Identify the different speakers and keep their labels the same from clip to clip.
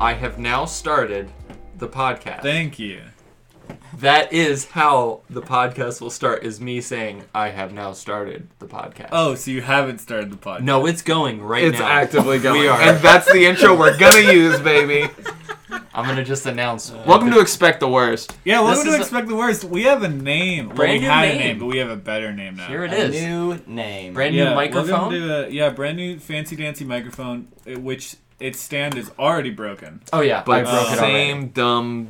Speaker 1: I have now started the podcast.
Speaker 2: Thank you.
Speaker 1: that is how the podcast will start is me saying I have now started the podcast.
Speaker 2: Oh, so you haven't started the podcast?
Speaker 1: No, it's going right
Speaker 3: It's
Speaker 1: now.
Speaker 3: actively going.
Speaker 1: We are.
Speaker 3: And that's the intro we're gonna use, baby.
Speaker 1: I'm going to just announce.
Speaker 3: Welcome to Expect the Worst.
Speaker 2: Yeah,
Speaker 1: This
Speaker 2: welcome to
Speaker 1: is a-
Speaker 2: expect the worst. We have a name. Well,
Speaker 1: Brand
Speaker 2: we
Speaker 1: new
Speaker 2: had
Speaker 1: name.
Speaker 2: a name, but we have a better name now.
Speaker 1: Here it
Speaker 4: a
Speaker 1: is.
Speaker 4: new name.
Speaker 1: Brand
Speaker 2: yeah,
Speaker 1: new
Speaker 2: We're
Speaker 1: microphone.
Speaker 2: gonna do a, yeah, brand new fancy dancy microphone, uh, which its stand is already broken.
Speaker 1: Oh yeah, I broke
Speaker 3: But
Speaker 1: it already.
Speaker 3: same dumb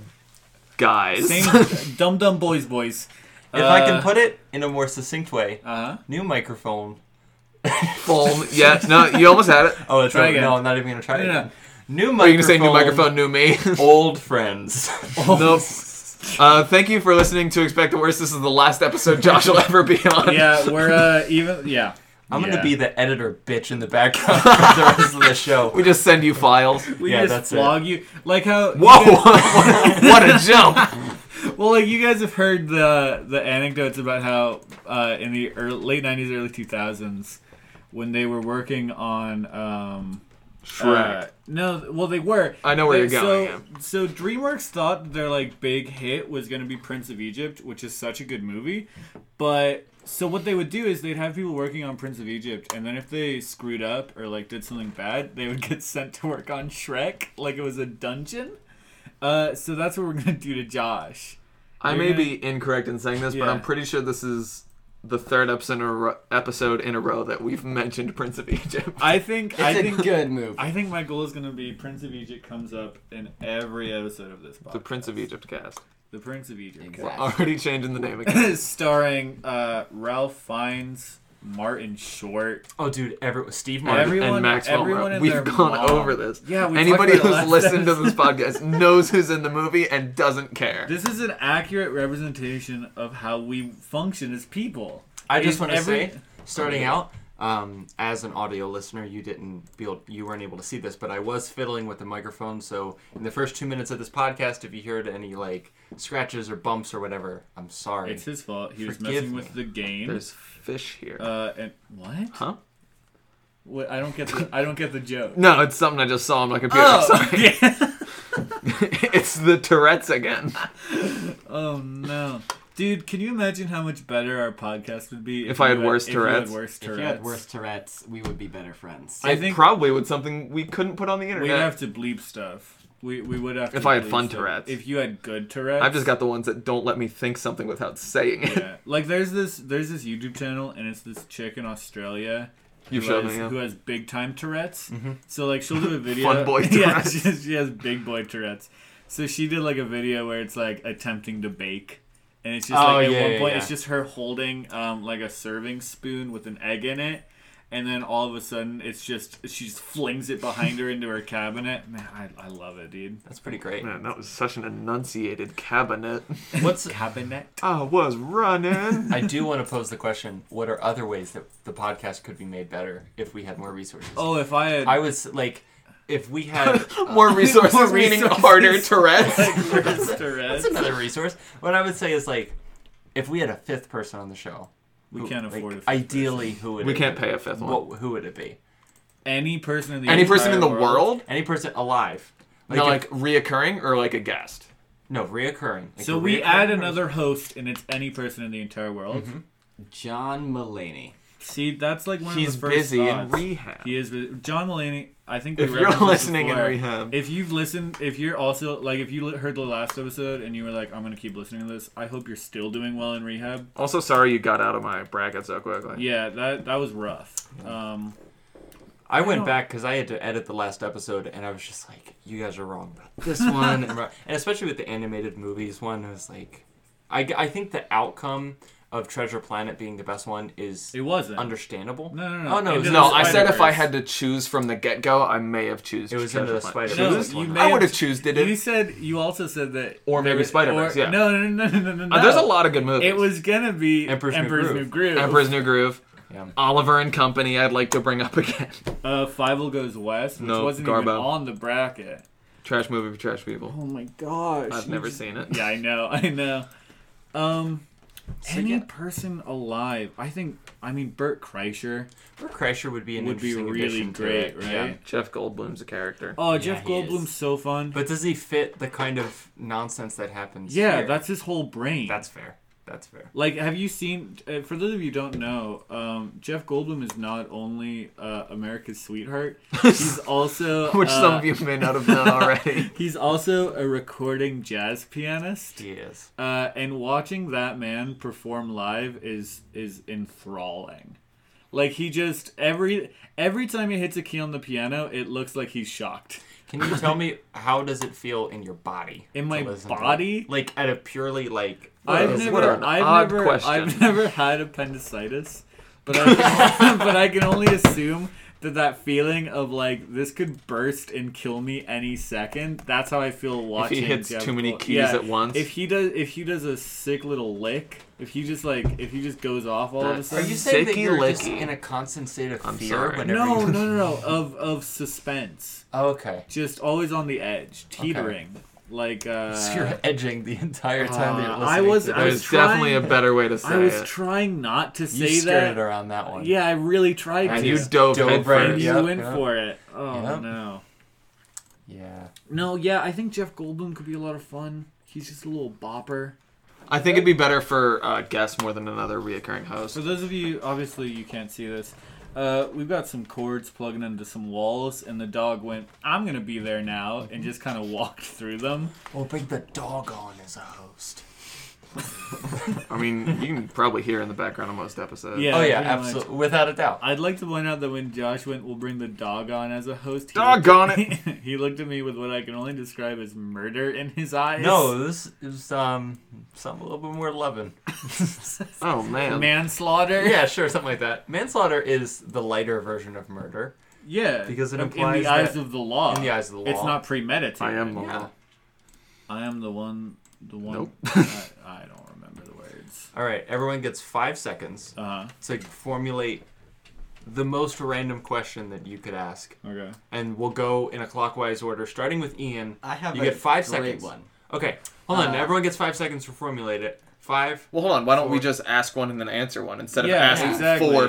Speaker 3: guys.
Speaker 2: Same dum dum boys boys.
Speaker 4: If I can put it in a more succinct way,
Speaker 2: Uh,
Speaker 4: new microphone.
Speaker 3: Boom. Yeah, no, you almost had it.
Speaker 4: Oh, that's
Speaker 2: Try
Speaker 4: right.
Speaker 2: again.
Speaker 4: No, I'm not even gonna try
Speaker 2: No,
Speaker 4: it.
Speaker 2: no, no.
Speaker 4: again. New microphone.
Speaker 3: Are you gonna say new microphone, new me?
Speaker 4: Old friends.
Speaker 3: nope. Uh, thank you for listening to Expect the Worst. This is the last episode Josh will ever be on.
Speaker 2: yeah, we're uh, even. Yeah,
Speaker 4: I'm
Speaker 2: Yeah.
Speaker 4: gonna be the editor bitch in the background for the rest of the show.
Speaker 3: We just send you files.
Speaker 2: We
Speaker 4: Yeah,
Speaker 2: just
Speaker 4: that's it.
Speaker 2: flog you like how. you
Speaker 3: Whoa!
Speaker 2: guys-
Speaker 3: what a jump!
Speaker 2: Well, like you guys have heard the the anecdotes about how uh, in the ear late '90s, early 2000s, when they were working on um,
Speaker 3: Shrek.
Speaker 2: uh, no, well, they were.
Speaker 3: I know where
Speaker 2: They-
Speaker 3: you're going,
Speaker 2: So, so DreamWorks thought that their like big hit was going to be Prince of Egypt, which is such a good movie. But so what they would do is they'd have people working on Prince of Egypt, and then if they screwed up or like did something bad, they would get sent to work on Shrek, like it was a dungeon. Uh, so that's what we're gonna do to Josh.
Speaker 3: I
Speaker 2: You're
Speaker 3: may
Speaker 2: gonna-
Speaker 3: be incorrect in saying this, but
Speaker 2: Yeah.
Speaker 3: I'm pretty sure this is the third episode in a row, episode in a row that we've mentioned Prince of Egypt.
Speaker 2: I think
Speaker 4: It's
Speaker 2: I
Speaker 4: a
Speaker 2: think
Speaker 4: good move.
Speaker 2: I think my goal is gonna be Prince of Egypt comes up in every episode of this podcast.
Speaker 3: The Prince of Egypt cast.
Speaker 2: The Prince of Egypt.
Speaker 4: Exactly.
Speaker 3: We're already changing the name again.
Speaker 2: Starring uh, Ralph Fiennes, Martin Short.
Speaker 1: Oh dude, every Steve
Speaker 3: And,
Speaker 1: Martin.
Speaker 2: Every- Everyone-
Speaker 3: and Maxwell.
Speaker 2: everyone
Speaker 3: Rowe.
Speaker 2: and
Speaker 3: We've
Speaker 2: their
Speaker 3: gone
Speaker 2: mom.
Speaker 3: over this.
Speaker 2: Yeah, we talked
Speaker 3: Anybody
Speaker 2: about it
Speaker 3: who's
Speaker 2: last
Speaker 3: listened to this
Speaker 2: episode.
Speaker 3: podcast knows who's in the movie and doesn't care.
Speaker 2: This is an accurate representation of how we function as people.
Speaker 1: I just
Speaker 2: Is
Speaker 1: want to
Speaker 2: every-
Speaker 1: say, starting out, um, as an audio listener, you didn't be able, you weren't able to see this, but I was fiddling with the microphone. So in the first two minutes of this podcast, if you heard any like scratches or bumps or whatever, I'm sorry.
Speaker 2: It's his fault. He was
Speaker 1: Forgive
Speaker 2: messing
Speaker 1: me.
Speaker 2: with the game.
Speaker 3: There's fish here.
Speaker 2: uh, and what?
Speaker 3: Huh?
Speaker 2: What? I don't get the I don't get the joke.
Speaker 3: no, it's something I just saw on my computer.
Speaker 2: Oh.
Speaker 3: Sorry.
Speaker 2: yeah.
Speaker 3: it's the Tourette's again.
Speaker 2: oh no, dude! Can you imagine how much better our podcast would be
Speaker 3: If I had
Speaker 2: you
Speaker 3: worse
Speaker 2: if you had
Speaker 3: Tourette's?
Speaker 2: worse
Speaker 4: If you
Speaker 2: Tourette's.
Speaker 4: had worse Tourette's, we would be better friends.
Speaker 2: I
Speaker 3: It
Speaker 2: think-
Speaker 3: probably with something we couldn't put on the
Speaker 2: We'd
Speaker 3: internet.
Speaker 2: have to bleep stuff. We, we would have to
Speaker 3: If I had
Speaker 2: bleep
Speaker 3: fun
Speaker 2: stuff.
Speaker 3: Tourette's.
Speaker 2: If you had good Tourette's.
Speaker 3: I've just got the ones that don't let me think something without saying it.
Speaker 2: Yeah. Like there's this there's this YouTube channel and it's this chick in Australia
Speaker 3: You've
Speaker 2: who,
Speaker 3: shown
Speaker 2: has,
Speaker 3: me. Yeah. Mm-hmm.
Speaker 2: who has big time Tourette's. So like she'll do a video.
Speaker 3: Fun boy
Speaker 2: yeah,
Speaker 3: Tourette's.
Speaker 2: she, has- she has big boy Tourette's. So she did like a video where it's like attempting to bake. And it's just
Speaker 1: Oh,
Speaker 2: like at
Speaker 1: yeah,
Speaker 2: one
Speaker 1: yeah,
Speaker 2: point
Speaker 1: yeah.
Speaker 2: it's just her holding um, like a serving spoon with an egg in it. And then all of a sudden, it's just she just flings it behind her into her cabinet. Man, I, I love it, dude.
Speaker 1: That's pretty great.
Speaker 3: Man, that was such an enunciated cabinet.
Speaker 1: What's
Speaker 2: Cabinet.
Speaker 3: I was running.
Speaker 1: I do want to pose the question: What are other ways that the podcast could be made better if we had more resources?
Speaker 2: Oh, if I had
Speaker 1: I was like, if we had
Speaker 3: More resources,
Speaker 2: More
Speaker 3: meaning
Speaker 2: resources.
Speaker 3: harder Tourette's.
Speaker 2: Chris
Speaker 1: That's
Speaker 2: Tourette's,
Speaker 1: another resource. What I would say is like, if we had a fifth person on the show,
Speaker 2: we
Speaker 1: who-
Speaker 2: can't
Speaker 1: like,
Speaker 2: afford it.
Speaker 1: Ideally, who would
Speaker 3: we
Speaker 1: it
Speaker 3: can't
Speaker 1: be?
Speaker 3: pay a fifth one.
Speaker 1: What, who would it be?
Speaker 2: any person in the
Speaker 3: Any person in the
Speaker 2: entire
Speaker 3: world?
Speaker 1: Any person alive?
Speaker 3: no,
Speaker 1: if-
Speaker 3: like reoccurring or like a guest.
Speaker 1: no, reoccurring. Like
Speaker 2: So
Speaker 1: a
Speaker 2: we
Speaker 1: reoccurring
Speaker 2: add
Speaker 1: person.
Speaker 2: another host, and it's any person in the entire world.
Speaker 3: Mm-hmm.
Speaker 4: John Mullaney.
Speaker 2: See, that's like one
Speaker 3: He's
Speaker 2: of the first
Speaker 3: busy in
Speaker 2: thoughts.
Speaker 3: rehab.
Speaker 2: He is bu- John Mulaney. I think we
Speaker 3: If you're
Speaker 2: referenced this
Speaker 3: listening in
Speaker 2: before.
Speaker 3: rehab,
Speaker 2: If you've listened, if you're also like, if you li- heard the last episode and you were like, "I'm gonna keep listening to this," I hope you're still doing well in rehab.
Speaker 3: also sorry you got out of my bracket so quickly.
Speaker 2: Yeah, that that was rough. Um,
Speaker 1: I went
Speaker 2: don't-
Speaker 1: back because I had to edit the last episode, and I was just like, "You guys are wrong about this one," and, wrong- and especially with the animated movies one, I was like, I, I think the outcome of Treasure Planet being the best one is
Speaker 2: it wasn't.
Speaker 1: understandable.
Speaker 2: No, no, no.
Speaker 1: Oh no,
Speaker 2: It
Speaker 1: it was,
Speaker 2: didn't-
Speaker 3: No, I said if I
Speaker 2: Spider-Verse.
Speaker 3: had to choose from the get go, I may have choose.
Speaker 1: It was into
Speaker 3: Treasure
Speaker 1: the
Speaker 3: Planet.
Speaker 1: Spider-Verse.
Speaker 3: Choose?
Speaker 1: Choose
Speaker 2: no, you
Speaker 1: one.
Speaker 2: may
Speaker 3: I
Speaker 2: have-
Speaker 3: would have choose did
Speaker 2: You
Speaker 3: it.
Speaker 2: said you also said that,
Speaker 3: Or maybe
Speaker 2: or-
Speaker 3: Spider-Verse, yeah.
Speaker 2: No, no, no, no, no, no.
Speaker 3: Uh, There's a lot of good movies.
Speaker 2: It was gonna be
Speaker 1: Emperor's
Speaker 2: Emperor's,
Speaker 1: New Groove.
Speaker 2: New Groove.
Speaker 3: Emperor's New Groove,
Speaker 1: Yeah.
Speaker 3: Oliver and Company. I'd like to bring up again.
Speaker 2: Uh, Fievel Goes West, which
Speaker 3: No,
Speaker 2: wasn't even
Speaker 3: Garbo.
Speaker 2: on the bracket.
Speaker 3: trash movie for trash people.
Speaker 2: Oh my gosh!
Speaker 3: I've never seen it.
Speaker 2: Yeah, I know, I know. Um,
Speaker 1: So,
Speaker 2: Any
Speaker 1: yeah,
Speaker 2: person alive, I think. I mean, Bert Kreischer.
Speaker 1: Bert Kreischer would be an
Speaker 2: Would be
Speaker 1: interesting
Speaker 2: really
Speaker 1: addition to
Speaker 2: great,
Speaker 1: it, yeah.
Speaker 2: right?
Speaker 3: Jeff Goldblum's a character.
Speaker 2: Oh,
Speaker 1: Yeah,
Speaker 2: Jeff
Speaker 1: he is.
Speaker 2: Goldblum's so fun.
Speaker 1: But does he fit the kind of nonsense that happens?
Speaker 2: yeah,
Speaker 1: here?
Speaker 2: that's his whole brain.
Speaker 1: that's fair. That's fair.
Speaker 2: Like, have you seen? Uh, for those of you who don't know, um, Jeff Goldblum is not only uh, America's sweetheart; he's also
Speaker 3: Which
Speaker 2: uh,
Speaker 3: some of you may not have known already.
Speaker 2: He's also a recording jazz pianist,
Speaker 1: He is.
Speaker 2: uh, and watching that man perform live is is enthralling. Like he just every every time he hits a key on the piano, it looks like he's shocked.
Speaker 1: Can you tell me how does it feel in your body?
Speaker 2: In
Speaker 1: to
Speaker 2: my
Speaker 1: listen to it?
Speaker 2: body?
Speaker 1: like at a purely like.
Speaker 3: What
Speaker 2: I've
Speaker 3: a-
Speaker 2: never,
Speaker 3: what an
Speaker 2: I've
Speaker 3: odd
Speaker 2: never,
Speaker 3: question.
Speaker 2: I've never had appendicitis, but I can, but I can only assume that that feeling of like this could burst and kill me any second. That's how I feel watching.
Speaker 3: hits
Speaker 2: Jeff
Speaker 3: too many
Speaker 2: Gold-
Speaker 3: keys at once.
Speaker 2: If he does, if he does a sick little lick, if he just like, if he just goes off all of a
Speaker 3: That's-
Speaker 1: Are
Speaker 2: sudden.
Speaker 1: you saying that
Speaker 3: Sicky
Speaker 1: you're just
Speaker 3: licky.
Speaker 1: in a constant state of
Speaker 3: I'm
Speaker 1: fear
Speaker 3: sorry.
Speaker 1: whenever?
Speaker 2: no,
Speaker 1: You...
Speaker 2: no, no, no. Of of suspense,
Speaker 1: Oh, okay.
Speaker 2: just always on the edge, teetering, like. uh
Speaker 1: So you're edging the edge the entire time that
Speaker 2: uh,
Speaker 1: you're
Speaker 2: I
Speaker 1: listening.
Speaker 2: was-
Speaker 1: to
Speaker 2: I
Speaker 1: this.
Speaker 3: There's definitely a
Speaker 2: trying-
Speaker 3: better way to say
Speaker 2: I was
Speaker 3: it.
Speaker 2: trying not to
Speaker 1: You
Speaker 2: say that.
Speaker 1: skirted around that one.
Speaker 2: Yeah, I really tried
Speaker 3: and
Speaker 2: to.
Speaker 3: you
Speaker 1: Yeah.
Speaker 3: dove
Speaker 1: Dove
Speaker 3: head
Speaker 1: right
Speaker 2: and
Speaker 3: first.
Speaker 2: you
Speaker 1: Yeah,
Speaker 2: went
Speaker 1: yeah.
Speaker 2: for it. Oh
Speaker 1: Yeah.
Speaker 2: no.
Speaker 1: Yeah.
Speaker 2: No, yeah, I think Jeff Goldblum could be a lot of fun. He's just a little bopper.
Speaker 3: I think it'd be better for uh, guests more than another reoccurring host.
Speaker 2: For those of you, obviously, you can't see this. Uh, we've got some cords plugging into some walls, and the dog went, "I'm gonna be there now,"
Speaker 3: Mm-hmm.
Speaker 2: and just kind of walked through them.
Speaker 1: We'll bring the dog on as a host.
Speaker 3: I mean, you can probably hear in the background of most episodes.
Speaker 2: Yeah.
Speaker 1: Oh yeah,
Speaker 2: pretty much.
Speaker 1: absolutely, without a doubt.
Speaker 2: I'd like to point out that when Josh went, "We'll bring the dog on as a host," he
Speaker 3: Doggone
Speaker 2: looked-
Speaker 3: it!
Speaker 2: he looked at me with what I can only describe as murder in his eyes.
Speaker 1: No, this is um something a little bit more loving.
Speaker 3: Oh man.
Speaker 2: manslaughter.
Speaker 1: yeah, sure, something like that. Manslaughter is the lighter version of murder
Speaker 2: Yeah,
Speaker 1: Because it
Speaker 2: in- in
Speaker 1: implies
Speaker 2: the eyes
Speaker 1: that-
Speaker 2: of the law.
Speaker 1: in the eyes of the law.
Speaker 2: It's not premeditated.
Speaker 3: I am the
Speaker 1: Yeah.
Speaker 3: law.
Speaker 2: I am the one. The one.
Speaker 3: Nope.
Speaker 2: I, I don't remember the words.
Speaker 1: All right, everyone gets five seconds
Speaker 2: Uh
Speaker 1: to formulate the most random question that you could ask,
Speaker 2: huh. Okay.
Speaker 1: and we'll go in a clockwise order, starting with Ian.
Speaker 4: I have
Speaker 1: You
Speaker 4: a
Speaker 1: get five
Speaker 4: great
Speaker 1: seconds.
Speaker 4: one.
Speaker 1: Okay, hold on.
Speaker 4: Uh,
Speaker 1: everyone gets five seconds to formulate it. Five.
Speaker 3: Well, hold on. Why don't we
Speaker 1: Four.
Speaker 3: just ask one and then answer one instead
Speaker 2: Yeah,
Speaker 3: of asking
Speaker 2: exactly.
Speaker 3: four,
Speaker 2: You're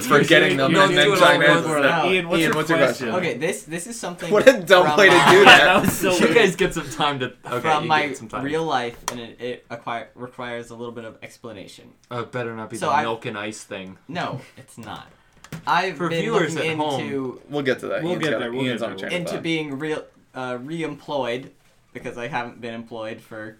Speaker 2: doing-
Speaker 3: forgetting them,
Speaker 2: you're
Speaker 3: and then
Speaker 1: doing it
Speaker 3: trying to
Speaker 1: all
Speaker 3: answer
Speaker 1: over
Speaker 3: them?
Speaker 1: Now,
Speaker 2: Ian, what's
Speaker 3: Ian,
Speaker 2: your
Speaker 3: what's your
Speaker 2: question?
Speaker 3: question?
Speaker 4: Okay, this this is something.
Speaker 3: What a dumb
Speaker 4: from
Speaker 3: way to
Speaker 4: my-
Speaker 3: do that.
Speaker 2: that was so
Speaker 1: you
Speaker 2: weird.
Speaker 1: guys get some time to. Okay,
Speaker 4: from
Speaker 1: you
Speaker 4: my
Speaker 1: get some time.
Speaker 4: real life, and it, it acquire, requires a little bit of explanation.
Speaker 1: Uh, better not be
Speaker 4: So
Speaker 1: the
Speaker 4: I-
Speaker 1: milk and ice thing.
Speaker 4: No, it's not. I've
Speaker 1: For
Speaker 4: been
Speaker 1: viewers
Speaker 4: looking
Speaker 1: at
Speaker 4: into
Speaker 1: home,
Speaker 3: We'll get to that.
Speaker 2: We'll
Speaker 3: Ian's
Speaker 2: get
Speaker 3: got-
Speaker 2: there, we'll
Speaker 3: Ian's
Speaker 2: get
Speaker 3: on a
Speaker 2: there,
Speaker 3: train of
Speaker 4: into
Speaker 3: thought.
Speaker 4: being real uh, re-employed because I haven't been employed for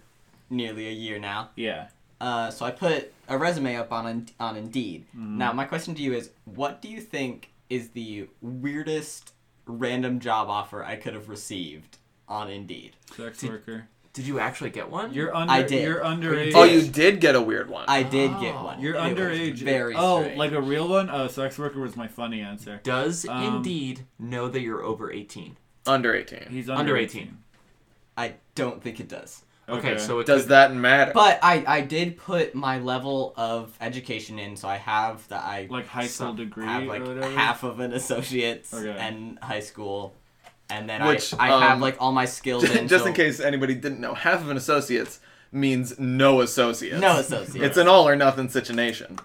Speaker 4: nearly a year now.
Speaker 2: Yeah.
Speaker 4: Uh, so I put a resume up on on Indeed.
Speaker 2: Mm.
Speaker 4: Now my question to you is, what do you think is the weirdest random job offer I could have received on Indeed?
Speaker 2: Sex
Speaker 1: Did-
Speaker 2: worker.
Speaker 1: Did you actually get one?
Speaker 2: You're under.
Speaker 4: I did.
Speaker 2: You're underage.
Speaker 3: Oh, you did get a weird one.
Speaker 4: I did get
Speaker 1: Oh.
Speaker 4: one.
Speaker 2: You're
Speaker 4: It was
Speaker 2: underage.
Speaker 4: Very
Speaker 2: Oh,
Speaker 4: strange.
Speaker 2: like a real one. Oh, sex worker was my funny answer.
Speaker 1: does
Speaker 2: Um,
Speaker 1: indeed know that you're over 18.
Speaker 3: Under 18.
Speaker 2: He's under,
Speaker 1: Under
Speaker 2: 18.
Speaker 4: I don't think it does.
Speaker 1: Okay, so it
Speaker 3: Does
Speaker 1: could-
Speaker 3: that matter?
Speaker 4: But I, I did put my level of education in, so I have that I
Speaker 2: like high school
Speaker 1: Some-
Speaker 2: degree
Speaker 4: have like
Speaker 2: or whatever.
Speaker 4: half of an associate's
Speaker 2: Okay.
Speaker 4: and high school, and then
Speaker 3: Which,
Speaker 4: I, I have
Speaker 3: um,
Speaker 4: like all my skills in.
Speaker 3: Just
Speaker 4: so
Speaker 3: in case anybody didn't know, half of an associate's means no associates.
Speaker 4: No associates.
Speaker 3: It's an all or nothing situation.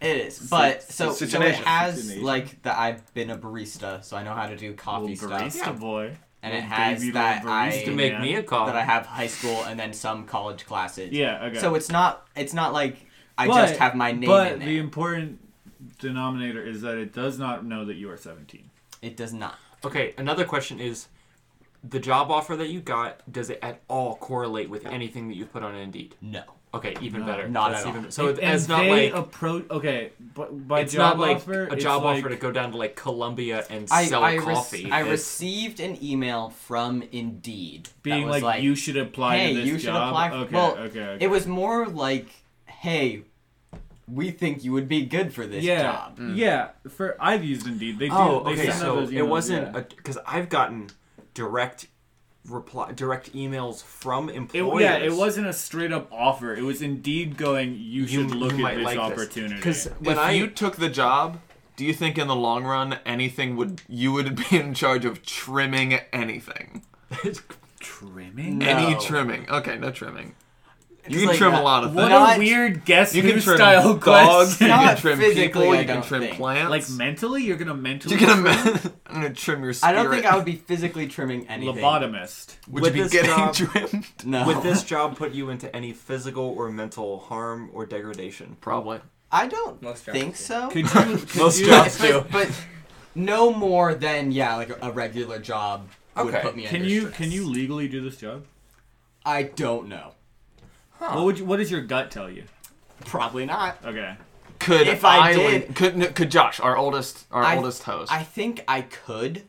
Speaker 4: It is, but so,
Speaker 3: it's
Speaker 4: so it
Speaker 3: Tunisia.
Speaker 4: has
Speaker 2: Tunisia.
Speaker 4: like that. I've been a barista, so I know how to do coffee
Speaker 2: Little barista
Speaker 4: stuff,
Speaker 2: boy.
Speaker 4: and it
Speaker 2: Little
Speaker 4: has
Speaker 2: baby little
Speaker 4: that I
Speaker 2: barista
Speaker 1: to make
Speaker 2: man.
Speaker 1: me a call.
Speaker 4: that I have high school and then some college classes.
Speaker 2: Yeah. Okay.
Speaker 4: So it's not it's not like I
Speaker 2: But-
Speaker 4: just have my name
Speaker 2: But
Speaker 4: in
Speaker 2: the
Speaker 4: there.
Speaker 2: important denominator is that it does not know that you are 17.
Speaker 4: It does not.
Speaker 1: Okay, another question is the job offer that you got, does it at all correlate with anything that you put on Indeed?
Speaker 4: No.
Speaker 1: Okay, even
Speaker 2: No,
Speaker 1: better.
Speaker 4: not
Speaker 1: That's
Speaker 4: at all.
Speaker 1: even so
Speaker 2: and,
Speaker 1: it's
Speaker 2: and
Speaker 1: not
Speaker 2: they
Speaker 1: like
Speaker 2: approach. Okay, but by
Speaker 1: it's
Speaker 2: job
Speaker 1: not like
Speaker 2: offer,
Speaker 1: a
Speaker 2: it's
Speaker 1: job
Speaker 2: like,
Speaker 1: offer to go down to like Columbia and
Speaker 4: I
Speaker 1: sell
Speaker 4: I, rec-
Speaker 1: coffee.
Speaker 4: I
Speaker 1: It's-
Speaker 4: received an email from Indeed that
Speaker 2: being
Speaker 4: was
Speaker 2: like, you should apply
Speaker 4: hey,
Speaker 2: to this
Speaker 4: you should
Speaker 2: job.
Speaker 4: apply. For,
Speaker 2: okay,
Speaker 4: well,
Speaker 2: okay, okay.
Speaker 4: it was more like, hey, we think you would be good for this
Speaker 2: yeah,
Speaker 4: job.
Speaker 2: yeah. For I've used Indeed. They do.
Speaker 1: Oh,
Speaker 2: they
Speaker 1: okay.
Speaker 2: send out
Speaker 1: So
Speaker 2: those
Speaker 1: it
Speaker 2: emails,
Speaker 1: wasn't
Speaker 2: yeah.
Speaker 1: because I've gotten direct reply, direct emails from
Speaker 2: It,
Speaker 1: employers.
Speaker 2: yeah, it wasn't a straight up offer. It was Indeed going. You, should look
Speaker 1: you might
Speaker 2: at this
Speaker 1: like this."
Speaker 2: opportunity.
Speaker 1: 'Cause when
Speaker 3: if
Speaker 1: I
Speaker 3: you took the job, do you think in the long run anything would you would be in charge of trimming anything?
Speaker 2: trimming.
Speaker 4: No.
Speaker 3: Any trimming? Okay, no trimming. You
Speaker 4: It's
Speaker 3: can
Speaker 4: like
Speaker 3: trim
Speaker 4: that.
Speaker 3: a lot of
Speaker 2: What
Speaker 3: things.
Speaker 4: Not-
Speaker 2: a weird guest
Speaker 3: You can
Speaker 2: news
Speaker 3: trim
Speaker 2: style
Speaker 3: dogs.
Speaker 2: question.
Speaker 3: You can
Speaker 4: Not
Speaker 3: trim
Speaker 4: physically,
Speaker 3: people.
Speaker 4: I
Speaker 3: You can
Speaker 4: don't
Speaker 3: trim
Speaker 4: think.
Speaker 3: plants.
Speaker 2: like mentally, you're gonna mentally
Speaker 3: you can imagine. I'm gonna trim your
Speaker 4: I
Speaker 3: spirit.
Speaker 4: don't think I would be physically trimming anything.
Speaker 2: lobotomist.
Speaker 3: Would,
Speaker 1: With
Speaker 3: you be
Speaker 1: this
Speaker 3: getting
Speaker 1: job-
Speaker 3: trimmed?
Speaker 4: No.
Speaker 1: Would this job put you into any physical or mental harm or degradation?
Speaker 3: Probably.
Speaker 4: I don't
Speaker 5: Most jobs
Speaker 4: think
Speaker 5: do.
Speaker 4: so.
Speaker 2: Could you? Could
Speaker 1: Most
Speaker 2: you,
Speaker 1: jobs do.
Speaker 4: but, but no more than yeah, like a regular job would
Speaker 1: Okay.
Speaker 4: put me.
Speaker 2: Can
Speaker 4: under
Speaker 2: you
Speaker 4: stress.
Speaker 2: can you legally do this job?
Speaker 4: I don't know.
Speaker 1: Huh.
Speaker 2: What would you, what does your gut tell you?
Speaker 4: Probably not.
Speaker 2: Okay.
Speaker 3: Could
Speaker 4: If I
Speaker 3: Island-
Speaker 4: did-
Speaker 3: could no, could Josh, our oldest, our
Speaker 4: I-
Speaker 3: oldest host,
Speaker 4: I think I could.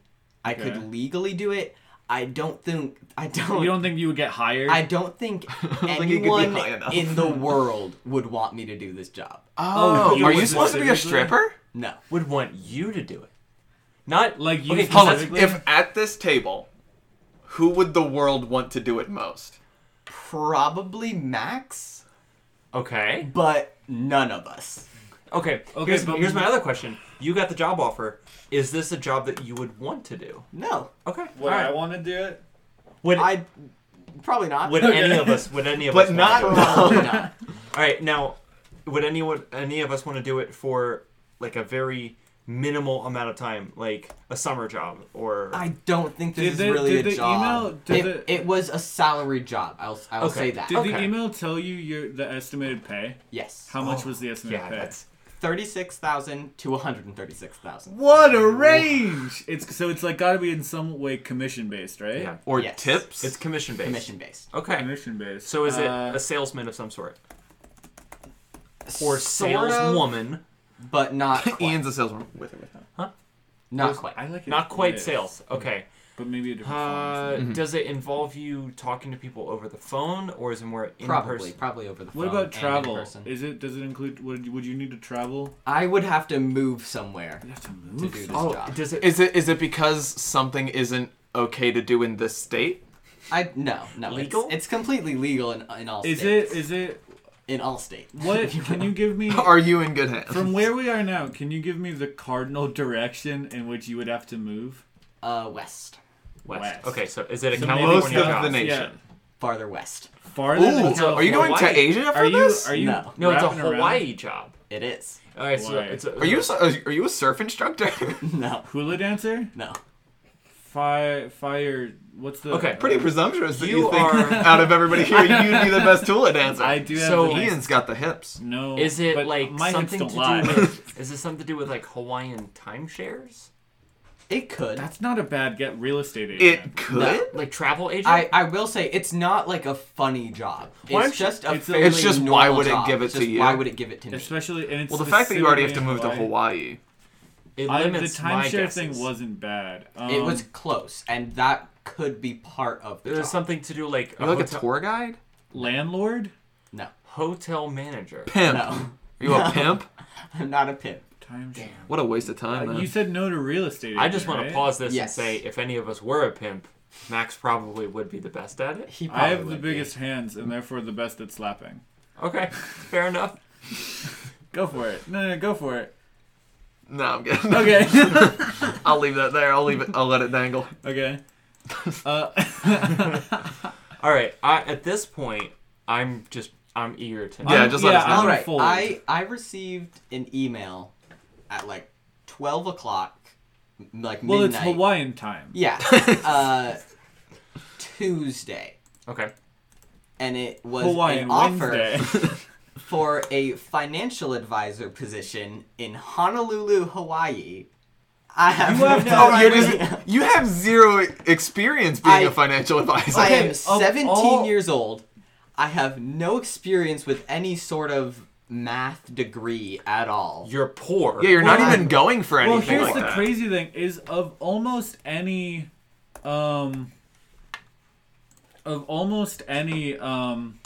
Speaker 4: I
Speaker 2: Okay.
Speaker 4: could legally do it. I don't think. I don't.
Speaker 2: You don't think you would get hired?
Speaker 4: I don't think
Speaker 3: don't think you could be
Speaker 4: anyone
Speaker 3: high enough.
Speaker 4: in the world would want me to do this job.
Speaker 3: Oh,
Speaker 2: Oh, you
Speaker 3: are
Speaker 2: would
Speaker 3: you supposed to be a
Speaker 2: specifically?
Speaker 3: stripper?
Speaker 4: No.
Speaker 1: Would want you to do it, not
Speaker 2: Like you
Speaker 1: Okay, 'cause
Speaker 3: Hold on.
Speaker 1: Specifically?
Speaker 3: If at this table, who would the world want to do it most?
Speaker 4: Probably Max,
Speaker 1: okay.
Speaker 4: but none of us.
Speaker 1: Okay.
Speaker 2: Okay,
Speaker 1: Here's,
Speaker 2: but
Speaker 1: here's my
Speaker 2: we-
Speaker 1: other question. You got the job offer. Is this a job that you would want to do?
Speaker 4: No.
Speaker 1: Okay.
Speaker 2: Would
Speaker 1: all right.
Speaker 2: I want to do it?
Speaker 1: would
Speaker 4: I probably not.
Speaker 1: would any of us? Would any of us?
Speaker 3: But
Speaker 1: wanna
Speaker 3: not
Speaker 1: do it?
Speaker 4: Probably not.
Speaker 1: All right, now, would anyone, any of us want to do it for like a very minimal amount of time, like a summer job or?
Speaker 4: I don't think this
Speaker 2: Did
Speaker 4: is
Speaker 2: they-
Speaker 4: really
Speaker 2: did
Speaker 4: a
Speaker 2: they
Speaker 4: job.
Speaker 2: email- did
Speaker 4: it,
Speaker 2: they-
Speaker 4: it was a salary job. I'll I'll
Speaker 1: Okay.
Speaker 4: say that.
Speaker 2: Did the
Speaker 1: Okay.
Speaker 2: email tell you your the estimated pay?
Speaker 4: yes.
Speaker 2: How much was the estimated
Speaker 1: Oh, yeah,
Speaker 2: pay?
Speaker 1: that's
Speaker 4: Thirty-six thousand to one hundred and thirty-six thousand.
Speaker 2: What a range! It's so it's like got to be in some way commission based, right?
Speaker 1: yeah.
Speaker 3: Or
Speaker 4: Yes.
Speaker 3: tips?
Speaker 1: It's commission based.
Speaker 4: Commission based.
Speaker 1: Okay.
Speaker 2: Commission based.
Speaker 1: So is it
Speaker 2: Uh,
Speaker 1: a salesman of some sort or
Speaker 4: Sort of,
Speaker 1: saleswoman?
Speaker 4: but not quite.
Speaker 3: Ian's a salesman with or without.
Speaker 4: not quite.
Speaker 2: I like it.
Speaker 1: Not quite
Speaker 2: Yes.
Speaker 1: sales. Okay.
Speaker 2: but maybe a
Speaker 1: Uh,
Speaker 2: different. form.
Speaker 1: Does it involve you talking to people over the phone, or is it more in
Speaker 4: Probably,
Speaker 1: person?
Speaker 4: probably over the phone.
Speaker 2: What about
Speaker 4: and in
Speaker 2: travel?
Speaker 4: person.
Speaker 2: Is it? Does it include? Would you, would you need to travel?
Speaker 4: I would have to move somewhere.
Speaker 2: You have to
Speaker 4: To
Speaker 2: move.
Speaker 4: do this
Speaker 1: Oh,
Speaker 4: job.
Speaker 1: does it?
Speaker 3: Is it is it because something isn't okay to do in this state?
Speaker 4: I no no it's-
Speaker 1: Legal?
Speaker 4: It's, completely legal in, in all
Speaker 2: is
Speaker 4: states.
Speaker 2: it? Is it?
Speaker 4: in all states?
Speaker 2: What can you give me?
Speaker 3: Are you in good hands?
Speaker 2: From where we are now, can you give me the cardinal direction in which you would have to move?
Speaker 4: Uh, west,
Speaker 1: West.
Speaker 2: West.
Speaker 1: Okay, so is it a
Speaker 2: So maybe
Speaker 1: California
Speaker 3: most of
Speaker 1: job?
Speaker 3: the
Speaker 2: Yeah.
Speaker 3: nation.
Speaker 4: farther west.
Speaker 2: Farther than
Speaker 3: Ooh,
Speaker 2: California.
Speaker 3: are you going to
Speaker 1: Hawaii.
Speaker 3: Asia for
Speaker 2: Are you?
Speaker 3: this?
Speaker 2: Are you?
Speaker 4: No.
Speaker 1: No, it's a
Speaker 2: wrapping around?
Speaker 1: Hawaii job.
Speaker 4: It is.
Speaker 1: All right, so
Speaker 2: Hawaii.
Speaker 1: it's a,
Speaker 3: Are you so- are you a surf instructor?
Speaker 4: No,
Speaker 2: Hula dancer?
Speaker 4: no.
Speaker 2: Fire. Fire. What's the?
Speaker 1: Okay.
Speaker 3: Pretty presumptuous that you,
Speaker 1: You
Speaker 3: think
Speaker 1: are-
Speaker 3: out of everybody here you'd be the best Tula dancer.
Speaker 2: I do have.
Speaker 1: So-
Speaker 2: the nice-
Speaker 3: Ian's got the hips.
Speaker 2: no.
Speaker 1: Is it
Speaker 2: but
Speaker 1: like
Speaker 2: my hips
Speaker 1: something to
Speaker 2: don't lie.
Speaker 1: do with? Is it something to do with like Hawaiian timeshares,
Speaker 4: It could.
Speaker 2: That's not a bad get. Real estate agent.
Speaker 3: It could.
Speaker 4: No.
Speaker 1: like travel agent?
Speaker 4: I, I will say it's not like a funny job.
Speaker 1: Why don't
Speaker 4: It's
Speaker 1: you-
Speaker 4: just a
Speaker 2: it's a-
Speaker 4: fairly
Speaker 3: It's just why
Speaker 4: normal
Speaker 3: would it
Speaker 4: job.
Speaker 3: give it
Speaker 4: It's
Speaker 3: to
Speaker 4: just
Speaker 3: you?
Speaker 4: Why would it give it to me?
Speaker 2: Especially and it's
Speaker 3: Well, the fact that you already have to
Speaker 2: specifically in
Speaker 3: move to Hawaii.
Speaker 1: it
Speaker 2: I, the
Speaker 1: limits my
Speaker 2: timeshare
Speaker 1: guesses.
Speaker 2: thing wasn't bad. Um,
Speaker 4: it was close, and that could be part of the job.
Speaker 1: There's something to do like a
Speaker 3: Are you like a
Speaker 1: hotel,
Speaker 3: tour guide?
Speaker 2: landlord
Speaker 4: no,
Speaker 1: hotel manager.
Speaker 3: Pimp.
Speaker 4: no,
Speaker 3: Are you a pimp?
Speaker 4: I'm not a pimp.
Speaker 2: timeshare.
Speaker 3: What a waste of time,
Speaker 2: Uh,
Speaker 3: man.
Speaker 2: you said no to real estate. Agent,
Speaker 1: I just want
Speaker 2: right?
Speaker 1: to pause this
Speaker 4: Yes.
Speaker 1: and say, if any of us were a pimp, Max probably would be the best at it.
Speaker 4: He probably
Speaker 2: I have the
Speaker 4: would be.
Speaker 2: biggest hands and therefore the best at slapping.
Speaker 1: Okay, fair enough.
Speaker 2: Go for it. No, no, no, go for it.
Speaker 3: no, I'm good.
Speaker 2: Okay.
Speaker 3: I'll leave that there. I'll leave it. I'll let it dangle.
Speaker 2: okay. Uh,
Speaker 1: All right. I, at this point, I'm just I'm eager to. know.
Speaker 3: Yeah, just let
Speaker 2: yeah,
Speaker 3: us know.
Speaker 2: I'm
Speaker 4: All right.
Speaker 2: full.
Speaker 4: I I received an email at like twelve o'clock, m- like
Speaker 2: well, it's
Speaker 4: midnight.
Speaker 2: Hawaiian time.
Speaker 4: Yeah, uh, Tuesday,
Speaker 1: Okay.
Speaker 4: and it was
Speaker 2: Hawaiian
Speaker 4: an offer
Speaker 2: Wednesday.
Speaker 4: for a financial advisor position in Honolulu, Hawaii. I have,
Speaker 2: You have no
Speaker 4: no
Speaker 3: Oh, you're
Speaker 4: idea.
Speaker 3: just, you have zero experience being
Speaker 4: I-
Speaker 3: a financial advisor.
Speaker 4: I am
Speaker 2: of
Speaker 4: 17
Speaker 2: all-
Speaker 4: years old. I have no experience with any sort of math degree at all.
Speaker 1: You're poor.
Speaker 3: Yeah, you're not
Speaker 2: Well,
Speaker 3: even going for anything
Speaker 2: well, here's
Speaker 3: like
Speaker 2: the
Speaker 3: that.
Speaker 2: crazy thing: is of almost any, um, of almost any um,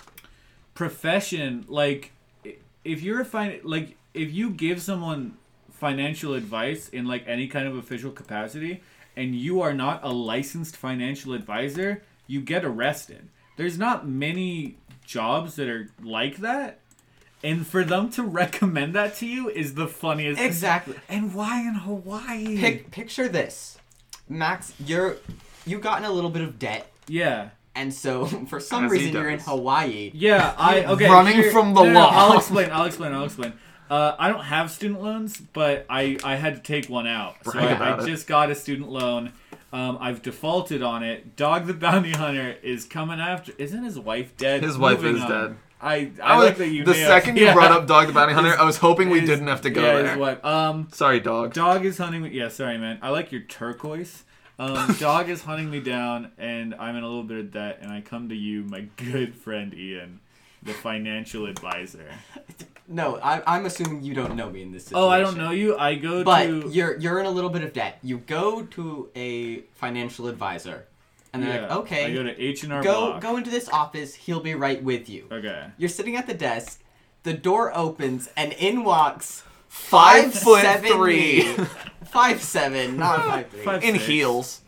Speaker 2: profession, like i- if you're a fin- like if you give someone financial advice in like any kind of official capacity, and you are not a licensed financial advisor, you get arrested. There's not many jobs that are like that. And for them to recommend that to you is the funniest.
Speaker 4: Exactly.
Speaker 2: And why in Hawaii?
Speaker 4: Pic- picture this, Max. You're you got in a little bit of debt,
Speaker 2: yeah.
Speaker 4: and so for some
Speaker 3: As he
Speaker 4: reason you're in
Speaker 3: does.
Speaker 4: Hawaii.
Speaker 2: Yeah, I okay.
Speaker 1: Running
Speaker 2: here-
Speaker 1: from the
Speaker 2: no, no, no,
Speaker 1: law.
Speaker 2: I'll explain. I'll explain. I'll explain. Uh, I don't have student loans, but I I had to take one out. so
Speaker 3: Brag
Speaker 2: I,
Speaker 3: about
Speaker 2: I
Speaker 3: it.
Speaker 2: just got a student loan. Um, I've defaulted on it. Dog the Bounty Hunter is coming after. Isn't his wife dead?
Speaker 3: His wife
Speaker 2: Moving
Speaker 3: is
Speaker 2: on.
Speaker 3: dead.
Speaker 2: I I,
Speaker 3: I was,
Speaker 2: like that you.
Speaker 3: the
Speaker 2: nailed-
Speaker 3: second you
Speaker 2: Yeah.
Speaker 3: brought up Dog the Bounty Hunter, I was hoping we
Speaker 2: His-
Speaker 3: didn't have to go
Speaker 2: yeah,
Speaker 3: there.
Speaker 2: His wife. Um,
Speaker 3: Sorry, dog.
Speaker 2: Dog is hunting me. Yeah, sorry, man. I like your turquoise. Um, dog is hunting me down, and I'm in a little bit of debt. And I come to you, my good friend Ian, the financial advisor.
Speaker 4: No, I, I'm assuming you don't know me in this situation.
Speaker 2: Oh, I don't know you. I go
Speaker 4: But
Speaker 2: to.
Speaker 4: you're you're in a little bit of debt. You go to a financial advisor, and they're like,
Speaker 2: Yeah,
Speaker 4: "Okay,
Speaker 2: I go to H and R
Speaker 4: go
Speaker 2: Block.
Speaker 4: go into this office. He'll be right with you."
Speaker 2: Okay.
Speaker 4: You're sitting at the desk. The door opens, and in walks
Speaker 3: Five foot
Speaker 4: seven
Speaker 3: three.
Speaker 4: me. five seven, not five three.
Speaker 2: Five-
Speaker 3: In
Speaker 2: Six.
Speaker 3: heels.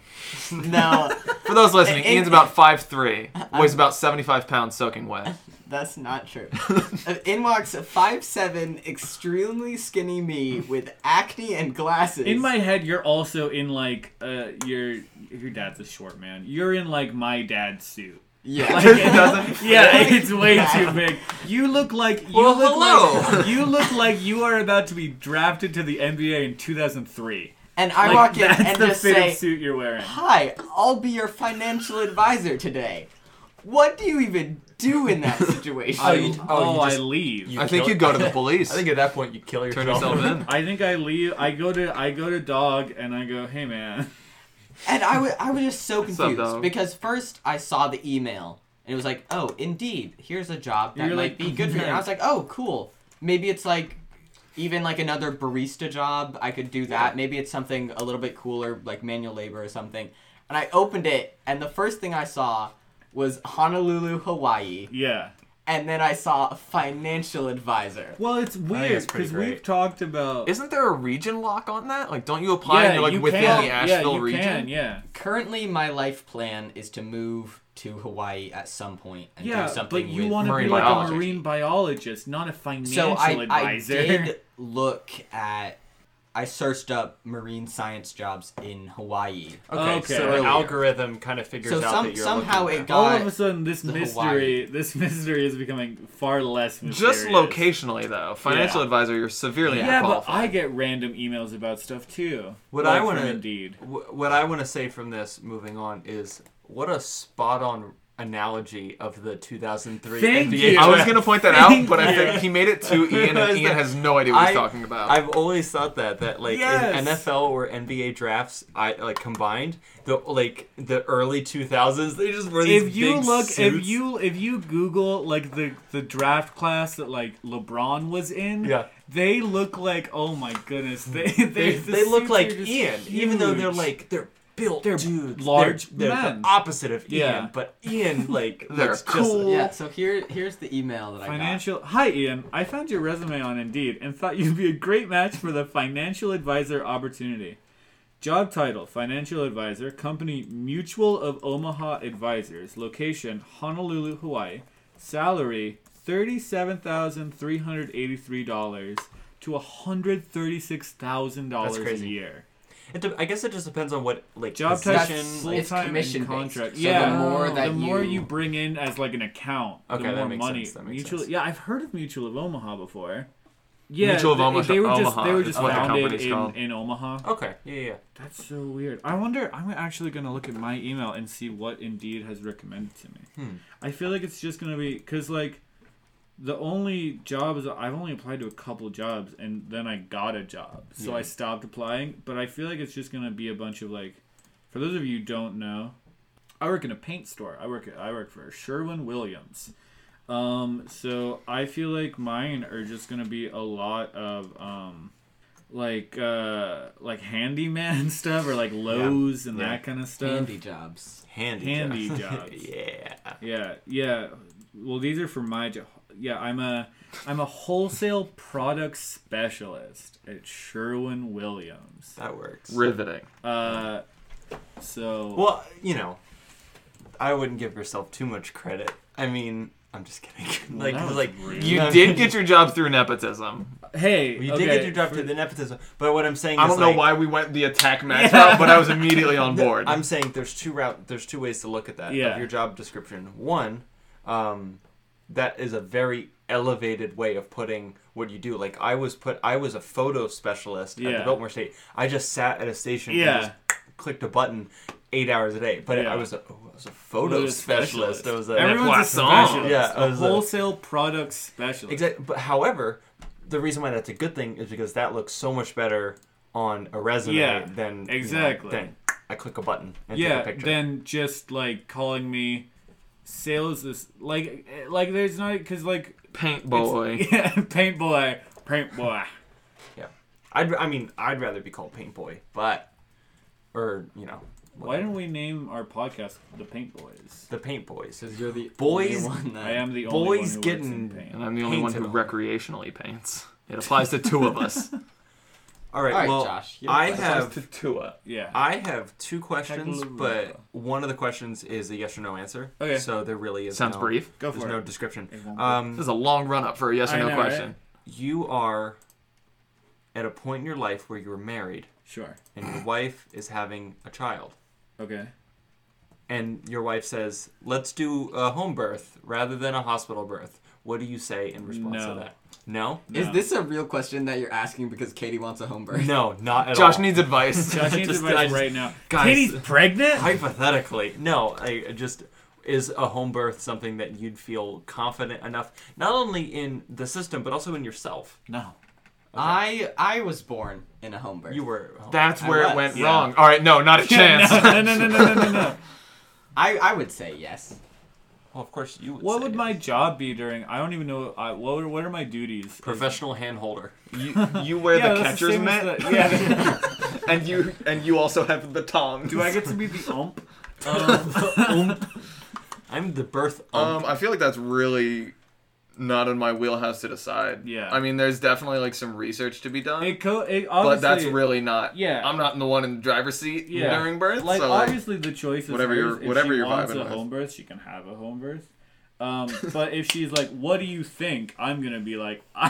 Speaker 4: No,
Speaker 3: For those listening,
Speaker 4: In-
Speaker 3: Ian's about 5'3", weighs about 75 pounds soaking wet.
Speaker 4: that's not true. Uh, In walks five seven, extremely skinny me with acne and glasses.
Speaker 2: In my head, you're also in like uh, your your dad's a short man. You're in like my dad's suit.
Speaker 4: yeah.
Speaker 2: Like,
Speaker 3: It doesn't
Speaker 2: yeah,
Speaker 4: fit.
Speaker 2: it's way
Speaker 4: Yeah.
Speaker 2: too big. You look like you
Speaker 3: Well,
Speaker 2: look
Speaker 3: hello.
Speaker 2: like you look like you are about to be drafted to the NBA in 2003.
Speaker 4: and I
Speaker 2: Like,
Speaker 4: walk in
Speaker 2: that's
Speaker 4: and
Speaker 2: the
Speaker 4: just
Speaker 2: fit
Speaker 4: say,
Speaker 2: of suit you're wearing.
Speaker 4: Hi, I'll be your financial advisor today. What do you even do in that situation?
Speaker 1: Oh, you-
Speaker 2: I,
Speaker 1: oh, you
Speaker 2: oh,
Speaker 1: just-
Speaker 2: I leave.
Speaker 3: I think you go to the police.
Speaker 1: I think at that point you kill
Speaker 3: Turn
Speaker 1: yourself.
Speaker 3: yourself in.
Speaker 2: I think I leave. I go to I go to dog and I go, hey man.
Speaker 4: and I was, I was just so
Speaker 3: What's up,
Speaker 4: confused
Speaker 3: dog?
Speaker 4: because first I saw the email and it was like, oh, indeed, here's a job that
Speaker 2: You're
Speaker 4: might
Speaker 2: like,
Speaker 4: be good for you. And I was like, oh, cool. Maybe it's like even like another barista job. I could do that. Maybe it's something a little bit cooler, like manual labor or something. And I opened it, and the first thing I saw was Honolulu, Hawaii,
Speaker 2: Yeah.
Speaker 4: and then I saw a financial advisor.
Speaker 2: Well, it's weird
Speaker 1: that's pretty
Speaker 2: because
Speaker 1: great.
Speaker 2: we've talked about.
Speaker 3: Isn't there a region lock on that? Like, don't you apply and you're like within
Speaker 2: can.
Speaker 3: the Asheville
Speaker 2: yeah, you
Speaker 3: region?
Speaker 2: Can, yeah,
Speaker 4: Currently, my life plan is to move to Hawaii at some point and
Speaker 2: yeah,
Speaker 4: do something
Speaker 2: but you
Speaker 4: with
Speaker 2: want to be
Speaker 3: marine
Speaker 2: like
Speaker 3: biology.
Speaker 2: a marine biologist, not a financial
Speaker 4: so I, I
Speaker 2: advisor.
Speaker 4: did look at I searched up marine science jobs in Hawaii.
Speaker 1: Okay,
Speaker 2: Okay.
Speaker 1: so
Speaker 2: Earlier.
Speaker 1: an algorithm kind of figures
Speaker 4: So
Speaker 1: out
Speaker 4: some-
Speaker 1: that you're
Speaker 4: somehow
Speaker 1: looking there.
Speaker 4: it got-
Speaker 2: All of a sudden, this
Speaker 4: the
Speaker 2: mystery,
Speaker 4: Hawaii.
Speaker 2: this mystery is becoming far less mysterious.
Speaker 3: Just locationally, though. Financial
Speaker 2: Yeah.
Speaker 3: advisor, you're severely
Speaker 2: Yeah, but
Speaker 3: unqualified.
Speaker 2: I get random emails about stuff too.
Speaker 1: What
Speaker 2: like
Speaker 1: I wanna-
Speaker 2: from Indeed.
Speaker 1: Wh- What I want to say from this, moving on, is what a spot-on analogy of the 2003
Speaker 2: Thank
Speaker 1: NBA
Speaker 2: you.
Speaker 1: draft.
Speaker 3: I was going to point that
Speaker 2: Thank
Speaker 3: out, but I
Speaker 2: you.
Speaker 3: think he made it to Ian, and Ian has no idea what he's
Speaker 1: I-
Speaker 3: talking about.
Speaker 1: I've always thought that that like
Speaker 2: Yes.
Speaker 1: in NFL or NBA drafts, I like combined the like the early 2000s, they just were these
Speaker 2: If you
Speaker 1: big
Speaker 2: look, if
Speaker 1: suits.
Speaker 2: you if you Google like the the draft class that like LeBron was in,
Speaker 1: Yeah.
Speaker 2: they look like oh my goodness, they they,
Speaker 1: they,
Speaker 2: the
Speaker 1: they look
Speaker 2: suits
Speaker 1: like
Speaker 2: are just
Speaker 1: Ian, even though they're
Speaker 2: huge.
Speaker 1: like they're built
Speaker 2: They're
Speaker 1: dudes, They're-
Speaker 2: large
Speaker 1: they're,
Speaker 2: men.
Speaker 1: the opposite of
Speaker 2: Yeah.
Speaker 1: Ian, but Ian like
Speaker 3: They're
Speaker 1: looks
Speaker 3: cool.
Speaker 1: Just,
Speaker 4: Yeah, so here here's the email that
Speaker 2: Financial. Hi, Ian. I found your resume on Indeed and thought you'd be a great match for the financial advisor opportunity. Job title Financial Advisor, Company Mutual of Omaha Advisors, location Honolulu, Hawaii, salary $37,383 to
Speaker 1: That's
Speaker 2: $136,000 a
Speaker 1: crazy.
Speaker 2: year.
Speaker 1: it de- I guess it just depends on what like
Speaker 2: Job
Speaker 4: That's-
Speaker 2: title,
Speaker 1: position.
Speaker 4: like- it's
Speaker 2: full-time and
Speaker 4: commission-based.
Speaker 2: contract.
Speaker 4: So the
Speaker 2: yeah,
Speaker 4: more
Speaker 2: the
Speaker 4: that
Speaker 2: more
Speaker 4: you-
Speaker 2: you bring in as like an account,
Speaker 1: Okay,
Speaker 2: the
Speaker 1: that
Speaker 2: more
Speaker 1: makes
Speaker 2: money.
Speaker 1: sense, that makes
Speaker 2: Mutual,
Speaker 1: sense.
Speaker 2: yeah, I've heard of Mutual of Omaha before. Yeah,
Speaker 3: Mutual of
Speaker 2: they-
Speaker 3: Omaha-
Speaker 2: They were just
Speaker 3: Omaha
Speaker 2: they were
Speaker 3: is
Speaker 2: just
Speaker 3: what the
Speaker 2: founded
Speaker 3: company's
Speaker 2: in,
Speaker 3: called.
Speaker 2: in Omaha.
Speaker 1: Okay, yeah, yeah.
Speaker 2: That's so weird. I wonder. I'm actually gonna look at my email and see what Indeed has recommended to me. I feel like it's just gonna be because like the only jobs I've only applied to a couple jobs and then I got a job, so
Speaker 1: Yeah.
Speaker 2: I stopped applying. But I feel like it's just gonna be a bunch of like, for those of you who don't know, I work in a paint store. I work at, I work for Sherwin Williams. Um, so I feel like mine are just gonna be a lot of um, like uh, like handyman stuff or like Lowe's and
Speaker 1: Yeah.
Speaker 2: that kind of
Speaker 4: I got.
Speaker 2: stuff.
Speaker 4: Handy jobs.
Speaker 1: Handy,
Speaker 2: Handy
Speaker 1: job.
Speaker 2: jobs.
Speaker 1: yeah.
Speaker 2: Yeah, yeah. Well, these are for my job. Yeah, I'm a I'm a wholesale product specialist at Sherwin Williams.
Speaker 1: That works.
Speaker 3: Riveting.
Speaker 2: Uh, so
Speaker 1: Well, you know, I wouldn't give yourself too much credit. I mean, I'm just kidding. like,
Speaker 2: that was
Speaker 1: like
Speaker 2: rude.
Speaker 3: You
Speaker 1: no.
Speaker 3: did get your job through nepotism.
Speaker 2: Hey,
Speaker 1: Well, you
Speaker 2: okay.
Speaker 1: did get your job through the nepotism, but what I'm saying
Speaker 3: I
Speaker 1: is
Speaker 3: don't know
Speaker 1: like,
Speaker 3: why we went the attack match route, but I was immediately on board.
Speaker 1: I'm saying there's two route. There's two ways to look at that
Speaker 2: Yeah.
Speaker 1: of your job description. One, um, that is a very elevated way of putting what you do. Like I was put. I was a photo specialist at
Speaker 2: Yeah.
Speaker 1: the Biltmore State. I just sat at a station.
Speaker 2: Yeah.
Speaker 1: And just clicked a button. Eight hours a day, but
Speaker 2: Yeah.
Speaker 1: I was a, I was a photo specialist. I was a,
Speaker 2: Everyone's a
Speaker 3: Poisson.
Speaker 2: specialist.
Speaker 1: Yeah, I
Speaker 2: a
Speaker 1: was a-
Speaker 2: wholesale product specialist.
Speaker 1: Exactly. But however, the reason why that's a good thing is because that looks so much better on a resume
Speaker 2: Yeah,
Speaker 1: than you know,
Speaker 2: exactly.
Speaker 1: than I click a button and take a
Speaker 2: Yeah,
Speaker 1: picture.
Speaker 2: then just like calling me sales is like eh, like there's not because like
Speaker 3: Paint
Speaker 2: it's-
Speaker 3: boy.
Speaker 2: yeah, paint boy, paint boy.
Speaker 1: yeah. I'd, I mean, I'd rather be called Paint Boy, but or you know,
Speaker 2: Why don't we name our podcast the Paint Boys?
Speaker 1: the Paint Boys?
Speaker 4: Because you're the
Speaker 1: Boys-
Speaker 4: only one that
Speaker 2: I am the only
Speaker 1: Boys
Speaker 2: one who
Speaker 1: getting-
Speaker 2: works in paint.
Speaker 3: And I'm the only one
Speaker 1: Painted
Speaker 3: who
Speaker 1: on.
Speaker 3: recreationally paints. It applies to two of us.
Speaker 1: All right.
Speaker 4: All right,
Speaker 1: well,
Speaker 4: Josh, you have
Speaker 1: I
Speaker 4: a question.
Speaker 1: have
Speaker 3: Tua.
Speaker 2: Yeah.
Speaker 1: I have two questions,
Speaker 2: Tagalog.
Speaker 1: but one of the questions is a yes or no answer.
Speaker 2: Okay.
Speaker 1: So there really is
Speaker 3: Sounds
Speaker 1: no,
Speaker 3: brief.
Speaker 2: Go
Speaker 1: There's
Speaker 2: for
Speaker 1: no
Speaker 2: it.
Speaker 1: description.
Speaker 2: It won't be.
Speaker 1: Um,
Speaker 3: This is a long run up for a yes or
Speaker 2: I
Speaker 3: no
Speaker 2: know,
Speaker 3: question.
Speaker 1: you are at a point in your life where you were married.
Speaker 2: Sure.
Speaker 1: and your wife is having a child
Speaker 2: Okay.
Speaker 1: and your wife says let's do a home birth rather than a hospital birth what do you say in response
Speaker 2: No.
Speaker 1: to that no
Speaker 4: Is
Speaker 2: No.
Speaker 4: this a real question that you're asking because Katie wants a home birth?
Speaker 1: no not at
Speaker 3: Josh
Speaker 1: all
Speaker 3: needs advice.
Speaker 2: Josh needs
Speaker 1: Just- I
Speaker 2: advice
Speaker 1: just-
Speaker 2: right now.
Speaker 1: Guys-
Speaker 2: Katie's pregnant.
Speaker 1: hypothetically no i I just is a home birth something that you'd feel confident enough not only in the system but also in yourself
Speaker 2: No.
Speaker 4: I I was born in a home birth.
Speaker 1: you were oh,
Speaker 3: That's
Speaker 4: I
Speaker 3: where
Speaker 4: was.
Speaker 3: it went
Speaker 1: Yeah.
Speaker 3: wrong. All right, no, not a chance.
Speaker 2: no, no, no, no, no, no, no.
Speaker 4: I I would say yes.
Speaker 1: well, of course you would
Speaker 2: What
Speaker 1: say
Speaker 2: would
Speaker 1: it.
Speaker 2: my job be during? I don't even know. I, what are, what are my duties?
Speaker 1: professional hand holder
Speaker 3: you, you wear
Speaker 2: Yeah,
Speaker 3: the
Speaker 2: that's
Speaker 3: catcher's
Speaker 2: same as
Speaker 3: mitt,
Speaker 2: the- yeah.
Speaker 3: and you and you also have the tongs.
Speaker 2: Do I get to be the ump?
Speaker 1: i'm the birth ump.
Speaker 3: Um, I feel like that's really not in my wheelhouse to decide.
Speaker 2: Yeah.
Speaker 3: I mean, there's definitely like some research to be done,
Speaker 2: It co- it
Speaker 3: but
Speaker 2: obviously,
Speaker 3: that's really not.
Speaker 2: yeah.
Speaker 3: I'm not in the one in the driver's seat
Speaker 2: Yeah.
Speaker 3: during birth.
Speaker 2: like
Speaker 3: so, like,
Speaker 2: obviously the choice is
Speaker 3: whatever
Speaker 2: hers.
Speaker 3: you're-
Speaker 2: If
Speaker 3: whatever
Speaker 2: she
Speaker 3: you're
Speaker 2: wants
Speaker 3: vibing
Speaker 2: a
Speaker 3: with.
Speaker 2: home birth, she can have a home birth. Um, but if she's like, "What do you think?" I'm gonna be like, "I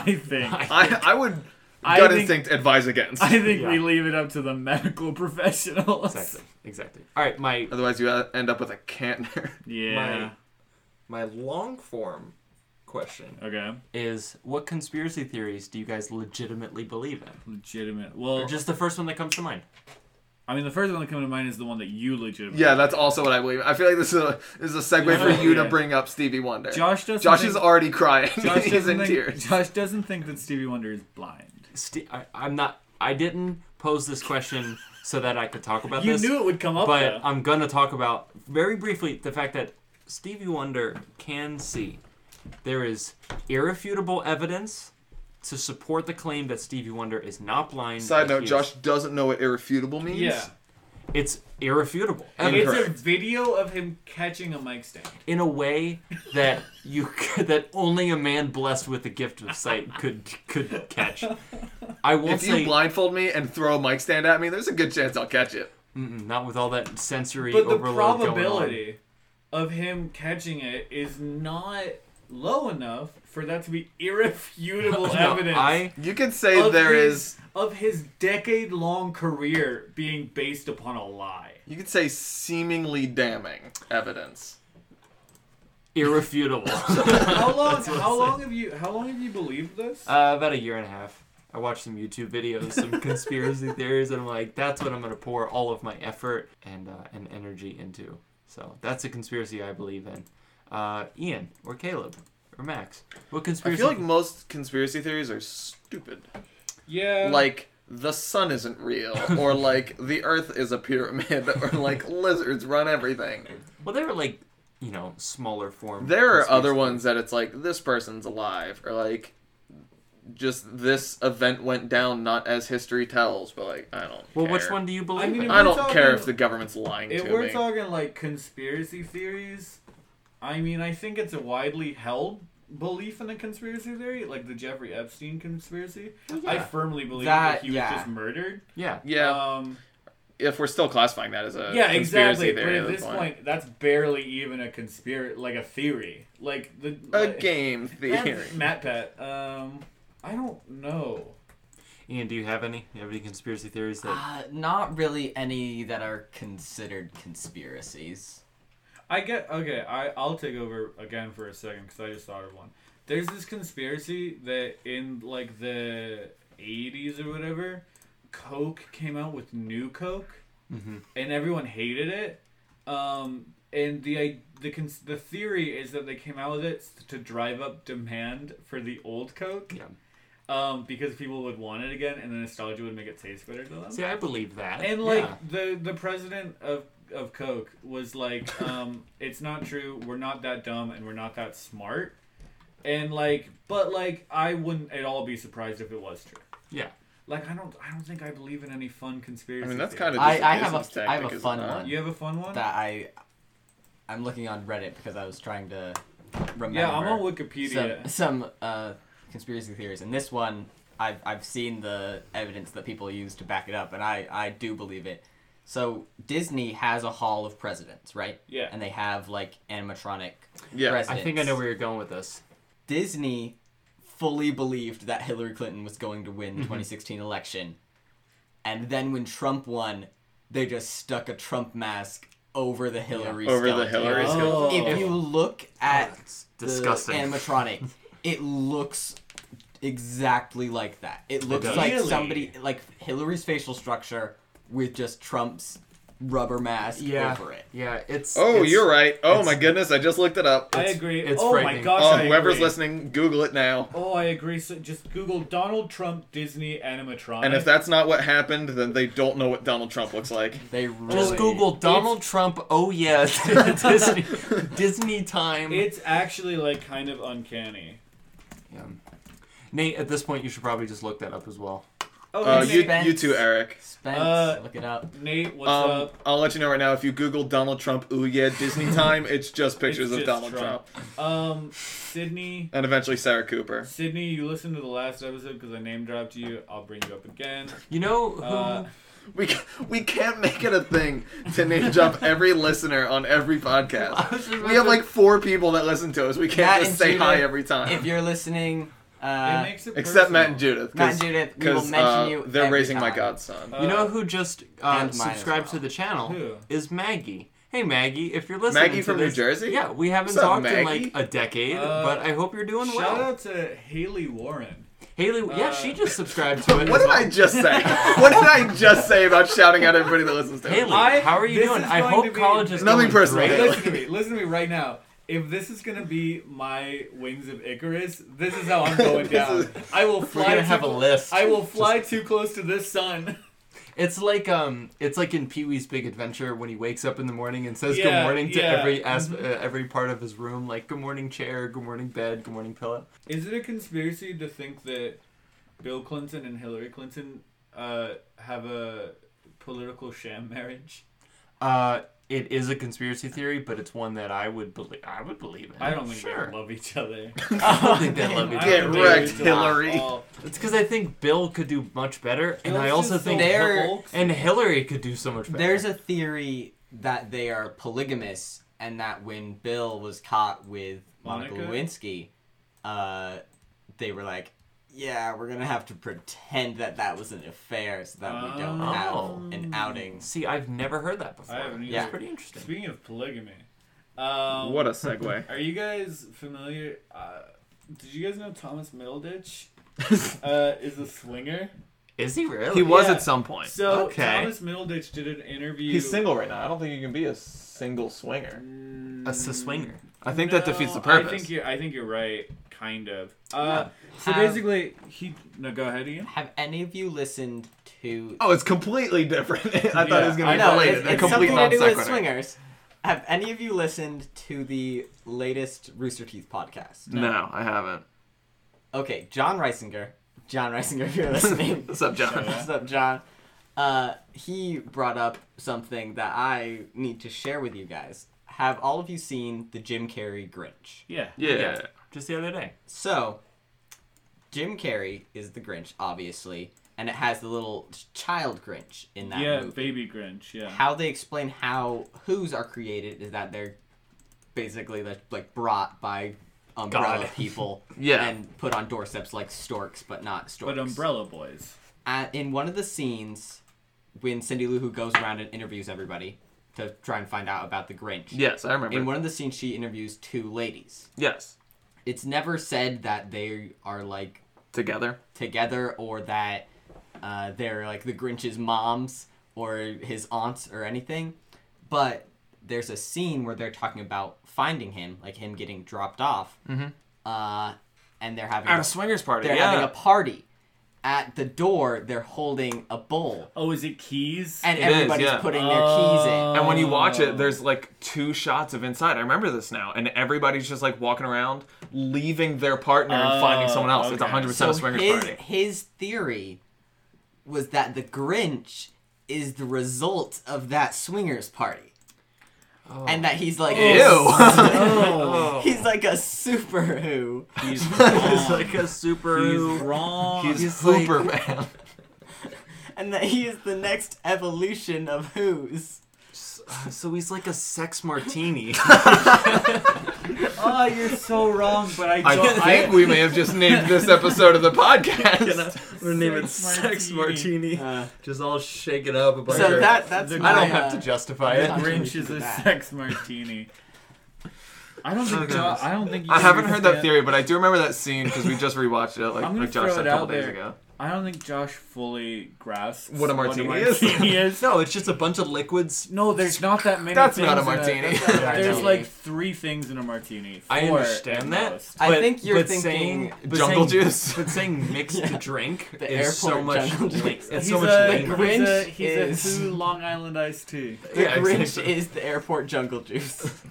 Speaker 2: think."
Speaker 3: I, I would gut
Speaker 2: I think-
Speaker 3: instinct advise against.
Speaker 2: I think we
Speaker 1: Yeah.
Speaker 2: leave it up to the medical professionals.
Speaker 1: exactly exactly all right my
Speaker 3: Otherwise, you a- end up with a cantner.
Speaker 2: Yeah.
Speaker 1: my long form question
Speaker 2: Okay.
Speaker 1: is what conspiracy theories do you guys legitimately believe in?
Speaker 2: Legitimate. Well,
Speaker 1: Or just the first one that comes to mind.
Speaker 2: I mean, the first one that comes to mind is the one that you legitimately.
Speaker 3: yeah, that's also what I believe. I feel like this is a this is a segue
Speaker 2: No,
Speaker 3: for you
Speaker 2: yeah.
Speaker 3: to bring up Stevie Wonder.
Speaker 2: Josh doesn't.
Speaker 3: Josh
Speaker 2: think-
Speaker 3: is already crying.
Speaker 2: Josh
Speaker 3: He's
Speaker 2: doesn't
Speaker 3: in
Speaker 2: think,
Speaker 3: tears.
Speaker 2: Josh doesn't think that Stevie Wonder is blind.
Speaker 1: Ste I, I'm not. I didn't pose this question so that I could talk about
Speaker 2: You
Speaker 1: this.
Speaker 2: knew it would come up.
Speaker 1: but
Speaker 2: though.
Speaker 1: I'm gonna talk about very briefly the fact that Stevie Wonder can see. There is irrefutable evidence to support the claim that Stevie Wonder is not blind.
Speaker 3: Side
Speaker 1: that
Speaker 3: note:
Speaker 1: he is-
Speaker 3: Josh doesn't know what irrefutable means.
Speaker 2: yeah.
Speaker 1: it's irrefutable.
Speaker 2: It's
Speaker 1: evidence.
Speaker 2: a video of him catching a mic stand.
Speaker 1: in a way that you that only a man blessed with the gift of sight could could catch. I won't
Speaker 3: If
Speaker 1: say
Speaker 3: you blindfold me and throw a mic stand at me, there's a good chance I'll catch it.
Speaker 1: mm, not with all that sensory
Speaker 2: But the
Speaker 1: overload going
Speaker 2: probability of him catching it is not low enough for that to be irrefutable
Speaker 1: on. No,
Speaker 2: evidence.
Speaker 1: I
Speaker 3: You could say there
Speaker 2: his,
Speaker 3: is.
Speaker 2: of his decade-long career being based upon a lie.
Speaker 3: You could say seemingly damning evidence.
Speaker 1: irrefutable.
Speaker 2: How long? how long have you? How long have you believed this?
Speaker 1: uh, about a year and a half. I watched some YouTube videos, some conspiracy theories, and I'm like, that's what I'm gonna pour all of my effort and uh, and energy into. So that's a conspiracy I believe in. Uh, Ian or Caleb or Max, what
Speaker 3: I
Speaker 1: conspiracy?
Speaker 3: feel like most conspiracy theories are stupid.
Speaker 2: yeah.
Speaker 3: Like the sun isn't real, or like the Earth is a pyramid, or like lizards run everything.
Speaker 1: well, they were like, you know, smaller form.
Speaker 3: There are other
Speaker 1: conspiracy
Speaker 3: ones that it's like this person's alive, or like just this event went down not as history tells, but like I don't.
Speaker 1: Well,
Speaker 3: care.
Speaker 1: which one do you believe?
Speaker 2: I mean,
Speaker 1: in?
Speaker 2: if
Speaker 3: I
Speaker 2: we're
Speaker 3: don't care
Speaker 2: talking-
Speaker 3: if the government's lying
Speaker 2: If
Speaker 3: to
Speaker 2: we're
Speaker 3: me.
Speaker 2: talking like conspiracy theories, I mean, I think it's a widely held belief in a conspiracy theory, like the Jeffrey Epstein conspiracy. I firmly believe that,
Speaker 4: That-
Speaker 2: he was
Speaker 4: yeah.
Speaker 2: just murdered.
Speaker 1: yeah,
Speaker 3: yeah,
Speaker 2: Um,
Speaker 3: if we're still classifying that as a
Speaker 2: yeah,
Speaker 3: conspiracy
Speaker 2: exactly. But
Speaker 3: theory
Speaker 2: at this point, that's barely even a conspiracy, like a theory, like the
Speaker 3: a
Speaker 2: like-
Speaker 3: game theory.
Speaker 2: That's Matt Pat. Um, I don't know.
Speaker 1: Ian, do you have any? You have any conspiracy theories
Speaker 2: Ah.
Speaker 1: that?
Speaker 4: Uh, not really any that are considered conspiracies.
Speaker 2: I get okay. I I'll take over again for a second because I just thought of one. There's this conspiracy that in like the '80s or whatever, Coke came out with New Coke, and everyone hated it. Um, and the i- the cons- the theory is that they came out with it to drive up demand for the old Coke.
Speaker 1: Yeah.
Speaker 2: Um, because people would want it again, and the nostalgia would make it taste better to them.
Speaker 1: See, I believe that.
Speaker 2: And like
Speaker 1: Yeah.
Speaker 2: the the president of of Coke was like, um, it's not true. We're not that dumb, and we're not that smart. And like, but like, I wouldn't at all be surprised if it was true.
Speaker 1: yeah.
Speaker 2: Like, I don't, I don't think I believe in any fun conspiracy.
Speaker 3: I mean, that's
Speaker 2: theory.
Speaker 3: kind of
Speaker 4: I-
Speaker 3: just
Speaker 4: I
Speaker 3: a
Speaker 4: have a-
Speaker 3: business
Speaker 4: I have a
Speaker 3: tactic, is it
Speaker 4: fun
Speaker 3: not?
Speaker 4: one.
Speaker 2: You have a fun one.
Speaker 4: That I, I'm looking on Reddit because I was trying to remember.
Speaker 2: yeah, I'm on Wikipedia.
Speaker 4: some some uh, conspiracy theories, and this one I've I've seen the evidence that people use to back it up, and I I do believe it. So Disney has a hall of presidents, right?
Speaker 2: Yeah.
Speaker 4: And they have like animatronic
Speaker 3: Yeah, I
Speaker 4: presidents.
Speaker 1: I think I know where you're going with this.
Speaker 4: Disney fully believed that Hillary Clinton was going to win the 2016 election. And then when Trump won, they just stuck a Trump mask over the Hillary
Speaker 3: Over the
Speaker 4: skeleton.
Speaker 3: Hillary
Speaker 2: Oh.
Speaker 3: skeleton.
Speaker 4: If you look at
Speaker 1: That's
Speaker 4: the
Speaker 1: disgusting.
Speaker 4: animatronic, it looks exactly like that. It looks
Speaker 1: does.
Speaker 4: like
Speaker 2: Really?
Speaker 4: somebody like Hillary's facial structure with just Trump's rubber mask
Speaker 1: yeah.
Speaker 4: over it.
Speaker 1: Yeah. It's.
Speaker 3: Oh,
Speaker 1: it's-
Speaker 3: you're right. Oh
Speaker 1: it's-
Speaker 3: my goodness, I just looked it up.
Speaker 2: I
Speaker 1: it's-
Speaker 2: agree.
Speaker 1: it's
Speaker 2: oh my
Speaker 1: frightening.
Speaker 2: gosh,
Speaker 3: Oh,
Speaker 2: I
Speaker 3: whoever's
Speaker 2: agree.
Speaker 3: listening, Google it now.
Speaker 2: Oh, I agree. So just Google Donald Trump Disney animatronic.
Speaker 3: And if that's not what happened, then they don't know what Donald Trump looks like.
Speaker 4: They really
Speaker 1: Just Google Donald Trump. Oh yeah, Disney, Disney time.
Speaker 2: it's actually like kind of uncanny.
Speaker 1: Yeah. Nate, at this point, you should probably just look that up as well.
Speaker 2: Oh,
Speaker 3: Uh,
Speaker 2: Nate,
Speaker 3: you,
Speaker 4: Spence.
Speaker 3: you too, Eric.
Speaker 4: Spence,
Speaker 2: Uh,
Speaker 4: look it up.
Speaker 2: Nate, what's
Speaker 3: Um,
Speaker 2: up?
Speaker 3: I'll let you know right now. If you Google Donald Trump, ooh yeah, Disney time, it's just pictures
Speaker 2: It's just
Speaker 3: of Donald Trump.
Speaker 2: Trump. Um, Sydney,
Speaker 3: and eventually Sarah Cooper.
Speaker 2: Sydney, you listened to the last episode because I name dropped you. I'll bring you up again.
Speaker 1: You know who?
Speaker 2: Uh,
Speaker 3: We ca- we can't make it a thing to name drop every listener on every
Speaker 1: I was
Speaker 3: podcast.
Speaker 1: just about
Speaker 3: We have
Speaker 1: to-
Speaker 3: like four people that listen to us. We
Speaker 4: Matt
Speaker 3: can't
Speaker 4: and
Speaker 3: just say
Speaker 4: Judah,
Speaker 3: hi every
Speaker 4: If
Speaker 3: time.
Speaker 4: you're listening,
Speaker 2: it
Speaker 4: uh,
Speaker 2: makes it
Speaker 3: Except Matt and
Speaker 2: personal.
Speaker 3: Judith.
Speaker 4: Matt and Judith, we will
Speaker 3: because
Speaker 4: mention you
Speaker 3: they're
Speaker 4: every
Speaker 3: raising my
Speaker 4: time.
Speaker 3: godson.
Speaker 1: you know
Speaker 2: Uh,
Speaker 1: who just uh,
Speaker 4: and mine as
Speaker 1: subscribed
Speaker 4: well.
Speaker 1: to the channel
Speaker 2: Who?
Speaker 1: is Maggie. Hey Maggie, if you're listening,
Speaker 3: Maggie
Speaker 1: to
Speaker 3: from New
Speaker 1: this-
Speaker 3: Jersey?
Speaker 1: Yeah, we haven't
Speaker 3: What's up,
Speaker 1: talked in
Speaker 3: Maggie?
Speaker 1: like a decade,
Speaker 2: Uh,
Speaker 1: but I hope you're doing
Speaker 2: Shout
Speaker 1: well.
Speaker 2: out to Haley Warren.
Speaker 1: Haley, yeah,
Speaker 2: uh,
Speaker 1: she just subscribed to it. as
Speaker 3: What did
Speaker 1: well.
Speaker 3: I just say? what did I just say about shouting out everybody that listens to us?
Speaker 1: Haley,
Speaker 2: I-
Speaker 1: how are you
Speaker 2: this
Speaker 1: doing?
Speaker 2: is
Speaker 1: I
Speaker 2: going
Speaker 1: hope
Speaker 2: to be-
Speaker 1: college is
Speaker 3: Nothing
Speaker 1: going
Speaker 3: personal,
Speaker 1: great.
Speaker 3: Haley.
Speaker 2: Listen to me. Listen to me right now. If this is gonna be my wings of Icarus, this is how I'm going
Speaker 3: This
Speaker 2: down.
Speaker 3: is-
Speaker 2: I will
Speaker 1: We're
Speaker 2: fly.
Speaker 1: gonna
Speaker 2: too
Speaker 1: have a
Speaker 2: clo-
Speaker 1: list.
Speaker 2: I will fly too close to this sun.
Speaker 1: It's like um, it's like in Pee Wee's Big Adventure when he wakes up in the morning and says good
Speaker 2: Yeah,
Speaker 1: morning to
Speaker 2: yeah.
Speaker 1: every as-
Speaker 3: Mm-hmm.
Speaker 1: uh, every part of his room, like good morning chair, good morning bed, good morning pillow.
Speaker 2: Is it a conspiracy to think that Bill Clinton and Hillary Clinton uh, have a political sham marriage?
Speaker 1: Uh, it is a conspiracy theory, but it's one that I would believe. I would believe in.
Speaker 2: I don't think
Speaker 1: sure.
Speaker 2: they love each other.
Speaker 1: I don't think they love each
Speaker 2: I
Speaker 3: Get
Speaker 1: other.
Speaker 2: don't think they love each other
Speaker 3: wrecked, Hillary.
Speaker 2: at all.
Speaker 1: It's because I think Bill could do much better, and
Speaker 2: Bill's
Speaker 1: I also
Speaker 2: just
Speaker 1: think
Speaker 4: so
Speaker 1: Hil-
Speaker 2: woke.
Speaker 1: and Hillary could do so much better.
Speaker 4: There's a theory that they are polygamous, and that when Bill was caught with Monica,
Speaker 2: Monica?
Speaker 4: Lewinsky, uh, they were like, "Yeah, we're gonna have to pretend that that was an affair, so that we don't
Speaker 1: Oh.
Speaker 4: have an outing."
Speaker 1: see, I've never heard that before.
Speaker 2: I haven't
Speaker 1: It's
Speaker 4: either.
Speaker 1: pretty interesting.
Speaker 2: Speaking of polygamy, um,
Speaker 3: What a segue.
Speaker 2: are you guys familiar? Uh, did you guys know Thomas Middleditch uh, is a swinger?
Speaker 1: Is he really?
Speaker 3: he was
Speaker 2: Yeah.
Speaker 3: at some point.
Speaker 2: So
Speaker 1: Okay.
Speaker 2: Thomas Middleditch did an interview.
Speaker 3: He's single right now. I don't think you can be a single swinger.
Speaker 1: a s- swinger.
Speaker 3: I think that
Speaker 2: No,
Speaker 3: defeats the purpose.
Speaker 2: I think you're. I think you're right. Kind of. Uh, So
Speaker 4: Have-
Speaker 2: basically, he. No, go ahead, Ian.
Speaker 4: Have any of you listened to?
Speaker 3: Oh, it's completely different. I thought it
Speaker 2: Yeah,
Speaker 3: was going
Speaker 2: I
Speaker 3: to
Speaker 2: know,
Speaker 3: be related.
Speaker 4: it's,
Speaker 3: a
Speaker 4: it's
Speaker 3: complete
Speaker 4: something to do with
Speaker 3: non-sequitur.
Speaker 4: swingers. Have any of you listened to the latest Rooster Teeth podcast?
Speaker 3: No, I haven't.
Speaker 4: Okay, John Reisinger. John Reisinger, if you're listening.
Speaker 3: What's up, John?
Speaker 4: What's up, John? Uh, he brought up something that I need to share with you guys. Have all of you seen the Jim Carrey Grinch?
Speaker 2: Yeah.
Speaker 3: Yeah.
Speaker 1: Just the other day.
Speaker 4: So, Jim Carrey is the Grinch, obviously, and it has the little child Grinch in that
Speaker 2: yeah,
Speaker 4: movie.
Speaker 2: baby Grinch. Yeah.
Speaker 4: How they explain how who's are created is that they're basically like- like brought by umbrella
Speaker 1: God.
Speaker 4: people
Speaker 3: Yeah.
Speaker 4: and put on doorsteps like storks, but not storks.
Speaker 2: but Umbrella Boys.
Speaker 4: Uh, in one of the scenes, when Cindy Lou Who goes around and interviews everybody to try and find out about the Grinch.
Speaker 3: Yes, I remember.
Speaker 4: In one of the scenes, she interviews two ladies.
Speaker 3: yes,
Speaker 4: It's never said that they are like
Speaker 3: together.
Speaker 4: together or that uh, they're like the Grinch's moms or his aunts or anything. But there's a scene where they're talking about finding him, like him getting dropped off, uh, and they're having
Speaker 3: Mm-hmm. At a swingers party.
Speaker 4: they're
Speaker 3: yeah.
Speaker 4: having a party. At the door, they're holding a bowl,
Speaker 2: Oh, is it Keys?
Speaker 4: and
Speaker 3: It is,
Speaker 4: everybody's
Speaker 3: yeah.
Speaker 4: putting their keys in.
Speaker 3: and when you watch it, there's like two shots of inside. I remember this now, and everybody's just like walking around, leaving their partner and finding
Speaker 2: Oh,
Speaker 3: someone else. It's
Speaker 2: okay.
Speaker 3: 100 percent a
Speaker 4: So
Speaker 3: swingers
Speaker 4: his,
Speaker 3: party.
Speaker 4: his theory was that the Grinch is the result of that swingers party. And that he's like
Speaker 2: oh,
Speaker 4: he's like a super who.
Speaker 2: he's
Speaker 1: He's
Speaker 2: wrong.
Speaker 1: like a super.
Speaker 2: He's wrong.
Speaker 1: He's,
Speaker 4: He's like-
Speaker 1: Hooper man.
Speaker 4: And that he is the next evolution of who's.
Speaker 1: uh, So he's like a sex martini.
Speaker 2: oh, you're so wrong. But I
Speaker 1: I
Speaker 2: don't. I,
Speaker 1: think we may have just named this episode of the podcast.
Speaker 2: We're naming Sex Martini.
Speaker 4: Uh,
Speaker 1: just all shake it up. A bunch
Speaker 4: so
Speaker 1: of-
Speaker 4: that that's
Speaker 2: The-
Speaker 1: I
Speaker 4: my,
Speaker 1: don't
Speaker 4: uh,
Speaker 1: have to justify it.
Speaker 2: the
Speaker 4: Yeah.
Speaker 2: Grinch is a
Speaker 4: That.
Speaker 2: sex martini. I don't think.
Speaker 1: Oh,
Speaker 2: Josh,
Speaker 1: goodness.
Speaker 2: I don't think. You
Speaker 3: I haven't heard that
Speaker 2: understand-
Speaker 3: theory, but I do remember that scene because we just rewatched it like,
Speaker 2: I'm gonna
Speaker 3: like Josh
Speaker 2: throw
Speaker 3: said
Speaker 2: it
Speaker 3: a couple
Speaker 2: out
Speaker 3: days
Speaker 2: there.
Speaker 3: ago.
Speaker 2: I don't think Josh fully grasps
Speaker 3: What a martini is.
Speaker 2: martini is.
Speaker 1: No, it's just a bunch of liquids.
Speaker 2: No, there's not that many.
Speaker 3: That's not a
Speaker 2: things in
Speaker 3: martini.
Speaker 4: That's not a
Speaker 2: There's
Speaker 4: martini.
Speaker 2: like three things in a martini. Four
Speaker 1: I understand
Speaker 2: at
Speaker 1: that.
Speaker 2: most.
Speaker 4: I think you're thinking
Speaker 1: but
Speaker 3: jungle
Speaker 1: saying-
Speaker 3: juice.
Speaker 1: But saying mixed
Speaker 4: Yeah.
Speaker 1: drink
Speaker 4: The
Speaker 1: is so
Speaker 4: airport
Speaker 1: much.
Speaker 4: jungle juice.
Speaker 1: Like, it's
Speaker 2: he's
Speaker 1: so much.
Speaker 2: a,
Speaker 1: lamer.
Speaker 4: liquid.
Speaker 2: He's a,
Speaker 4: Grinch
Speaker 2: he's
Speaker 4: is-
Speaker 2: a who Long Island iced tea.
Speaker 4: the
Speaker 1: Yeah,
Speaker 4: Grinch
Speaker 1: exactly.
Speaker 4: is the airport jungle juice.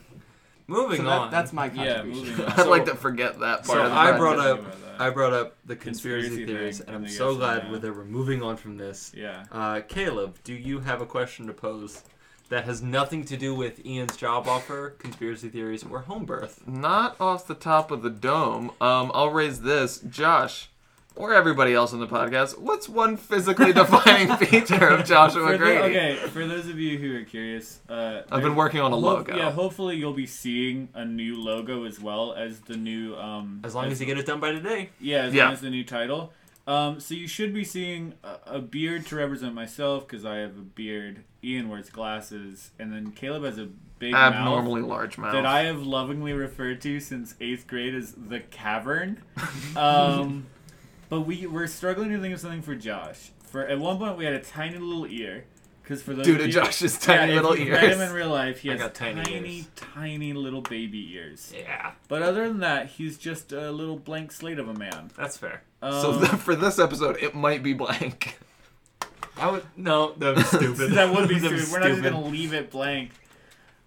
Speaker 1: Moving
Speaker 4: so
Speaker 1: on.
Speaker 4: that, that's my
Speaker 2: Yeah,
Speaker 4: contribution.
Speaker 2: moving on.
Speaker 3: I'd like to forget that part.
Speaker 1: So
Speaker 3: of the
Speaker 1: I
Speaker 3: podcast.
Speaker 1: brought up-
Speaker 2: Thinking about that.
Speaker 1: I brought up the conspiracy,
Speaker 2: Conspiracy
Speaker 1: theories,
Speaker 2: thing,
Speaker 1: and I'm
Speaker 2: I
Speaker 1: so
Speaker 2: guess,
Speaker 1: glad
Speaker 2: yeah.
Speaker 1: we're that we're moving on from this.
Speaker 2: Yeah.
Speaker 1: Uh, Caleb, do you have a question to pose that has nothing to do with Ian's job offer, conspiracy theories, or home birth?
Speaker 3: Not off the top of the dome. Um, I'll raise this, Josh, or everybody else on the podcast. What's one physically defining feature of Joshua
Speaker 2: For tho-
Speaker 3: Grady?
Speaker 2: okay, for those of you who are curious, uh,
Speaker 3: I've
Speaker 2: there-
Speaker 3: been working on a
Speaker 2: Ho-
Speaker 3: logo.
Speaker 2: Yeah, hopefully you'll be seeing a new logo as well as the new. Um,
Speaker 1: As long as you get it done by today.
Speaker 2: Yeah, as
Speaker 3: Yeah.
Speaker 2: long as the new title. Um, so you should be seeing a, a beard to represent myself because I have a beard. Ian wears glasses, and then Caleb has a big mouth
Speaker 3: Abnormally large mouth.
Speaker 2: that I have lovingly referred to since eighth grade as the cavern. Um, but we we're struggling to think of something for Josh. For at one point we had a tiny little ear because for those
Speaker 3: Due
Speaker 2: of
Speaker 3: to
Speaker 2: you-
Speaker 3: Josh's
Speaker 2: yeah,
Speaker 3: tiny
Speaker 2: if
Speaker 3: little
Speaker 2: you met him in
Speaker 3: ears.
Speaker 2: real life, he
Speaker 1: I
Speaker 2: has
Speaker 1: got tiny
Speaker 2: tiny, tiny,
Speaker 1: ears.
Speaker 2: little baby ears.
Speaker 1: Yeah,
Speaker 2: But other than that, he's just a little blank slate of a man.
Speaker 1: that's fair.
Speaker 2: Um,
Speaker 3: So th- for this episode, it might be blank.
Speaker 1: I would no, that was stupid.
Speaker 2: that would be
Speaker 1: That
Speaker 2: stupid.
Speaker 1: was
Speaker 2: We're not just gonna leave it blank.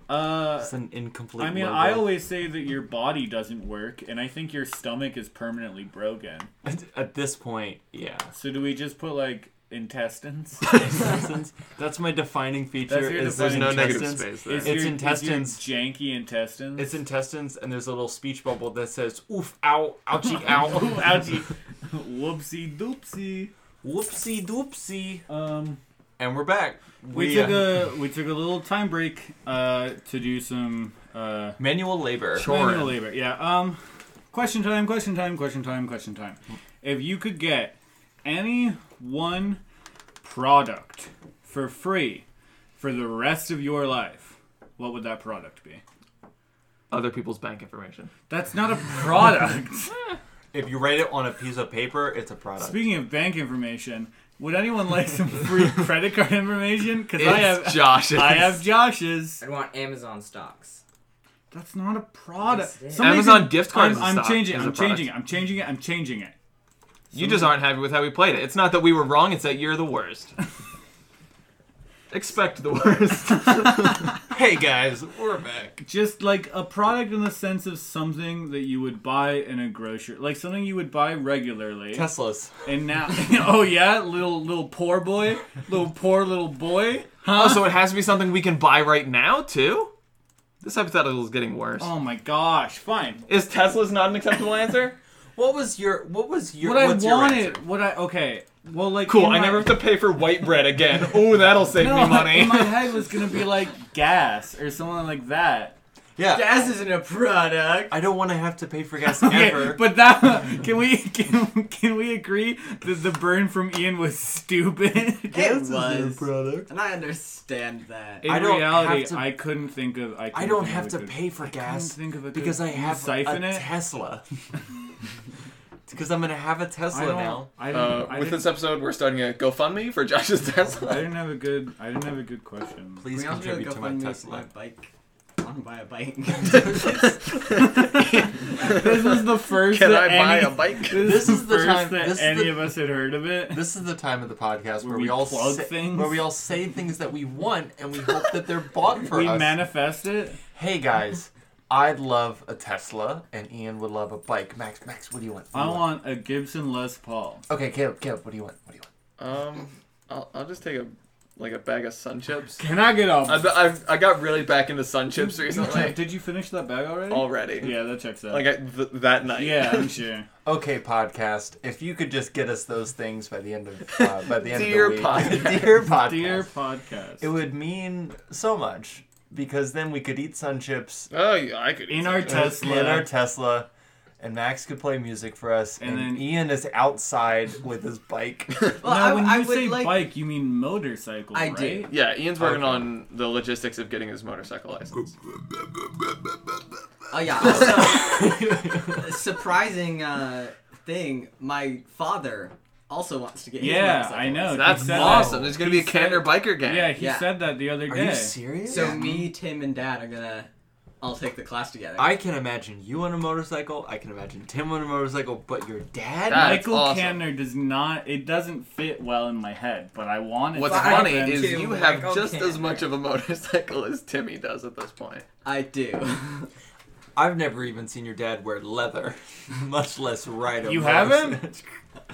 Speaker 2: Uh,
Speaker 1: It's an incomplete.
Speaker 2: I mean,
Speaker 1: logo.
Speaker 2: I always say that your body doesn't work, and I think your stomach is permanently broken.
Speaker 1: at, at this point, yeah.
Speaker 2: So do we just put like intestines?
Speaker 1: Intestines, that's my defining feature.
Speaker 2: That's your
Speaker 1: is
Speaker 3: There's
Speaker 2: defining
Speaker 3: no negative
Speaker 1: intestines.
Speaker 3: space there.
Speaker 2: Is
Speaker 1: It's
Speaker 2: your, is your
Speaker 1: intestines.
Speaker 2: janky intestines.
Speaker 1: It's intestines, and there's a little speech bubble that says "oof, ow, ouchie, ow,
Speaker 2: ouchie. Whoopsie doopsie.
Speaker 1: whoopsie doopsie,"
Speaker 2: Um,
Speaker 1: and we're back.
Speaker 2: we,
Speaker 1: uh,
Speaker 2: took a we took a little time break uh, to do some uh,
Speaker 1: manual labor.
Speaker 3: Sure.
Speaker 2: Manual labor, yeah. Um, question time, question time, question time, question time. If you could get any one product for free for the rest of your life, what would that product be?
Speaker 3: Other people's bank information.
Speaker 2: That's not a product.
Speaker 1: If you write it on a piece of paper, it's a product.
Speaker 2: Speaking of bank information, would anyone like some free credit card information? Because I
Speaker 3: It's
Speaker 2: have,
Speaker 3: Josh's.
Speaker 2: I have Josh's.
Speaker 5: I want Amazon stocks.
Speaker 2: That's not a product.
Speaker 5: Yes, it is.
Speaker 2: Some
Speaker 3: Amazon
Speaker 2: reason-
Speaker 3: gift card is
Speaker 2: I'm,
Speaker 3: a
Speaker 2: I'm
Speaker 3: stock-
Speaker 2: changing.
Speaker 3: is a
Speaker 2: I'm changing.
Speaker 3: product.
Speaker 2: it, I'm changing it. I'm changing it.
Speaker 3: You just aren't happy with how we played it. It's not that we were wrong, it's that you're the worst. Expect the worst.
Speaker 1: hey guys, we're back.
Speaker 2: just like a product in the sense of something that you would buy in a grocery like something you would buy regularly
Speaker 1: Teslas.
Speaker 2: and now oh yeah little little poor boy little poor little boy
Speaker 3: Oh, so it has to be something we can buy right now, too? This hypothetical is getting worse.
Speaker 2: oh my gosh fine
Speaker 3: Is Tesla's not an acceptable answer?
Speaker 1: What was your What was your
Speaker 2: What I
Speaker 1: what's your answer?
Speaker 2: wanted, what I okay, well, like
Speaker 3: Cool.
Speaker 2: in
Speaker 3: I
Speaker 2: my-
Speaker 3: never have to pay for white bread again. Ooh, that'll save
Speaker 2: No,
Speaker 3: me money.
Speaker 2: in my head was gonna be like gas or something like that.
Speaker 1: Yeah.
Speaker 4: Gas isn't a product.
Speaker 1: I don't want to have to pay for gas
Speaker 2: Okay,
Speaker 1: ever.
Speaker 2: but that can we can, can we agree that the burn from Ian was stupid?
Speaker 4: It was.
Speaker 1: product.
Speaker 4: And I understand that.
Speaker 2: In
Speaker 1: I don't
Speaker 2: reality,
Speaker 1: have to-
Speaker 2: I couldn't think of. I,
Speaker 1: I
Speaker 2: couldn't
Speaker 1: don't
Speaker 2: think
Speaker 1: have
Speaker 2: of a
Speaker 1: to
Speaker 2: good-
Speaker 1: pay for
Speaker 2: I couldn't
Speaker 1: gas
Speaker 2: think of a good-
Speaker 1: because I
Speaker 2: can you
Speaker 1: have
Speaker 2: siphon
Speaker 1: a
Speaker 2: it.
Speaker 1: Tesla. Because I'm gonna have a
Speaker 2: I
Speaker 1: Tesla
Speaker 2: don't.
Speaker 1: now.
Speaker 2: I didn't,
Speaker 3: Uh,
Speaker 2: I,
Speaker 3: with
Speaker 2: didn't,
Speaker 3: this episode, we're starting a GoFundMe for Josh's
Speaker 2: I
Speaker 3: Tesla.
Speaker 2: didn't have a good. I didn't have a good question.
Speaker 1: Please
Speaker 4: we also do a
Speaker 1: contribute to my
Speaker 4: GoFundMe for my
Speaker 1: Tesla.
Speaker 4: bike. I want to buy a bike.
Speaker 2: This is the first.
Speaker 3: Can
Speaker 2: that
Speaker 3: I buy
Speaker 2: any-
Speaker 3: a bike?
Speaker 2: This, is the first
Speaker 1: time-
Speaker 2: that
Speaker 1: this is
Speaker 2: any
Speaker 1: the-
Speaker 2: of us had heard of it.
Speaker 1: This is the time of the podcast where,
Speaker 2: Where
Speaker 1: we,
Speaker 2: we
Speaker 1: all
Speaker 2: plug
Speaker 1: say,
Speaker 2: things?
Speaker 1: where we all say things that we want and we hope that they're bought for
Speaker 2: we
Speaker 1: us.
Speaker 2: manifest it.
Speaker 1: hey guys, I'd love a Tesla and Ian would love a bike. Max, Max, what do you want? What do
Speaker 2: I
Speaker 1: you
Speaker 2: want a Gibson Les Paul.
Speaker 1: Okay, Caleb, Caleb, what do you want? What do you want?
Speaker 3: Um, I'll, I'll just take a like a bag of Sun Chips.
Speaker 2: Can I get off?
Speaker 3: I, I've, I got really back into Sun Chips recently.
Speaker 2: Did you finish that bag already?
Speaker 3: Already.
Speaker 2: Yeah, that checks out.
Speaker 3: Like I, th- that night.
Speaker 2: yeah, I'm sure.
Speaker 1: Okay, podcast. If you could just get us those things by the end of uh, by the end
Speaker 3: Dear
Speaker 1: of the week,
Speaker 3: podcast.
Speaker 1: dear podcast,
Speaker 2: Dear podcast.
Speaker 1: it would mean so much because then we could eat sun chips
Speaker 3: Oh, yeah, I could. eat
Speaker 2: In
Speaker 3: Sun
Speaker 2: our
Speaker 3: Chips.
Speaker 2: test- Tesla.
Speaker 1: in our Tesla, and Max could play music for us, and,
Speaker 2: And then-
Speaker 1: Ian is outside with his bike.
Speaker 4: well,
Speaker 2: now,
Speaker 4: I,
Speaker 2: when you
Speaker 4: I would
Speaker 2: say
Speaker 4: like.
Speaker 2: bike, you mean motorcycle,
Speaker 4: I
Speaker 2: right?
Speaker 4: do.
Speaker 3: Yeah, Ian's working
Speaker 1: Okay.
Speaker 3: on the logistics of getting his motorcycle license.
Speaker 4: Oh yeah. Also, surprising uh, thing. My father also wants to get. his
Speaker 2: Yeah,
Speaker 4: motorcycle
Speaker 2: I know.
Speaker 3: That's
Speaker 2: He said
Speaker 3: awesome.
Speaker 2: that.
Speaker 3: There's gonna be a
Speaker 2: He said-
Speaker 3: Canter biker gang.
Speaker 2: Yeah, he
Speaker 4: Yeah.
Speaker 2: said that the other
Speaker 1: Are
Speaker 2: day.
Speaker 1: you serious?
Speaker 4: So me, Tim, and Dad are gonna all take the class together.
Speaker 1: I can imagine you on a motorcycle. I can imagine Tim on a motorcycle, but your dad.
Speaker 3: That- That's
Speaker 2: Michael
Speaker 3: awesome.
Speaker 2: Kamner does not. It doesn't fit well in my head, but I want it.
Speaker 3: What's
Speaker 2: to
Speaker 4: Fine,
Speaker 3: funny
Speaker 2: happen.
Speaker 3: is
Speaker 4: too,
Speaker 3: you
Speaker 4: like,
Speaker 3: have
Speaker 4: I'll
Speaker 3: just as
Speaker 4: Canter.
Speaker 3: much of a motorcycle as Timmy does at this point.
Speaker 4: I do.
Speaker 1: I've never even seen your dad wear leather, much less ride a
Speaker 2: You
Speaker 1: motorcycle.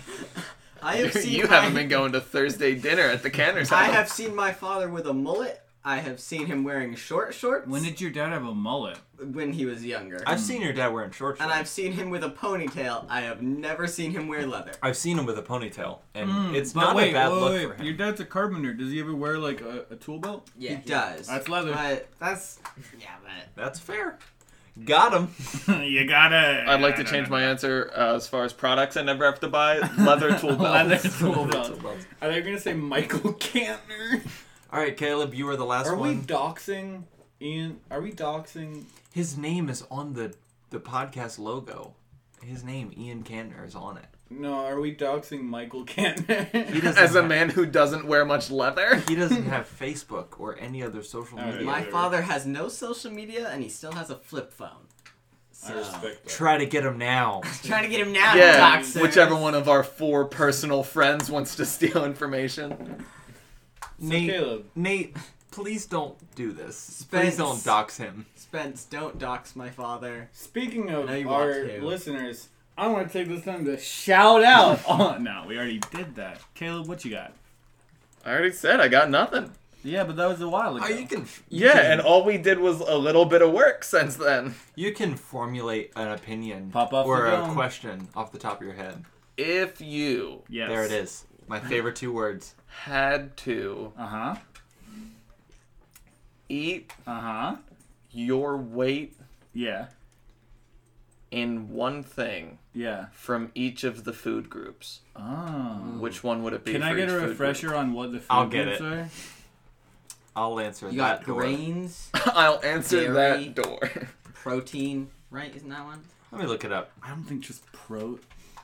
Speaker 4: I have seen.
Speaker 3: you
Speaker 4: my-
Speaker 3: haven't been going to Thursday dinner at the Canner's house.
Speaker 4: I have seen my father with a mullet. I have seen him wearing short shorts
Speaker 2: When did your dad have a mullet?
Speaker 4: when he was younger.
Speaker 1: I've seen your dad wearing short shorts.
Speaker 4: and I've seen him with a ponytail. I have never seen him wear leather.
Speaker 1: I've seen him with a ponytail, and
Speaker 4: Mm.
Speaker 1: it's
Speaker 2: But
Speaker 1: not
Speaker 2: wait,
Speaker 1: a bad
Speaker 2: wait,
Speaker 1: look
Speaker 2: wait.
Speaker 1: for him.
Speaker 2: Your dad's a carpenter. Does he ever wear like a, a tool belt?
Speaker 4: he does.
Speaker 2: That's leather.
Speaker 4: But that's yeah, but
Speaker 1: That's fair. Got him.
Speaker 2: you gotta.
Speaker 3: I'd like to change my answer uh, as far as products I never have to buy. Leather tool belts.
Speaker 2: Leather tool Oh, belt.
Speaker 1: All
Speaker 2: Are they gonna say Michael Kantner?
Speaker 1: right, Caleb, you are the last
Speaker 2: Are we
Speaker 1: one.
Speaker 2: doxing Ian? Are we doxing?
Speaker 1: His name is on the the podcast logo. His name, Ian Cantner, is on it.
Speaker 2: No, are we doxing Michael Kantner?
Speaker 1: He doesn't.
Speaker 3: As a
Speaker 1: have,
Speaker 3: man who doesn't wear much leather.
Speaker 1: he doesn't have Facebook or any other social
Speaker 2: All right.
Speaker 1: media.
Speaker 4: my
Speaker 2: Leather.
Speaker 4: father has no social media and he still has a flip phone. So
Speaker 1: Try to get him now.
Speaker 4: trying to get him now,
Speaker 3: Yeah,
Speaker 4: doxers.
Speaker 3: whichever one of our four personal friends wants to steal information.
Speaker 1: Nate,
Speaker 2: Caleb.
Speaker 1: Nate, please don't do this. Please
Speaker 4: Spence.
Speaker 1: don't dox him.
Speaker 4: Spence, don't dox my father.
Speaker 2: Speaking
Speaker 4: I know
Speaker 2: of
Speaker 4: you want
Speaker 2: our
Speaker 4: to.
Speaker 2: listeners, I want to take this time to shout out. oh no, we already did that. Caleb, what you got?
Speaker 3: I already said I got nothing.
Speaker 2: Yeah, but that was a while ago.
Speaker 1: Oh, you can. You
Speaker 3: Yeah,
Speaker 1: can,
Speaker 3: and all we did was a little bit of work since then.
Speaker 1: you can formulate an opinion
Speaker 2: Pop off
Speaker 1: or
Speaker 2: the
Speaker 1: a
Speaker 2: dome.
Speaker 1: question off the top of your head.
Speaker 3: If you
Speaker 2: Yes.
Speaker 1: There it is. My favorite two words.
Speaker 3: had to
Speaker 2: Uh huh.
Speaker 3: eat
Speaker 2: Uh huh.
Speaker 3: your weight
Speaker 2: Yeah.
Speaker 3: in one thing
Speaker 2: Yeah.
Speaker 3: from each of the food groups,
Speaker 2: Oh.
Speaker 3: which one would it be?
Speaker 2: Can I
Speaker 3: for
Speaker 2: get
Speaker 3: each
Speaker 2: a
Speaker 3: food group?
Speaker 2: refresher on what the food
Speaker 1: I'll get
Speaker 2: groups
Speaker 1: it.
Speaker 2: are?
Speaker 1: I'll answer
Speaker 4: You
Speaker 1: that.
Speaker 4: got grains,
Speaker 3: I'll answer
Speaker 4: Dairy.
Speaker 3: that door.
Speaker 4: protein, right? Isn't that one?
Speaker 1: door. Let me look it up.
Speaker 2: I don't think just pro.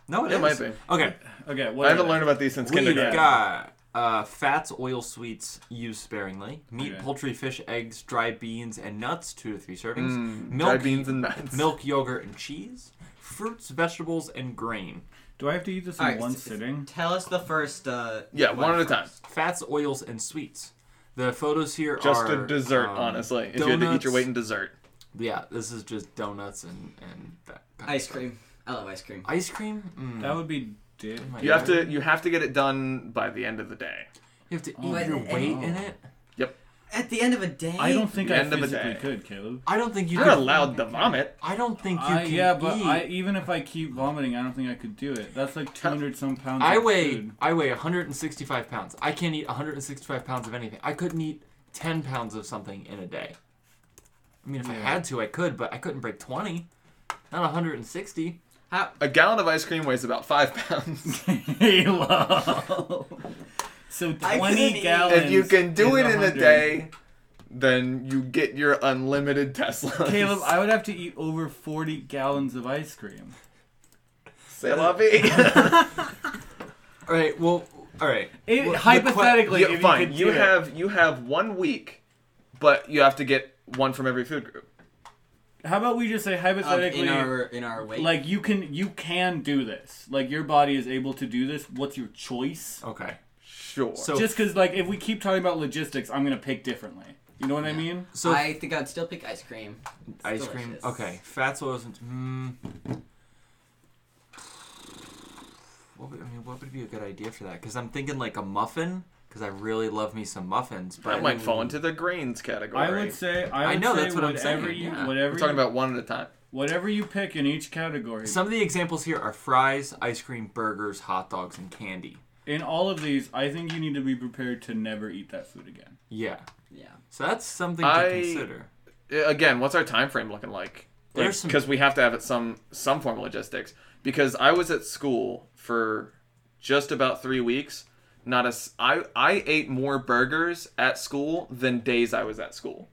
Speaker 1: No, it
Speaker 3: It
Speaker 1: is.
Speaker 3: might be.
Speaker 1: Okay,
Speaker 2: Okay. What
Speaker 3: I
Speaker 2: are
Speaker 3: haven't
Speaker 2: they?
Speaker 3: learned about these since
Speaker 1: we've
Speaker 3: kindergarten.
Speaker 1: got uh, fats, oil, sweets used sparingly. Meat,
Speaker 2: Okay.
Speaker 1: poultry, fish, eggs, dried beans, and nuts, two to three servings. Mm. milk,
Speaker 3: Mm, Dried beans and nuts.
Speaker 1: milk, yogurt, and cheese. Fruits, vegetables, and grain.
Speaker 2: Do I have to eat this in
Speaker 4: All right,
Speaker 2: one
Speaker 4: s-
Speaker 2: sitting?
Speaker 4: Tell us the first. Uh,
Speaker 3: Yeah, one at a time.
Speaker 1: Fats, oils, and sweets. The photos here
Speaker 3: Just
Speaker 1: are
Speaker 3: a dessert,
Speaker 1: um,
Speaker 3: honestly. If you had to eat your
Speaker 1: donuts.
Speaker 3: weight in dessert.
Speaker 1: Yeah, this is just donuts and and that kind of
Speaker 4: Ice
Speaker 1: stuff.
Speaker 4: cream. I love ice cream.
Speaker 1: Ice cream. Mm.
Speaker 2: That would be. Dip.
Speaker 1: my
Speaker 3: You have to you have to get it done by the end of the day.
Speaker 1: You have to eat
Speaker 2: Oh.
Speaker 1: your
Speaker 4: But-
Speaker 1: weight in it.
Speaker 3: Yep.
Speaker 4: at the end of a day.
Speaker 2: I don't think
Speaker 3: The
Speaker 2: I
Speaker 3: end of the
Speaker 2: physically
Speaker 3: day.
Speaker 2: could, Caleb.
Speaker 1: I don't think you
Speaker 3: You're
Speaker 1: could-
Speaker 3: allowed to vomit.
Speaker 1: I don't think you
Speaker 2: Uh,
Speaker 1: can.
Speaker 2: yeah, but
Speaker 1: eat.
Speaker 2: I, even if I keep vomiting, I don't think I could do it. That's
Speaker 3: Uh,
Speaker 2: like 200 some pounds.
Speaker 1: I
Speaker 2: of
Speaker 1: weigh
Speaker 2: food.
Speaker 1: I weigh 165 pounds. I can't eat 165 pounds of anything. I couldn't eat 10 pounds of something in a day. I mean, if I
Speaker 2: Yeah.
Speaker 1: had to, I could, but I couldn't break 20. Not 160.
Speaker 4: How?
Speaker 3: A gallon of ice cream weighs about five pounds.
Speaker 2: Halo. so
Speaker 4: I
Speaker 2: 20
Speaker 4: couldn't
Speaker 2: gallons.
Speaker 3: if you can do
Speaker 2: is
Speaker 3: it in a
Speaker 2: 100.
Speaker 3: day, then you get your unlimited Tesla.
Speaker 2: Caleb, I would have to eat over 40 gallons of ice cream.
Speaker 3: C'est la vie.
Speaker 1: All right. Well. All right.
Speaker 2: It,
Speaker 1: Well, the
Speaker 2: hypothetically,
Speaker 3: Yeah,
Speaker 2: if you
Speaker 3: fine.
Speaker 2: could
Speaker 3: You,
Speaker 2: do it.
Speaker 3: have you have one week, but you have to get one from every food group.
Speaker 2: How about we just say
Speaker 4: Of
Speaker 2: hypothetically,
Speaker 4: in our in our weight.
Speaker 2: like you can you can do this. Like your body is able to do this. What's your choice?
Speaker 1: Okay.
Speaker 3: Sure.
Speaker 1: So
Speaker 2: Just because, like, if we keep talking about logistics, I'm gonna pick differently. You know what I mean?
Speaker 1: so
Speaker 4: I think I'd still pick ice cream. It's
Speaker 1: ice cream.
Speaker 4: delicious.
Speaker 1: Okay. Fats, oils, and hmm. What would, I mean, what would be a good idea for that? Because I'm thinking like a muffin. Because I really love me some muffins. But
Speaker 3: that might fall into the grains category.
Speaker 2: I would say I,
Speaker 1: I
Speaker 2: would
Speaker 1: know,
Speaker 2: say
Speaker 1: that's what I'm
Speaker 2: whatever
Speaker 1: saying,
Speaker 2: you
Speaker 1: yeah.
Speaker 2: whatever
Speaker 3: We're talking
Speaker 2: you,
Speaker 3: about one at a time.
Speaker 2: whatever you pick in each category.
Speaker 1: Some of the examples here are fries, ice cream, burgers, hot dogs, and candy.
Speaker 2: in all of these, I think you need to be prepared to never eat that food again.
Speaker 1: Yeah.
Speaker 4: Yeah.
Speaker 1: So that's something to
Speaker 3: I-
Speaker 1: consider.
Speaker 3: Uh, Again, what's our time frame looking like?
Speaker 1: There's
Speaker 3: Because
Speaker 1: some-
Speaker 3: we have to have it some some form of logistics. Because I was at school for just about three weeks. Not a s I I ate more burgers at school than days I was at school.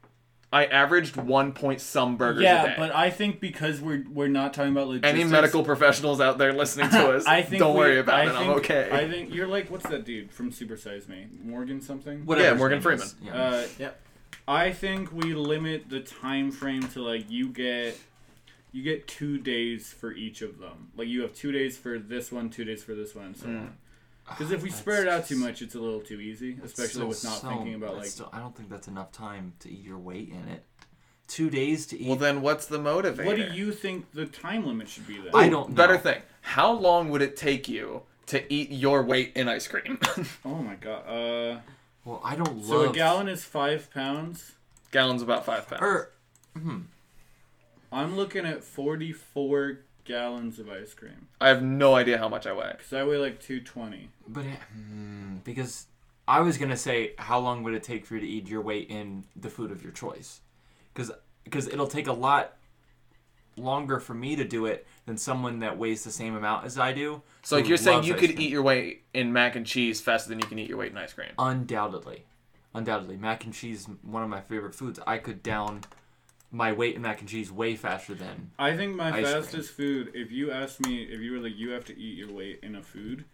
Speaker 3: I averaged one point some burgers a
Speaker 2: Yeah,
Speaker 3: day.
Speaker 2: but I think because we're we're not talking about logistics.
Speaker 3: Any medical professionals out there listening to us,
Speaker 2: I think
Speaker 3: don't
Speaker 2: we-
Speaker 3: worry about
Speaker 2: I
Speaker 3: it.
Speaker 2: Think,
Speaker 3: I'm okay.
Speaker 2: I think you're like what's that dude from Super Size Me? Morgan something.
Speaker 1: Whatever his
Speaker 3: Morgan
Speaker 1: name is. Yeah.
Speaker 2: Uh,
Speaker 4: Yep.
Speaker 2: I think we limit the time frame to like you get you get two days for each of them. Like you have two days for this one, two days for this one, and so
Speaker 1: Mm.
Speaker 2: on. Because
Speaker 1: Ah,
Speaker 2: if we spread it out too much, it's a little too easy, especially
Speaker 1: Still
Speaker 2: with not
Speaker 1: so-
Speaker 2: thinking about
Speaker 1: that's
Speaker 2: like.
Speaker 1: Still, I don't think that's enough time to eat your weight in it. Two days to eat.
Speaker 3: well, then what's the motivator?
Speaker 2: What do you think the time limit should be then?
Speaker 1: I
Speaker 3: Ooh,
Speaker 1: don't know.
Speaker 3: Better thing. How long would it take you to eat your weight in ice cream?
Speaker 2: oh my god. Uh,
Speaker 1: well, I don't love.
Speaker 2: so a gallon is five pounds.
Speaker 3: Gallons about five pounds.
Speaker 1: Or
Speaker 2: I'm looking at forty-four gallons of ice cream
Speaker 3: I have no idea how much I weigh.
Speaker 2: because I weigh like two twenty.
Speaker 1: but it, hmm, because I was gonna say, how long would it take for you to eat your weight in the food of your choice? Because it'll take a lot longer for me to do it than someone that weighs the same amount as I do.
Speaker 3: So
Speaker 1: who
Speaker 3: like you're saying
Speaker 1: loves
Speaker 3: you
Speaker 1: ice
Speaker 3: could
Speaker 1: cream.
Speaker 3: eat your weight in mac and cheese faster than you can eat your weight in ice cream.
Speaker 1: Undoubtedly. Undoubtedly. Mac and cheese, one of my favorite foods. I could down my weight in mac and cheese way faster than.
Speaker 2: I think my
Speaker 1: Ice cream.
Speaker 2: fastest food, if you ask me, if you were like, you have to eat your weight in a food,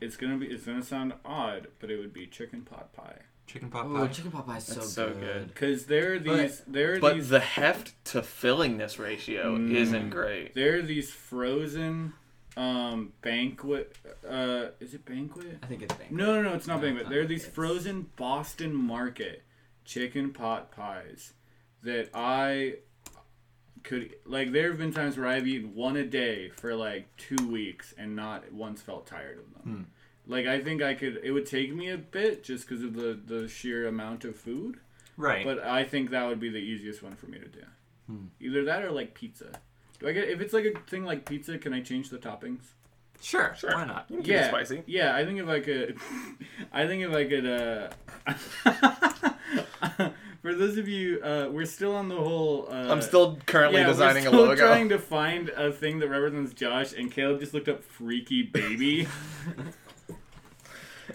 Speaker 2: it's gonna be, it's gonna sound odd, but it would be chicken pot pie.
Speaker 1: Chicken pot pie.
Speaker 4: Oh, chicken pot pie is so,
Speaker 3: That's so
Speaker 4: good.
Speaker 3: good.
Speaker 2: Cause there are these, there are
Speaker 3: But
Speaker 2: these,
Speaker 3: the heft to fillingness ratio isn't great.
Speaker 2: there are these frozen, um, banquet. Uh, is it banquet?
Speaker 4: I think it's bang.
Speaker 2: No, no, no, it's not banquet. There are these
Speaker 4: it's-
Speaker 2: frozen Boston Market chicken pot pies that I could like. There have been times where I've eaten one a day for like two weeks and not once felt tired of them. Like I think I could. It would take me a bit just because of the the sheer amount of food,
Speaker 1: Right.
Speaker 2: but I think that would be the easiest one for me to do. Either that or like pizza. Do I get if it's like a thing like pizza? Can I change the toppings?
Speaker 1: sure,
Speaker 3: Sure.
Speaker 1: Why not?
Speaker 3: You can keep it
Speaker 2: yeah,
Speaker 3: spicy.
Speaker 2: Yeah, I think if I could, I think if I could. Uh, for those of you, uh, we're still on the whole. Uh,
Speaker 3: I'm still currently
Speaker 2: yeah,
Speaker 3: designing
Speaker 2: we're
Speaker 3: a
Speaker 2: still
Speaker 3: logo.
Speaker 2: trying to find a thing that represents Josh, and Caleb just looked up "freaky baby."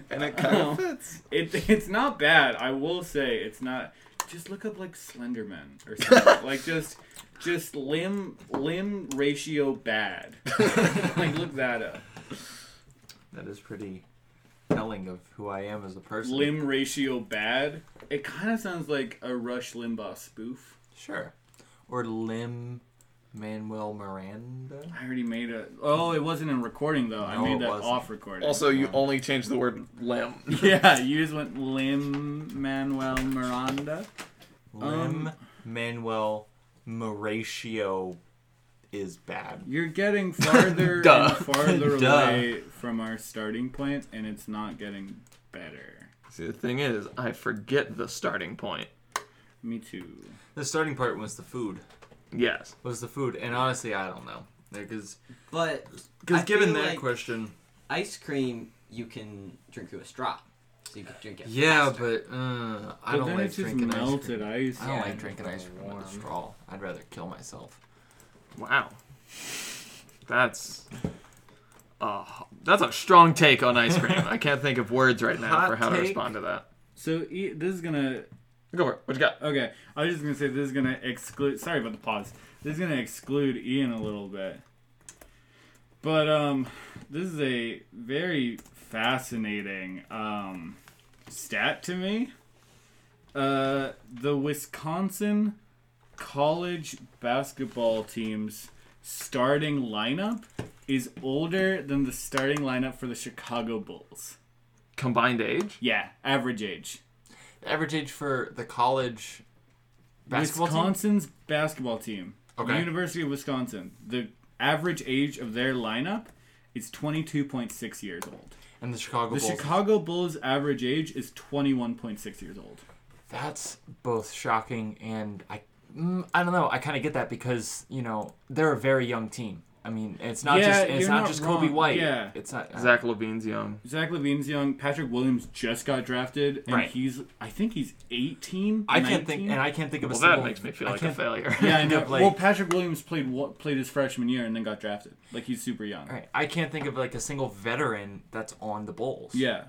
Speaker 3: And it kind
Speaker 2: Oh.
Speaker 3: of fits.
Speaker 2: it, it's not bad. I will say it's not. Just look up like Slenderman or something. like just, just limb limb ratio bad. like look that up.
Speaker 1: That is pretty telling of who I am as a person.
Speaker 2: limb ratio bad. It kind of sounds like a Rush Limbaugh spoof.
Speaker 1: Sure. Or Lim Manuel Miranda.
Speaker 2: I already made a. Oh, it wasn't in recording though. I
Speaker 1: No,
Speaker 2: made
Speaker 1: it
Speaker 2: that
Speaker 1: wasn't.
Speaker 2: off recording.
Speaker 3: Also, you only changed the word limb.
Speaker 2: yeah, you just went Lim Manuel Miranda.
Speaker 1: Lim Manuel Mauricio is bad.
Speaker 2: You're getting farther
Speaker 3: Duh.
Speaker 2: and farther
Speaker 1: Duh.
Speaker 2: away from our starting point, and it's not getting better.
Speaker 3: See, the thing is, I forget the starting point.
Speaker 2: Me too.
Speaker 1: The starting part was the food.
Speaker 3: Yes.
Speaker 1: Was the food, and honestly, I don't know. Because
Speaker 4: But I
Speaker 1: because given
Speaker 4: feel
Speaker 1: that
Speaker 4: like
Speaker 1: question,
Speaker 4: ice cream, you can drink through a straw, so you can drink it.
Speaker 1: yeah,
Speaker 4: faster.
Speaker 1: but uh, I
Speaker 2: But
Speaker 1: don't
Speaker 2: then
Speaker 1: like
Speaker 2: it's just
Speaker 1: drinking ice
Speaker 2: melted
Speaker 1: cream.
Speaker 2: ice.
Speaker 1: I don't
Speaker 4: Yeah,
Speaker 1: like
Speaker 4: I
Speaker 1: drinking
Speaker 4: don't
Speaker 1: ice cream with
Speaker 4: want.
Speaker 1: a straw. I'd rather kill myself.
Speaker 3: Wow. That's uh, that's a strong take on ice cream. I can't think of words right now
Speaker 1: Hot
Speaker 3: for how to
Speaker 1: take.
Speaker 3: respond to that.
Speaker 2: So e- this is gonna
Speaker 3: Go for it. What you got?
Speaker 2: okay. I was just gonna say this is gonna exclude. Sorry about the pause. This is gonna exclude Ian a little bit. But um, this is a very fascinating um stat to me. Uh, the Wisconsin college basketball team's starting lineup is older than the starting lineup for the Chicago Bulls.
Speaker 3: Combined age?
Speaker 2: Yeah, average age.
Speaker 1: The average age for the college basketball team.
Speaker 2: Wisconsin's basketball team.
Speaker 1: Okay.
Speaker 2: University of Wisconsin. The average age of their lineup is 22.6 years old.
Speaker 1: and the Chicago
Speaker 2: The
Speaker 1: Bulls.
Speaker 2: Chicago Bulls average age is 21.6 years old.
Speaker 1: That's both shocking and I. Mm, I don't know. I kind of get that because you know they're a very young team. I mean, it's not
Speaker 2: Yeah,
Speaker 1: just it's
Speaker 2: you're
Speaker 1: not,
Speaker 2: not
Speaker 1: just Kobe
Speaker 2: wrong.
Speaker 1: White.
Speaker 2: Yeah.
Speaker 1: it's not uh,
Speaker 3: Zach Levine's young.
Speaker 2: Zach Levine's young. Patrick Williams just got drafted, and
Speaker 1: Right.
Speaker 2: he's I think he's 18.
Speaker 1: I can't think,
Speaker 2: 19?
Speaker 1: and I can't think of a
Speaker 3: Well,
Speaker 1: single.
Speaker 3: that makes me feel
Speaker 1: I
Speaker 3: like a
Speaker 1: can't-
Speaker 3: failure.
Speaker 2: yeah, I know.
Speaker 1: like-
Speaker 2: well, Patrick Williams played wa- played his freshman year and then got drafted. Like he's super young.
Speaker 1: Right. I can't think of like a single veteran that's on the Bulls.
Speaker 2: Yeah.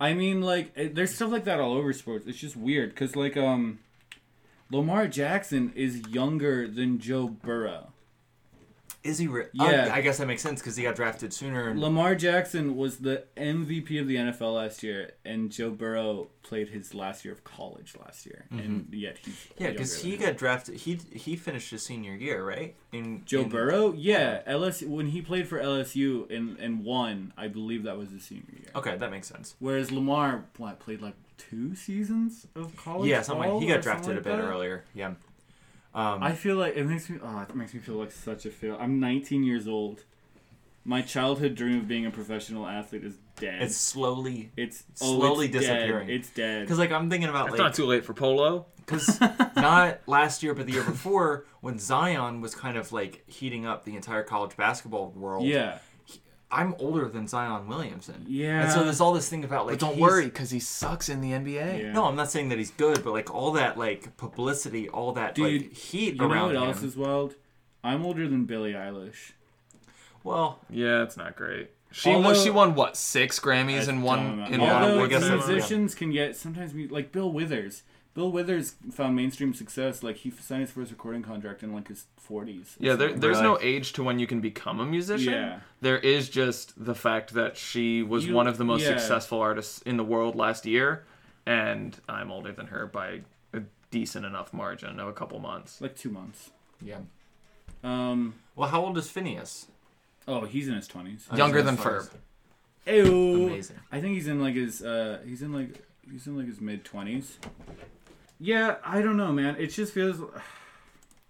Speaker 2: I mean, like, it- there's stuff like that all over sports. It's just weird because, like, um, Lamar Jackson is younger than Joe Burrow.
Speaker 1: Is he? Re- uh,
Speaker 2: Yeah.
Speaker 1: I, I guess that makes sense because he got drafted sooner. And
Speaker 2: Lamar Jackson was the MVP of the NFL last year, and Joe Burrow played his last year of college last year, and yet he's
Speaker 1: Mm-hmm. yeah,
Speaker 2: younger
Speaker 1: because
Speaker 2: than
Speaker 1: he
Speaker 2: him.
Speaker 1: got drafted. He he finished his senior year, right? In
Speaker 2: Joe
Speaker 1: in-
Speaker 2: Burrow, yeah, LSU when he played for LSU and and won, I believe that was his senior year.
Speaker 1: Okay, that makes sense.
Speaker 2: Whereas Lamar, what played like two seasons of college?
Speaker 1: yeah, something like, he
Speaker 2: ball or
Speaker 1: got drafted
Speaker 2: something
Speaker 1: a bit
Speaker 2: like that?
Speaker 1: earlier. Yeah. Um,
Speaker 2: I feel like it makes me. Oh, it makes me feel like such a fail. I'm 19 years old. My childhood dream of being a professional athlete is dead.
Speaker 1: it's slowly
Speaker 2: it's
Speaker 1: slowly
Speaker 2: dead.
Speaker 1: disappearing.
Speaker 2: It's dead.
Speaker 1: because like I'm thinking about like
Speaker 3: It's not too late for polo.
Speaker 1: because not last year but the year before when Zion was kind of like heating up the entire college basketball world.
Speaker 2: yeah,
Speaker 1: I'm older than Zion Williamson.
Speaker 2: Yeah.
Speaker 1: and so there's all this thing about like he's-
Speaker 3: because he sucks in the NBA.
Speaker 2: yeah.
Speaker 1: No, I'm not saying that he's good, but like all that like publicity, all that like
Speaker 2: Dude,
Speaker 1: heat
Speaker 2: you know
Speaker 1: around
Speaker 2: what
Speaker 1: him.
Speaker 2: else is wild? I'm older than Billie Eilish.
Speaker 1: well,
Speaker 3: Yeah, it's not great. She
Speaker 2: Although-
Speaker 3: won, she won what six Grammys in one in
Speaker 1: Yeah,
Speaker 3: one
Speaker 2: Although
Speaker 1: I
Speaker 3: award
Speaker 1: guess that's-
Speaker 3: ceremony?
Speaker 2: musicians can get sometimes mu- like Bill Withers. Bill Withers found mainstream success. Like he signed his first recording contract in like his 40s.
Speaker 3: Yeah, there, there's
Speaker 1: Right.
Speaker 3: no age to when you can become a musician.
Speaker 2: Yeah.
Speaker 3: There is just the fact that she was
Speaker 2: You-
Speaker 3: one of the most
Speaker 2: yeah.
Speaker 3: successful artists in the world last year, and I'm older than her by a decent enough margin of a couple months.
Speaker 2: like two months.
Speaker 1: yeah.
Speaker 2: Um.
Speaker 1: Well, how old is Phineas?
Speaker 2: Oh, he's in his 20s.
Speaker 3: Younger
Speaker 1: As
Speaker 3: than
Speaker 1: far
Speaker 3: Ferb.
Speaker 1: as-
Speaker 2: Ew.
Speaker 1: Amazing.
Speaker 2: I think he's in like his uh he's in like he's in like his mid twenties. Yeah, I don't know, man. It just feels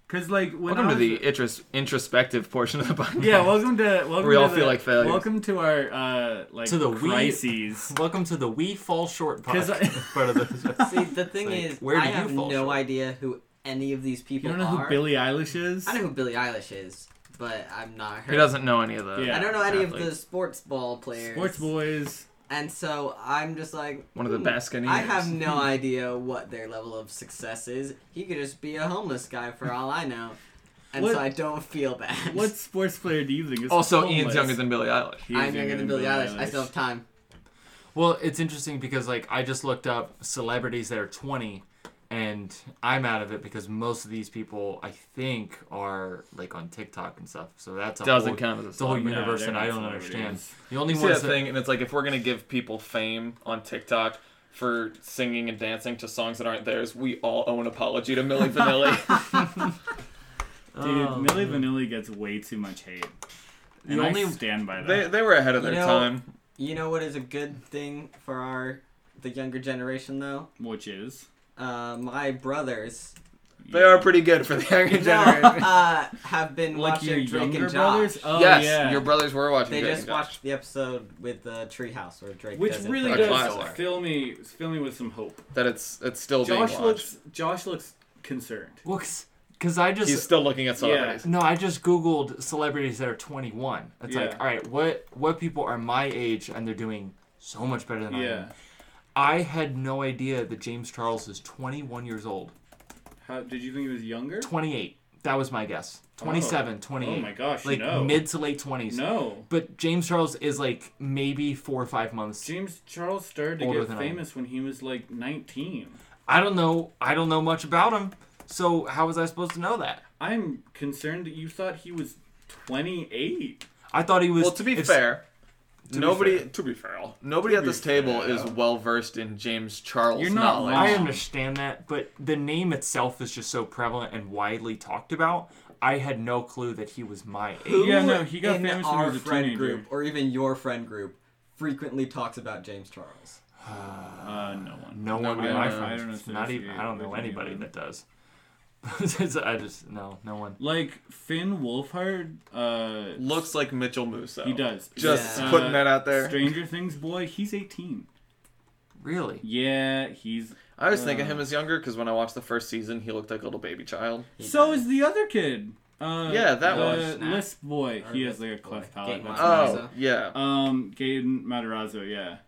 Speaker 2: because like when
Speaker 3: Welcome
Speaker 2: I
Speaker 3: to
Speaker 2: was,
Speaker 3: the intros- introspective portion of the podcast.
Speaker 2: yeah, welcome to welcome
Speaker 3: We
Speaker 2: to
Speaker 3: all
Speaker 2: the-
Speaker 3: feel like failures.
Speaker 2: Welcome to our uh like
Speaker 1: To the we-
Speaker 2: crises.
Speaker 1: Welcome to the We Fall Short
Speaker 2: 'Cause I-
Speaker 1: podcast. part of the
Speaker 4: See, the thing
Speaker 1: Like,
Speaker 4: is,
Speaker 1: where do
Speaker 4: I
Speaker 1: you
Speaker 4: have
Speaker 1: fall
Speaker 4: no
Speaker 1: short?
Speaker 4: idea who any of these
Speaker 2: You
Speaker 4: people
Speaker 2: don't know
Speaker 4: are.
Speaker 2: who Billie Eilish is?
Speaker 4: I know who Billie Eilish is, but I'm not her.
Speaker 3: He doesn't know any of the.
Speaker 2: Yeah.
Speaker 4: I don't know any of the
Speaker 3: athletes.
Speaker 4: sports ball players.
Speaker 2: Sports boys.
Speaker 4: And so I'm just like,
Speaker 3: One of the
Speaker 4: hmm,
Speaker 3: Baskin.
Speaker 4: I have no idea what their level of success is. He could just be a homeless guy for all I know. And
Speaker 2: What-
Speaker 4: so I don't feel bad.
Speaker 2: What sports player do you think is
Speaker 3: Also,
Speaker 2: homeless?
Speaker 3: Ian's younger than Billie Eilish.
Speaker 2: He is
Speaker 4: I'm younger than Billie Eilish. I still have time.
Speaker 1: well, it's interesting because like I just looked up celebrities that are 20, and I'm out of it because most of these people I think are like on TikTok and stuff. So that's a
Speaker 3: Doesn't
Speaker 1: whole,
Speaker 3: count as a
Speaker 1: it's a whole
Speaker 3: celebrity.
Speaker 2: No,
Speaker 1: universe
Speaker 2: they're
Speaker 1: that I
Speaker 2: not
Speaker 1: don't understand.
Speaker 2: celebrities.
Speaker 1: The only
Speaker 3: You see
Speaker 1: ones
Speaker 3: that
Speaker 1: that
Speaker 3: thing, and it's like if we're gonna give people fame on TikTok for singing and dancing to songs that aren't theirs, we all owe an apology to Millie Vanilli.
Speaker 2: Dude,
Speaker 1: Oh,
Speaker 2: Millie Vanilli gets way too much hate. And
Speaker 1: The
Speaker 2: I
Speaker 1: only-
Speaker 2: stand by that.
Speaker 3: they, they were ahead of
Speaker 4: You
Speaker 3: their
Speaker 4: know-
Speaker 3: time.
Speaker 4: You know what is a good thing for our the younger generation though?
Speaker 2: Which is
Speaker 4: Uh, my brothers
Speaker 3: They are pretty good for the younger
Speaker 4: No,
Speaker 3: generation.
Speaker 4: uh, have been
Speaker 2: like your
Speaker 4: watching Drake
Speaker 2: younger
Speaker 4: and Josh.
Speaker 2: brothers. Oh
Speaker 3: yes,
Speaker 2: yeah,
Speaker 3: your brothers were watching.
Speaker 4: They
Speaker 3: Drake
Speaker 4: just
Speaker 3: and Josh.
Speaker 4: watched the episode with the treehouse where Drake
Speaker 2: which
Speaker 4: does it
Speaker 2: really
Speaker 4: for
Speaker 3: A
Speaker 2: does
Speaker 3: classic.
Speaker 2: fill me fill me with some hope.
Speaker 3: that. It's it's still
Speaker 2: Josh
Speaker 3: being watched.
Speaker 2: looks Josh looks concerned.
Speaker 1: Well, because I just
Speaker 3: He's still looking at celebrities.
Speaker 1: no, I just googled celebrities that are 21. It's
Speaker 2: Yeah.
Speaker 1: like, all right, what what people are my age and they're doing so much better than I am.
Speaker 2: Yeah,
Speaker 1: I had no idea that James Charles is 21 years old.
Speaker 2: how did you think he was younger?
Speaker 1: 28. That was my guess. 27, 28.
Speaker 2: Oh my gosh,
Speaker 1: Like
Speaker 2: no,
Speaker 1: mid to late 20s.
Speaker 2: no.
Speaker 1: But James Charles is like maybe four or five months.
Speaker 2: James Charles started to
Speaker 1: Older
Speaker 2: get
Speaker 1: than I am.
Speaker 2: famous when he was like 19.
Speaker 1: I don't know. I don't know much about him. So how was I supposed to know that?
Speaker 2: I'm concerned that you thought he was 28.
Speaker 1: I thought he was.
Speaker 3: Well, to be
Speaker 1: if-
Speaker 3: fair,
Speaker 1: to be
Speaker 3: nobody
Speaker 1: fair.
Speaker 3: to be fair, nobody at
Speaker 2: be
Speaker 3: this table
Speaker 2: fair.
Speaker 3: is well versed in James Charles
Speaker 2: You're not
Speaker 3: knowledge.
Speaker 1: I understand that, but the name itself is just so prevalent and widely talked about. I had no clue that he was my age.
Speaker 4: Who
Speaker 2: Yeah, no, he got
Speaker 4: in
Speaker 2: famous when he
Speaker 4: our
Speaker 2: was a
Speaker 4: friend
Speaker 2: teenager.
Speaker 4: group, or even your friend group, frequently talks about James Charles.
Speaker 2: Uh, no one.
Speaker 1: No one
Speaker 3: Nobody
Speaker 1: in
Speaker 3: I
Speaker 1: my
Speaker 3: know.
Speaker 2: I don't
Speaker 1: friends,
Speaker 2: associate
Speaker 1: not even. I don't know
Speaker 2: with
Speaker 1: anybody
Speaker 2: anyone.
Speaker 1: that does. I just no, no one.
Speaker 2: Like Finn Wolfhard, uh,
Speaker 3: Looks like Mitchell Musso.
Speaker 2: he does. Uh,
Speaker 3: Just
Speaker 4: Yeah.
Speaker 3: putting that out there.
Speaker 2: Stranger Things boy, he's 18.
Speaker 1: Really?
Speaker 2: Yeah, he's.
Speaker 3: I was thinking him as younger because when I watched the first season, he looked like a little baby child.
Speaker 2: So is the other kid. Uh,
Speaker 3: Yeah, that
Speaker 2: the
Speaker 3: one.
Speaker 4: Snap.
Speaker 2: Lisp boy.
Speaker 4: Or
Speaker 2: he has
Speaker 4: Lisp
Speaker 2: like a
Speaker 4: boy.
Speaker 2: cleft palate.
Speaker 4: Gaten
Speaker 2: That's
Speaker 4: Matarazzo.
Speaker 2: nice.
Speaker 3: Oh yeah,
Speaker 2: Um, Gaten Matarazzo. Yeah.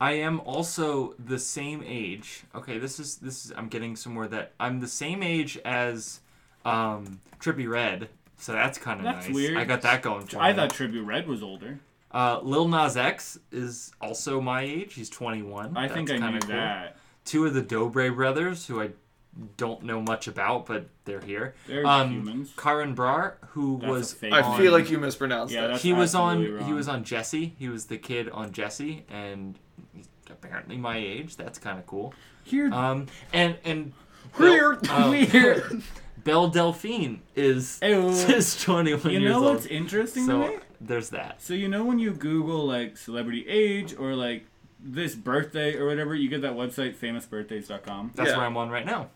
Speaker 1: I am also the same age. Okay, this is this is. I'm getting somewhere that I'm the same age as um, Trippy Red. So that's kind of
Speaker 2: That's
Speaker 1: nice.
Speaker 2: weird.
Speaker 1: I got that going for
Speaker 2: I
Speaker 1: me.
Speaker 2: thought Tribute Red was older.
Speaker 1: Uh, Lil Nas X is also my age. He's 21.
Speaker 2: I think
Speaker 1: That's
Speaker 2: I knew
Speaker 1: kinda cool.
Speaker 2: that.
Speaker 1: Two of the Dobre brothers, who I don't know much about, but they're here. Um,
Speaker 2: They're humans.
Speaker 1: Karin Brar, who
Speaker 2: That's a
Speaker 1: was
Speaker 2: fake
Speaker 1: on,
Speaker 3: I feel like you mispronounced
Speaker 2: Yeah,
Speaker 3: it.
Speaker 2: that's
Speaker 1: he was on
Speaker 2: absolutely
Speaker 1: he
Speaker 2: wrong.
Speaker 1: was on Jesse. He was the kid on Jesse, and he's apparently my age. That's kind of cool.
Speaker 2: Here,
Speaker 1: Um, and and
Speaker 3: Weird.
Speaker 1: Belle- um,
Speaker 2: Weird.
Speaker 1: Belle Delphine is
Speaker 2: Ew.
Speaker 1: is 21
Speaker 2: you
Speaker 1: years
Speaker 2: know what's
Speaker 1: old.
Speaker 2: interesting to me?
Speaker 1: So there's that.
Speaker 2: So you know when you Google like celebrity age or like this birthday or whatever, you get that website famousbirthdays.com.
Speaker 1: That's
Speaker 3: Yeah.
Speaker 1: where I'm on right now.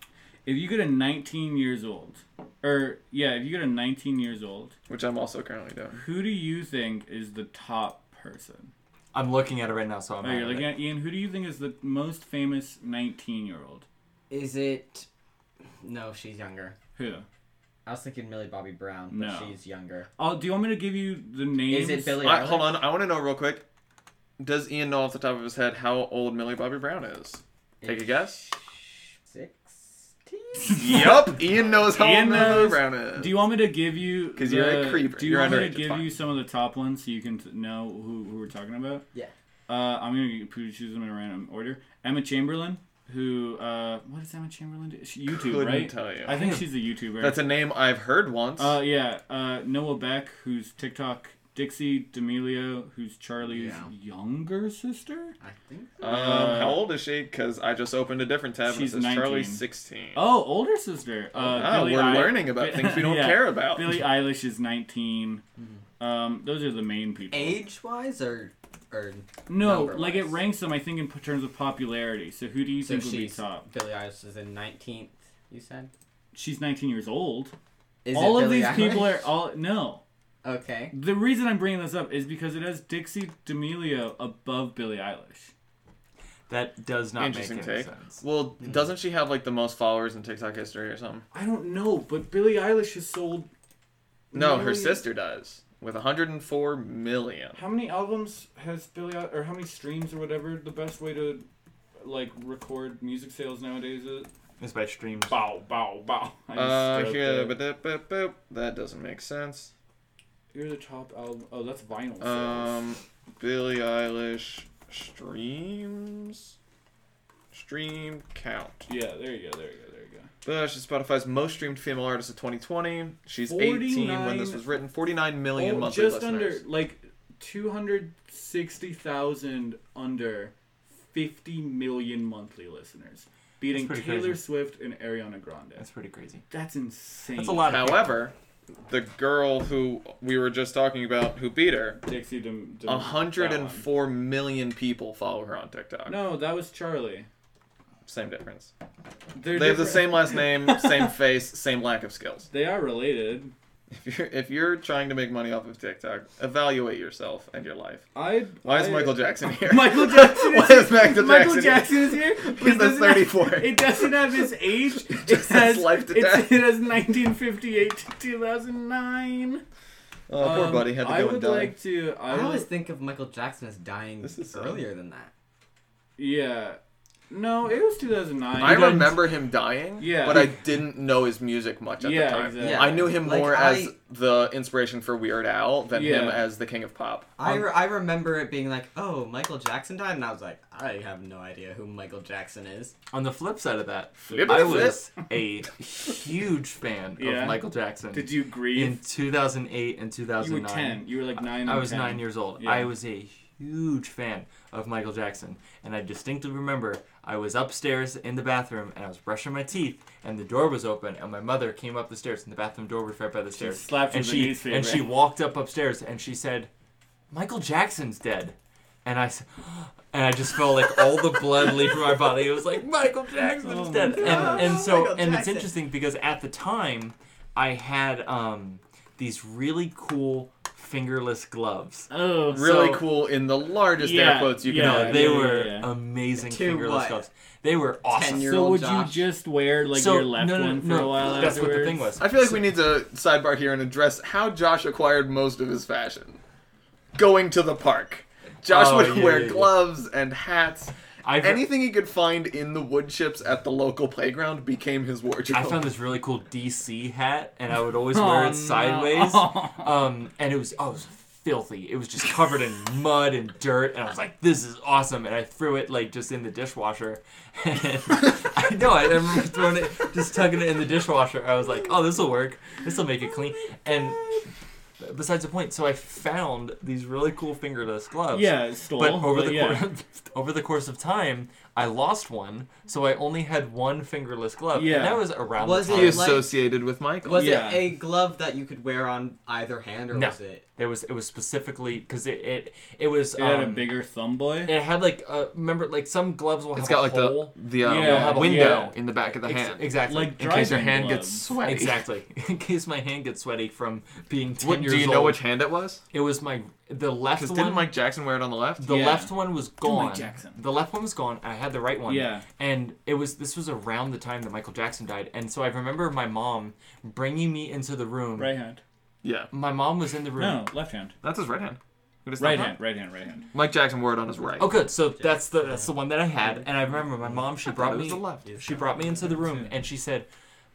Speaker 2: If you get a 19 years old, or yeah, if you get a 19 years old,
Speaker 3: Which I'm also currently doing.
Speaker 2: who do you think is the top person?
Speaker 1: I'm looking at it right now, so I'm.
Speaker 2: Oh,
Speaker 1: out
Speaker 2: you're
Speaker 1: of
Speaker 2: looking
Speaker 1: it.
Speaker 2: at Ian. Who do you think is the most famous 19 year old?
Speaker 4: Is it? No, she's younger.
Speaker 2: Who?
Speaker 4: I was thinking Millie Bobby Brown, but
Speaker 2: No.
Speaker 4: she's younger.
Speaker 2: Oh, do you want me to give you the names?
Speaker 4: Is it Billy?
Speaker 3: I, hold on, I want to know real quick. Does Ian know off the top of his head how old Millie Bobby Brown is? Take a guess.
Speaker 4: Sixteen.
Speaker 3: yup, Ian knows how
Speaker 2: Ian
Speaker 3: old Millie Bobby
Speaker 2: knows.
Speaker 3: Brown is.
Speaker 2: Do you want me to give you?
Speaker 3: 'Cause you're a
Speaker 2: the-
Speaker 3: creeper.
Speaker 2: Do you
Speaker 3: You're
Speaker 2: want me
Speaker 3: underage,
Speaker 2: to
Speaker 3: it's
Speaker 2: give
Speaker 3: fine.
Speaker 2: you some of the top ones so you can t- know who, who we're talking about?
Speaker 4: Yeah.
Speaker 2: Uh, I'm gonna p- choose them in a random order. Emma Chamberlain, who uh, what is Emma Chamberlain? Do? She, YouTube,
Speaker 3: Couldn't
Speaker 2: right?
Speaker 3: tell you.
Speaker 2: I think she's a YouTuber.
Speaker 3: That's a name I've heard once.
Speaker 2: uh, yeah. Uh, Noah Beck, who's TikTok. Dixie D'Amelio, who's Charlie's
Speaker 4: Yeah.
Speaker 2: younger sister.
Speaker 4: I think.
Speaker 3: um, how old is she? Because I just opened a different tab
Speaker 2: Uh, she's
Speaker 3: and it says Charlie's
Speaker 2: 19.
Speaker 3: 16.
Speaker 2: Oh, older sister. Uh,
Speaker 3: Ah,
Speaker 2: Billie
Speaker 3: we're
Speaker 2: Eil-
Speaker 3: learning about things we don't care about.
Speaker 2: Billie Eilish is 19. Um, those are the main people.
Speaker 4: Age-wise, or or
Speaker 2: No,
Speaker 4: number
Speaker 2: like it
Speaker 4: wise.
Speaker 2: ranks them, I think, in p- terms of popularity. So who do you
Speaker 4: so
Speaker 2: think would be
Speaker 4: she's
Speaker 2: top?
Speaker 4: Billie Eilish is in nineteenth. You said.
Speaker 2: She's 19 years old.
Speaker 4: Is
Speaker 2: all
Speaker 4: it
Speaker 2: of
Speaker 4: Billie
Speaker 2: these people
Speaker 4: Eilish?
Speaker 2: are all no.
Speaker 4: Okay.
Speaker 2: The reason I'm bringing this up is because it has Dixie D'Amelio above Billie Eilish.
Speaker 1: That does not make
Speaker 3: Interesting
Speaker 1: any
Speaker 3: take.
Speaker 1: sense. Mm-hmm.
Speaker 3: Well, doesn't she have like the most followers in TikTok history or something?
Speaker 2: I don't know, but Billie Eilish has sold.
Speaker 3: No, her
Speaker 2: Really?
Speaker 3: sister does with 104 million.
Speaker 2: How many albums has Billie Eil- or how many streams or whatever the best way to like record music sales nowadays is?
Speaker 1: It's by streams.
Speaker 2: Bow, bow, bow. I just
Speaker 3: Uh,
Speaker 2: stroked
Speaker 3: yeah,
Speaker 2: it.
Speaker 3: but that, but- but that doesn't make sense.
Speaker 2: You're the top album. Oh, that's vinyl. sales.
Speaker 3: Um, Billie Eilish streams. Stream count.
Speaker 2: yeah, there you go. There you go. There you go.
Speaker 3: Billie Eilish is Uh, Spotify's most streamed female artist of 2020. She's 18 when this
Speaker 2: 49
Speaker 3: was written. 49 million
Speaker 2: Oh,
Speaker 3: monthly
Speaker 2: just
Speaker 3: listeners.
Speaker 2: under like 260,000 under 50 million monthly listeners, beating
Speaker 1: That's pretty
Speaker 2: Taylor
Speaker 1: crazy.
Speaker 2: Swift and Ariana Grande.
Speaker 1: That's
Speaker 2: That's,
Speaker 1: pretty crazy.
Speaker 2: insane.
Speaker 1: That's a lot of.
Speaker 3: However, the girl who we were just talking about who beat her,
Speaker 2: Dixie Dim- Dim- that one.
Speaker 3: 104 million people follow her on TikTok.
Speaker 2: No, that was Charlie.
Speaker 3: Same difference.
Speaker 2: They're
Speaker 3: They have the
Speaker 2: different-
Speaker 3: same last name, same face, same lack of skills.
Speaker 2: They are related.
Speaker 3: If you're if you're trying to make money off of TikTok, evaluate yourself and your life.
Speaker 2: I.
Speaker 3: Why is
Speaker 2: I-
Speaker 3: Michael Jackson here?
Speaker 2: Michael Jackson
Speaker 3: Why
Speaker 2: is here.
Speaker 3: is Michael
Speaker 2: Michael
Speaker 3: Jackson
Speaker 2: Jackson
Speaker 3: here?
Speaker 2: is here. but
Speaker 3: He's
Speaker 2: it
Speaker 3: the
Speaker 2: doesn't have-
Speaker 3: 34.
Speaker 2: It doesn't have his age. it
Speaker 3: just
Speaker 2: has
Speaker 3: says life to
Speaker 2: it's-
Speaker 3: death.
Speaker 2: It has 1958 to 2009.
Speaker 3: Oh, poor
Speaker 2: Um,
Speaker 3: buddy had to
Speaker 2: I
Speaker 3: go and
Speaker 2: would
Speaker 3: die.
Speaker 2: like to. I,
Speaker 4: I
Speaker 2: would,
Speaker 4: always think of Michael Jackson as dying
Speaker 3: This is sad.
Speaker 4: earlier than that.
Speaker 2: Yeah. No, it was 2009.
Speaker 3: I
Speaker 2: You don't-
Speaker 3: remember him dying,
Speaker 2: Yeah.
Speaker 3: but I didn't know his music much at
Speaker 2: Yeah,
Speaker 3: the time.
Speaker 2: exactly.
Speaker 4: Yeah.
Speaker 3: I knew him
Speaker 4: Like,
Speaker 3: more as
Speaker 4: I-
Speaker 3: the inspiration for Weird Al than him
Speaker 2: Yeah.
Speaker 3: as the king of pop.
Speaker 4: I, re- I remember it being like, oh, Michael Jackson died, and I was like, I have no idea who Michael Jackson is.
Speaker 1: On the flip side of that,
Speaker 3: Flippity
Speaker 1: I was a huge fan
Speaker 2: Yeah.
Speaker 1: of Michael Jackson.
Speaker 2: Did you grieve?
Speaker 1: in 2008 and
Speaker 2: You were
Speaker 1: 2009.
Speaker 2: 10. You were like 9
Speaker 1: I
Speaker 2: or
Speaker 1: was
Speaker 2: 10.
Speaker 1: nine years old.
Speaker 2: Yeah.
Speaker 1: I was a huge fan of Michael Jackson, and I distinctly remember I was upstairs in the bathroom and I was brushing my teeth, and the door was open, and my mother came up the stairs, and the bathroom door was right by the stairs.
Speaker 2: slapped you
Speaker 1: and
Speaker 2: with a
Speaker 1: she
Speaker 2: newspaper.
Speaker 1: and she walked up upstairs and she said, "Michael Jackson's dead," and I. s- And I just felt like all the blood leave from my body. It was like Michael Jackson's
Speaker 2: Oh my
Speaker 1: dead,
Speaker 4: God.
Speaker 1: and, and so
Speaker 4: Michael
Speaker 1: and it's
Speaker 4: Jackson.
Speaker 1: interesting because at the time, I had um, these really cool fingerless gloves.
Speaker 2: Oh,
Speaker 3: Really
Speaker 1: So-
Speaker 3: cool in the largest
Speaker 2: Yeah,
Speaker 3: air quotes you can
Speaker 2: yeah,
Speaker 1: no,
Speaker 3: have.
Speaker 1: Uh, they
Speaker 2: yeah,
Speaker 1: were
Speaker 2: yeah, yeah.
Speaker 1: amazing
Speaker 4: To
Speaker 1: fingerless
Speaker 4: what?
Speaker 1: gloves. They were awesome.
Speaker 4: year-
Speaker 2: so
Speaker 4: old
Speaker 2: would
Speaker 4: Josh.
Speaker 2: you just wear like
Speaker 1: so
Speaker 2: your left
Speaker 1: no, no,
Speaker 2: one for
Speaker 1: no,
Speaker 2: a while?
Speaker 1: That's what the
Speaker 2: afterwards?
Speaker 1: thing was.
Speaker 3: I feel like we need to sidebar here and address how Josh acquired most of his fashion. Going to the park. Josh
Speaker 1: Oh,
Speaker 3: would
Speaker 1: yeah,
Speaker 3: wear
Speaker 1: yeah, yeah.
Speaker 3: gloves and hats.
Speaker 1: I've-
Speaker 3: Anything he could find in the wood chips at the local playground became his wardrobe.
Speaker 1: I found this really cool DC hat, and I would always
Speaker 2: Oh,
Speaker 1: wear
Speaker 2: no. Oh,
Speaker 1: it sideways. Um, and it was oh, it was filthy. It was just covered in mud and dirt, and I was like, "This is awesome!" And I threw it like just in the dishwasher. And I know I remember throwing it, just tucking it in the dishwasher. I was like, "Oh, this will work. This will
Speaker 4: Oh
Speaker 1: make it clean." And besides the point, so I found these really cool fingerless gloves.
Speaker 2: Yeah, stole.
Speaker 1: But over the
Speaker 2: yeah.
Speaker 1: course, over the course of time, I lost one, so I only had one fingerless glove.
Speaker 2: Yeah.
Speaker 1: and that was around.
Speaker 4: Was
Speaker 1: the
Speaker 4: it
Speaker 1: time.
Speaker 3: he
Speaker 4: like-
Speaker 3: associated with Michael.
Speaker 4: Was
Speaker 2: Yeah.
Speaker 4: it a glove that you could wear on either hand, or
Speaker 1: No.
Speaker 4: was it?
Speaker 1: It was it was specifically because it, it it was
Speaker 2: It had a
Speaker 1: um,
Speaker 2: bigger thumb boy.
Speaker 1: It had like uh, remember like some gloves will
Speaker 3: It's
Speaker 1: have
Speaker 3: got
Speaker 1: a
Speaker 3: like
Speaker 1: hole.
Speaker 3: the the um,
Speaker 2: Yeah,
Speaker 3: window
Speaker 2: yeah.
Speaker 3: in the back of the
Speaker 1: Ex-
Speaker 3: hand.
Speaker 1: exactly.
Speaker 2: like
Speaker 3: in case your
Speaker 2: driving
Speaker 3: hand
Speaker 2: gloves.
Speaker 3: gets sweaty.
Speaker 1: exactly. In case my hand gets sweaty from being ten
Speaker 3: What,
Speaker 1: years
Speaker 3: do you
Speaker 1: old.
Speaker 3: know which hand it was?
Speaker 1: It was my the left
Speaker 3: Because
Speaker 1: one.
Speaker 3: didn't Mike Jackson wear it on the left?
Speaker 1: the
Speaker 2: Yeah.
Speaker 1: left one was gone.
Speaker 2: Jackson.
Speaker 1: The left one was gone. I had the right one.
Speaker 2: Yeah.
Speaker 1: And it was this was around the time that Michael Jackson died, and so I remember my mom bringing me into the room.
Speaker 2: Right hand.
Speaker 3: yeah,
Speaker 1: My mom was in the room.
Speaker 2: No, left hand.
Speaker 3: that's his right hand. It is
Speaker 2: Right
Speaker 3: not-
Speaker 2: hand. Right hand. Right hand.
Speaker 3: Mike Jackson wore it on his right.
Speaker 1: Oh, good. So that's the that's the one that I had, and I remember my mom. She
Speaker 3: Thought
Speaker 1: brought
Speaker 3: it was
Speaker 1: me. Oh,
Speaker 3: the left.
Speaker 1: She brought me into the room, and she said,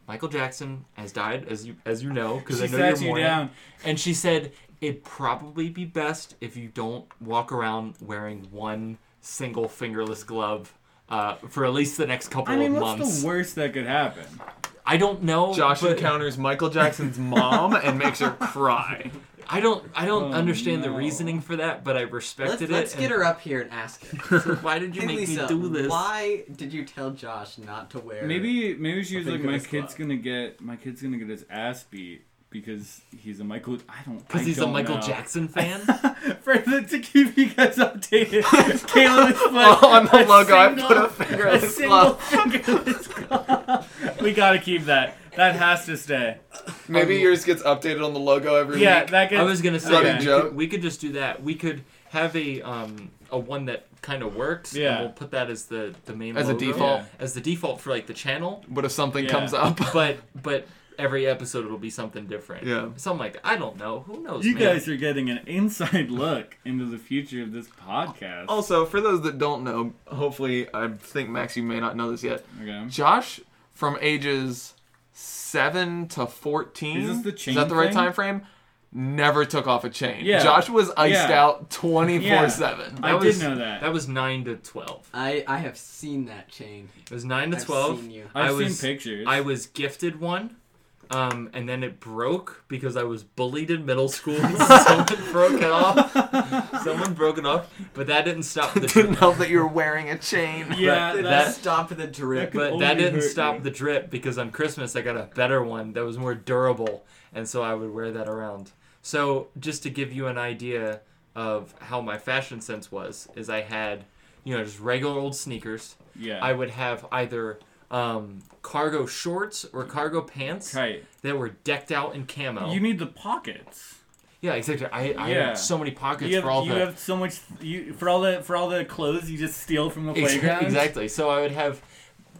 Speaker 1: "Michael Jackson has died, as you as you know, because I
Speaker 2: She
Speaker 1: know
Speaker 2: sat
Speaker 1: you're
Speaker 2: you
Speaker 1: mourning."
Speaker 2: down.
Speaker 1: And she said, "It'd probably be best if you don't walk around wearing one single fingerless glove." Uh, for at least the next couple
Speaker 2: I mean,
Speaker 1: of
Speaker 2: what's
Speaker 1: months.
Speaker 2: the worst that could happen?
Speaker 1: I don't know.
Speaker 3: Josh
Speaker 1: but
Speaker 3: encounters Michael Jackson's mom and makes her cry.
Speaker 1: I don't. I don't
Speaker 2: Oh,
Speaker 1: understand the
Speaker 2: no.
Speaker 1: reasoning for that, but I
Speaker 4: Let's,
Speaker 1: respected
Speaker 4: let's
Speaker 1: it.
Speaker 4: get her up here and ask her.
Speaker 1: her. Why did you
Speaker 4: Hey,
Speaker 1: make
Speaker 4: Lisa,
Speaker 1: me do this?
Speaker 4: why did you tell Josh not to wear?
Speaker 2: Maybe maybe she was like, my
Speaker 4: Fingerless
Speaker 2: kid's
Speaker 4: glove.
Speaker 2: gonna get my kid's gonna get his ass beat because he's a Michael. I don't.
Speaker 1: Because
Speaker 2: I
Speaker 1: he's a
Speaker 2: don't
Speaker 1: Michael
Speaker 2: know.
Speaker 1: Jackson fan.
Speaker 2: For the, to keep you guys updated, Caleb is like
Speaker 3: on the
Speaker 2: a
Speaker 3: logo, I
Speaker 2: single-
Speaker 3: put a finger
Speaker 2: a
Speaker 3: in his
Speaker 2: single
Speaker 3: glove.
Speaker 2: fingerless glove. We gotta keep that. That has to stay.
Speaker 3: Maybe yours gets updated on the logo every
Speaker 2: Yeah,
Speaker 3: week.
Speaker 2: that gets.
Speaker 1: I was gonna say
Speaker 3: Running
Speaker 1: we
Speaker 3: joke.
Speaker 1: could, we could just do that. We could have a um a one that kind of works.
Speaker 2: Yeah.
Speaker 1: And we'll put that as the the main
Speaker 3: As a
Speaker 1: logo,
Speaker 3: default.
Speaker 2: Yeah.
Speaker 1: as the default for like the channel.
Speaker 3: But if something
Speaker 2: Yeah.
Speaker 3: comes up,
Speaker 1: But but every episode it'll be something different.
Speaker 3: Yeah.
Speaker 1: Something like that. I don't know. Who knows?
Speaker 2: You
Speaker 1: man?
Speaker 2: guys are getting an inside look into the future of this podcast.
Speaker 3: Also, for those that don't know, hopefully, I think Max, you may not know this yet.
Speaker 2: Okay.
Speaker 3: Josh, from ages seven to fourteen,
Speaker 2: Is this the chain
Speaker 3: that the right
Speaker 2: thing?
Speaker 3: time frame? Never took off a chain.
Speaker 2: Yeah.
Speaker 3: Josh was iced
Speaker 2: Yeah.
Speaker 3: out twenty four seven.
Speaker 2: I
Speaker 1: That
Speaker 2: did
Speaker 1: was-
Speaker 2: know that.
Speaker 1: That was nine to twelve.
Speaker 4: I I have seen that chain.
Speaker 1: It was nine to
Speaker 4: I've
Speaker 1: twelve.
Speaker 4: seen you.
Speaker 2: I've
Speaker 1: I was-
Speaker 2: seen pictures.
Speaker 1: I was gifted one, um, and then it broke because I was bullied in middle school. Someone broke it off. Someone broke it off, but that didn't stop the.
Speaker 3: Didn't help that you were wearing a chain.
Speaker 2: yeah,
Speaker 1: But
Speaker 2: that's-
Speaker 1: that-
Speaker 4: Stop the drip.
Speaker 2: could
Speaker 1: But
Speaker 2: only
Speaker 1: that didn't
Speaker 2: hurt
Speaker 1: stop
Speaker 2: you.
Speaker 1: the drip because on Christmas I got a better one that was more durable, and so I would wear that around. So just to give you an idea of how my fashion sense was, is I had you know, just regular old sneakers.
Speaker 2: Yeah.
Speaker 1: I would have either um, cargo shorts or cargo pants
Speaker 2: Right.
Speaker 1: that were decked out in camo.
Speaker 2: You need the pockets.
Speaker 1: yeah, exactly. I, I
Speaker 2: Yeah.
Speaker 1: have so many pockets
Speaker 2: You have,
Speaker 1: for all
Speaker 2: you
Speaker 1: the
Speaker 2: have so much you for all the for all the clothes you just steal from the
Speaker 1: Ex-
Speaker 2: playground.
Speaker 1: Exactly. So I would have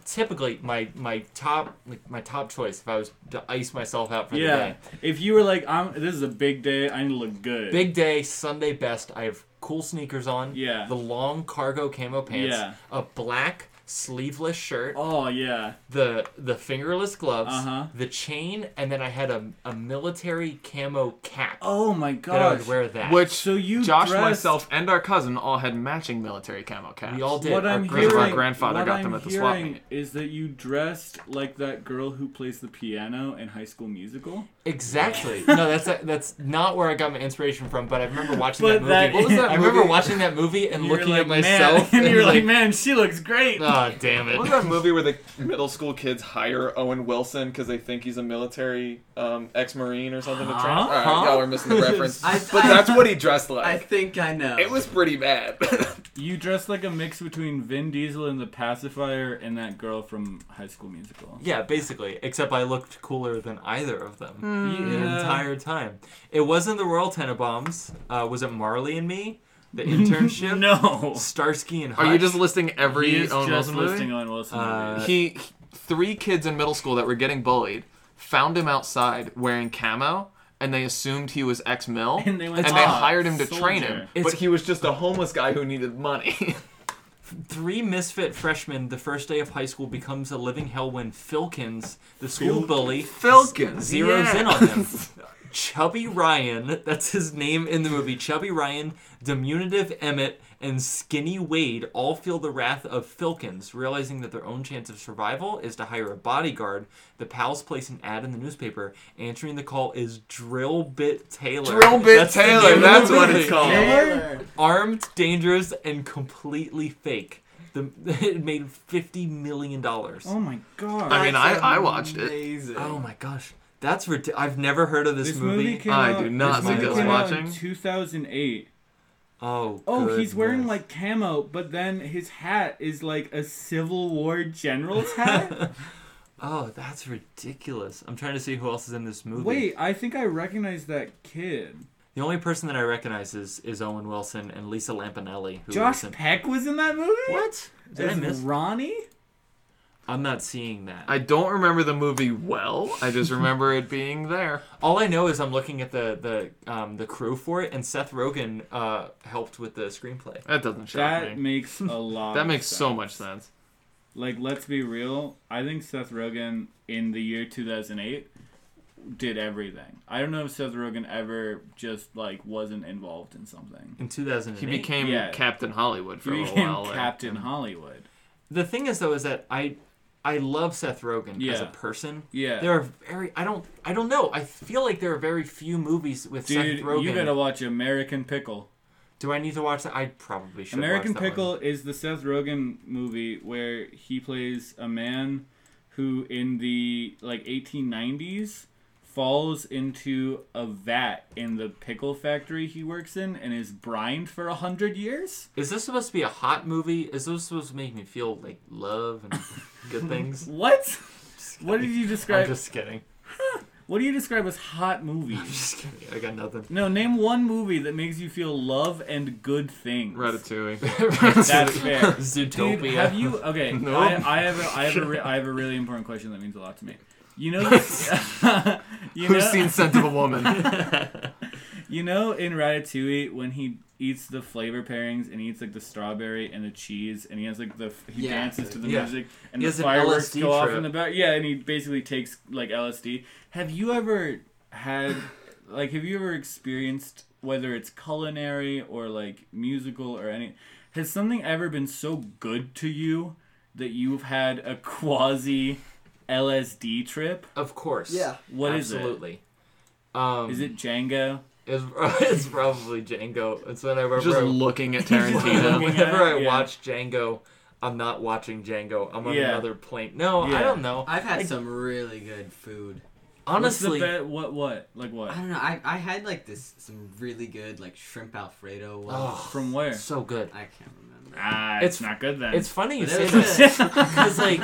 Speaker 1: typically my my top like my top choice if I was to ice myself out for the
Speaker 2: Yeah.
Speaker 1: day.
Speaker 2: If you were like, I'm this is a big day, I need to look good.
Speaker 1: Big day, Sunday best. I have cool sneakers on.
Speaker 2: Yeah.
Speaker 1: The long cargo camo pants.
Speaker 2: Yeah.
Speaker 1: A black sleeveless shirt.
Speaker 2: Oh yeah.
Speaker 1: The the fingerless gloves.
Speaker 2: Uh-huh.
Speaker 1: The chain, and then I had a a military camo cap
Speaker 2: Oh my
Speaker 1: that I would
Speaker 2: gosh.
Speaker 1: wear. That
Speaker 3: Which
Speaker 2: So you
Speaker 3: Josh,
Speaker 2: dressed-
Speaker 3: myself, and our cousin all had matching military camo caps.
Speaker 1: we all did.
Speaker 2: What
Speaker 1: Our
Speaker 2: I'm
Speaker 1: grandma-
Speaker 3: Because
Speaker 2: hearing,
Speaker 3: our grandfather
Speaker 2: what
Speaker 3: got
Speaker 2: I'm
Speaker 3: them at the swap
Speaker 2: hearing
Speaker 3: meet.
Speaker 2: is that you dressed like that girl who plays the piano in High School Musical.
Speaker 1: Exactly. No, that's that's not where I got my inspiration from. But I remember watching
Speaker 2: But
Speaker 1: that movie.
Speaker 2: that- What was that
Speaker 1: I remember
Speaker 3: movie?
Speaker 1: watching that movie and
Speaker 2: You were
Speaker 1: looking
Speaker 2: like,
Speaker 1: at myself
Speaker 2: man, and
Speaker 1: and
Speaker 2: you're like,
Speaker 1: like,
Speaker 2: man, she looks great.
Speaker 1: ah, damn it.
Speaker 3: What was that movie where the middle school kids hire Owen Wilson because they think he's a military um, ex-marine or something? To train?
Speaker 2: Huh?
Speaker 3: All right, y'all are missing the reference,
Speaker 4: I-
Speaker 3: but
Speaker 4: I-
Speaker 3: that's what he dressed like.
Speaker 4: I think I know.
Speaker 3: it was pretty bad.
Speaker 2: You dressed like a mix between Vin Diesel and the pacifier and that girl from High School Musical.
Speaker 1: Yeah, basically. Except I looked cooler than either of them the
Speaker 2: Yeah.
Speaker 1: entire time. It wasn't the Royal Tenenbaums. Uh, was it Marley and Me? The internship.
Speaker 2: Mm, No.
Speaker 1: Starsky and Hutch.
Speaker 3: Are you just listing every
Speaker 2: He is
Speaker 3: Owen
Speaker 2: just
Speaker 3: Wilson movie?
Speaker 2: listing Owen Wilson
Speaker 1: Uh,
Speaker 2: movies.
Speaker 3: he he- three kids in middle school that were getting bullied found him outside wearing camo and they assumed he was ex-mil
Speaker 2: And they went,
Speaker 3: and
Speaker 2: "Ah,
Speaker 3: hired him to train
Speaker 2: soldier."
Speaker 3: him
Speaker 1: It's-
Speaker 3: but he was just a homeless guy who needed money
Speaker 1: Three misfit freshmen the first day of high school becomes a living hell when Filkins, the school
Speaker 2: Phil-
Speaker 1: bully,
Speaker 3: Filkins,
Speaker 1: zeroes
Speaker 3: yeah.
Speaker 1: in on them. Chubby Ryan, that's his name in the movie. Chubby Ryan, diminutive Emmett, and skinny Wade all feel the wrath of Filkins, realizing that their own chance of survival is to hire a bodyguard. The pals place an ad in the newspaper. Answering the call is Drill Bit Taylor.
Speaker 3: Drill Bit
Speaker 1: the
Speaker 3: Taylor,
Speaker 1: name of the
Speaker 3: that's what it's
Speaker 1: movie.
Speaker 3: called.
Speaker 4: Taylor.
Speaker 1: Armed, dangerous, and completely fake. The, it made fifty million dollars.
Speaker 2: Oh my god.
Speaker 3: I mean,
Speaker 4: That's
Speaker 3: I- I watched it.
Speaker 4: amazing.
Speaker 1: Oh my gosh, that's rid- I've never heard of this,
Speaker 2: this movie came
Speaker 3: I
Speaker 2: out,
Speaker 3: do not
Speaker 2: this
Speaker 1: think
Speaker 2: movie
Speaker 1: I was
Speaker 2: came out in
Speaker 3: watching.
Speaker 2: 2008.
Speaker 1: Oh,
Speaker 2: Oh, he's wearing
Speaker 1: goodness.
Speaker 2: like camo, but then his hat is like a Civil War general's hat.
Speaker 1: Oh, that's ridiculous. I'm trying to see who else is in this movie.
Speaker 2: Wait, I think I recognize that kid.
Speaker 1: The only person that I recognize is, is Owen Wilson and Lisa Lampanelli. Who
Speaker 2: Josh
Speaker 1: is in-
Speaker 2: Peck was in that movie.
Speaker 1: What? Did I
Speaker 2: As
Speaker 1: miss?
Speaker 2: Ronnie?
Speaker 1: I'm not seeing that.
Speaker 3: i don't remember the movie well i just remember it being there
Speaker 1: All I know is I'm looking at the the um, the crew for it, and Seth Rogen uh, helped with the screenplay.
Speaker 3: that doesn't shock
Speaker 2: That
Speaker 3: me
Speaker 2: makes a lot.
Speaker 3: that
Speaker 2: of
Speaker 3: makes
Speaker 2: sense.
Speaker 3: so much sense
Speaker 2: Like, let's be real. I think Seth Rogen in the year 2008 did everything. I don't know if Seth Rogen ever just like wasn't involved in something.
Speaker 1: In 2008.
Speaker 3: he became
Speaker 2: Yeah.
Speaker 3: captain hollywood for
Speaker 2: He
Speaker 3: a
Speaker 2: became
Speaker 3: while there.
Speaker 2: Captain Hollywood.
Speaker 1: the thing is though is that I I love Seth Rogen as a
Speaker 2: Yeah.
Speaker 1: person.
Speaker 2: Yeah.
Speaker 1: There are very I don't I don't know. I feel like there are very few movies with
Speaker 2: Dude,
Speaker 1: Seth Rogen.
Speaker 2: you gotta watch American Pickle.
Speaker 1: Do I need to watch that? I probably should.
Speaker 2: American
Speaker 1: watch that one.
Speaker 2: Pickle is the Seth Rogen movie where he plays a man who, in the like 1890s, falls into a vat in the pickle factory he works in and is brined for a hundred years.
Speaker 1: Is this supposed to be a hot movie? Is this supposed to make me feel like love and good things?
Speaker 2: What? What did you
Speaker 1: I'm
Speaker 2: describe?
Speaker 1: just kidding.
Speaker 2: What do you describe as hot
Speaker 1: I'm
Speaker 2: movies?
Speaker 1: just kidding. I got nothing.
Speaker 2: No, name one movie that makes you feel love and good things.
Speaker 3: ratatouille
Speaker 2: That's fair.
Speaker 1: Zootopia.
Speaker 2: Dude, have you? Okay,
Speaker 3: No.
Speaker 2: I, I have a, I have a, re- I have a really important question that means a lot to me. You know, this, you know,
Speaker 3: who's seen scent of a woman
Speaker 2: you know, in Ratatouille when he eats the flavor pairings and he eats like the strawberry and the cheese and he has like the he
Speaker 4: Yeah.
Speaker 2: dances to the
Speaker 1: Yeah.
Speaker 2: music and
Speaker 1: He
Speaker 2: the
Speaker 1: has an
Speaker 2: fireworks
Speaker 1: LSD
Speaker 2: go off
Speaker 1: trip.
Speaker 2: in the back. Yeah, and he basically takes like LSD. Have you ever had like have you ever experienced whether it's culinary or like musical or any has something ever been so good to you that you've had a quasi LSD trip?
Speaker 1: of course.
Speaker 4: Yeah.
Speaker 2: What is it?
Speaker 1: Absolutely. Um,
Speaker 2: Is it Django?
Speaker 1: It's, it's probably Django. It's whenever
Speaker 3: just
Speaker 1: I-
Speaker 3: looking at
Speaker 2: looking
Speaker 3: tarantino
Speaker 1: whenever I
Speaker 2: Yeah.
Speaker 1: watch Django, I'm not watching Django. I'm on
Speaker 2: Yeah.
Speaker 1: another plane. No, I
Speaker 2: Yeah.
Speaker 1: don't know.
Speaker 4: I've had some really good food.
Speaker 2: What's the
Speaker 1: Honestly,
Speaker 2: be- what what like what
Speaker 4: I don't know. I, I had like this some really good like shrimp alfredo. One.
Speaker 1: Oh.
Speaker 2: from where?
Speaker 1: so good.
Speaker 4: I can't remember.
Speaker 2: Ah,
Speaker 1: It's-
Speaker 2: it's, not good then.
Speaker 1: It's funny you
Speaker 4: But
Speaker 1: say
Speaker 4: it
Speaker 1: this
Speaker 4: was good.
Speaker 1: because like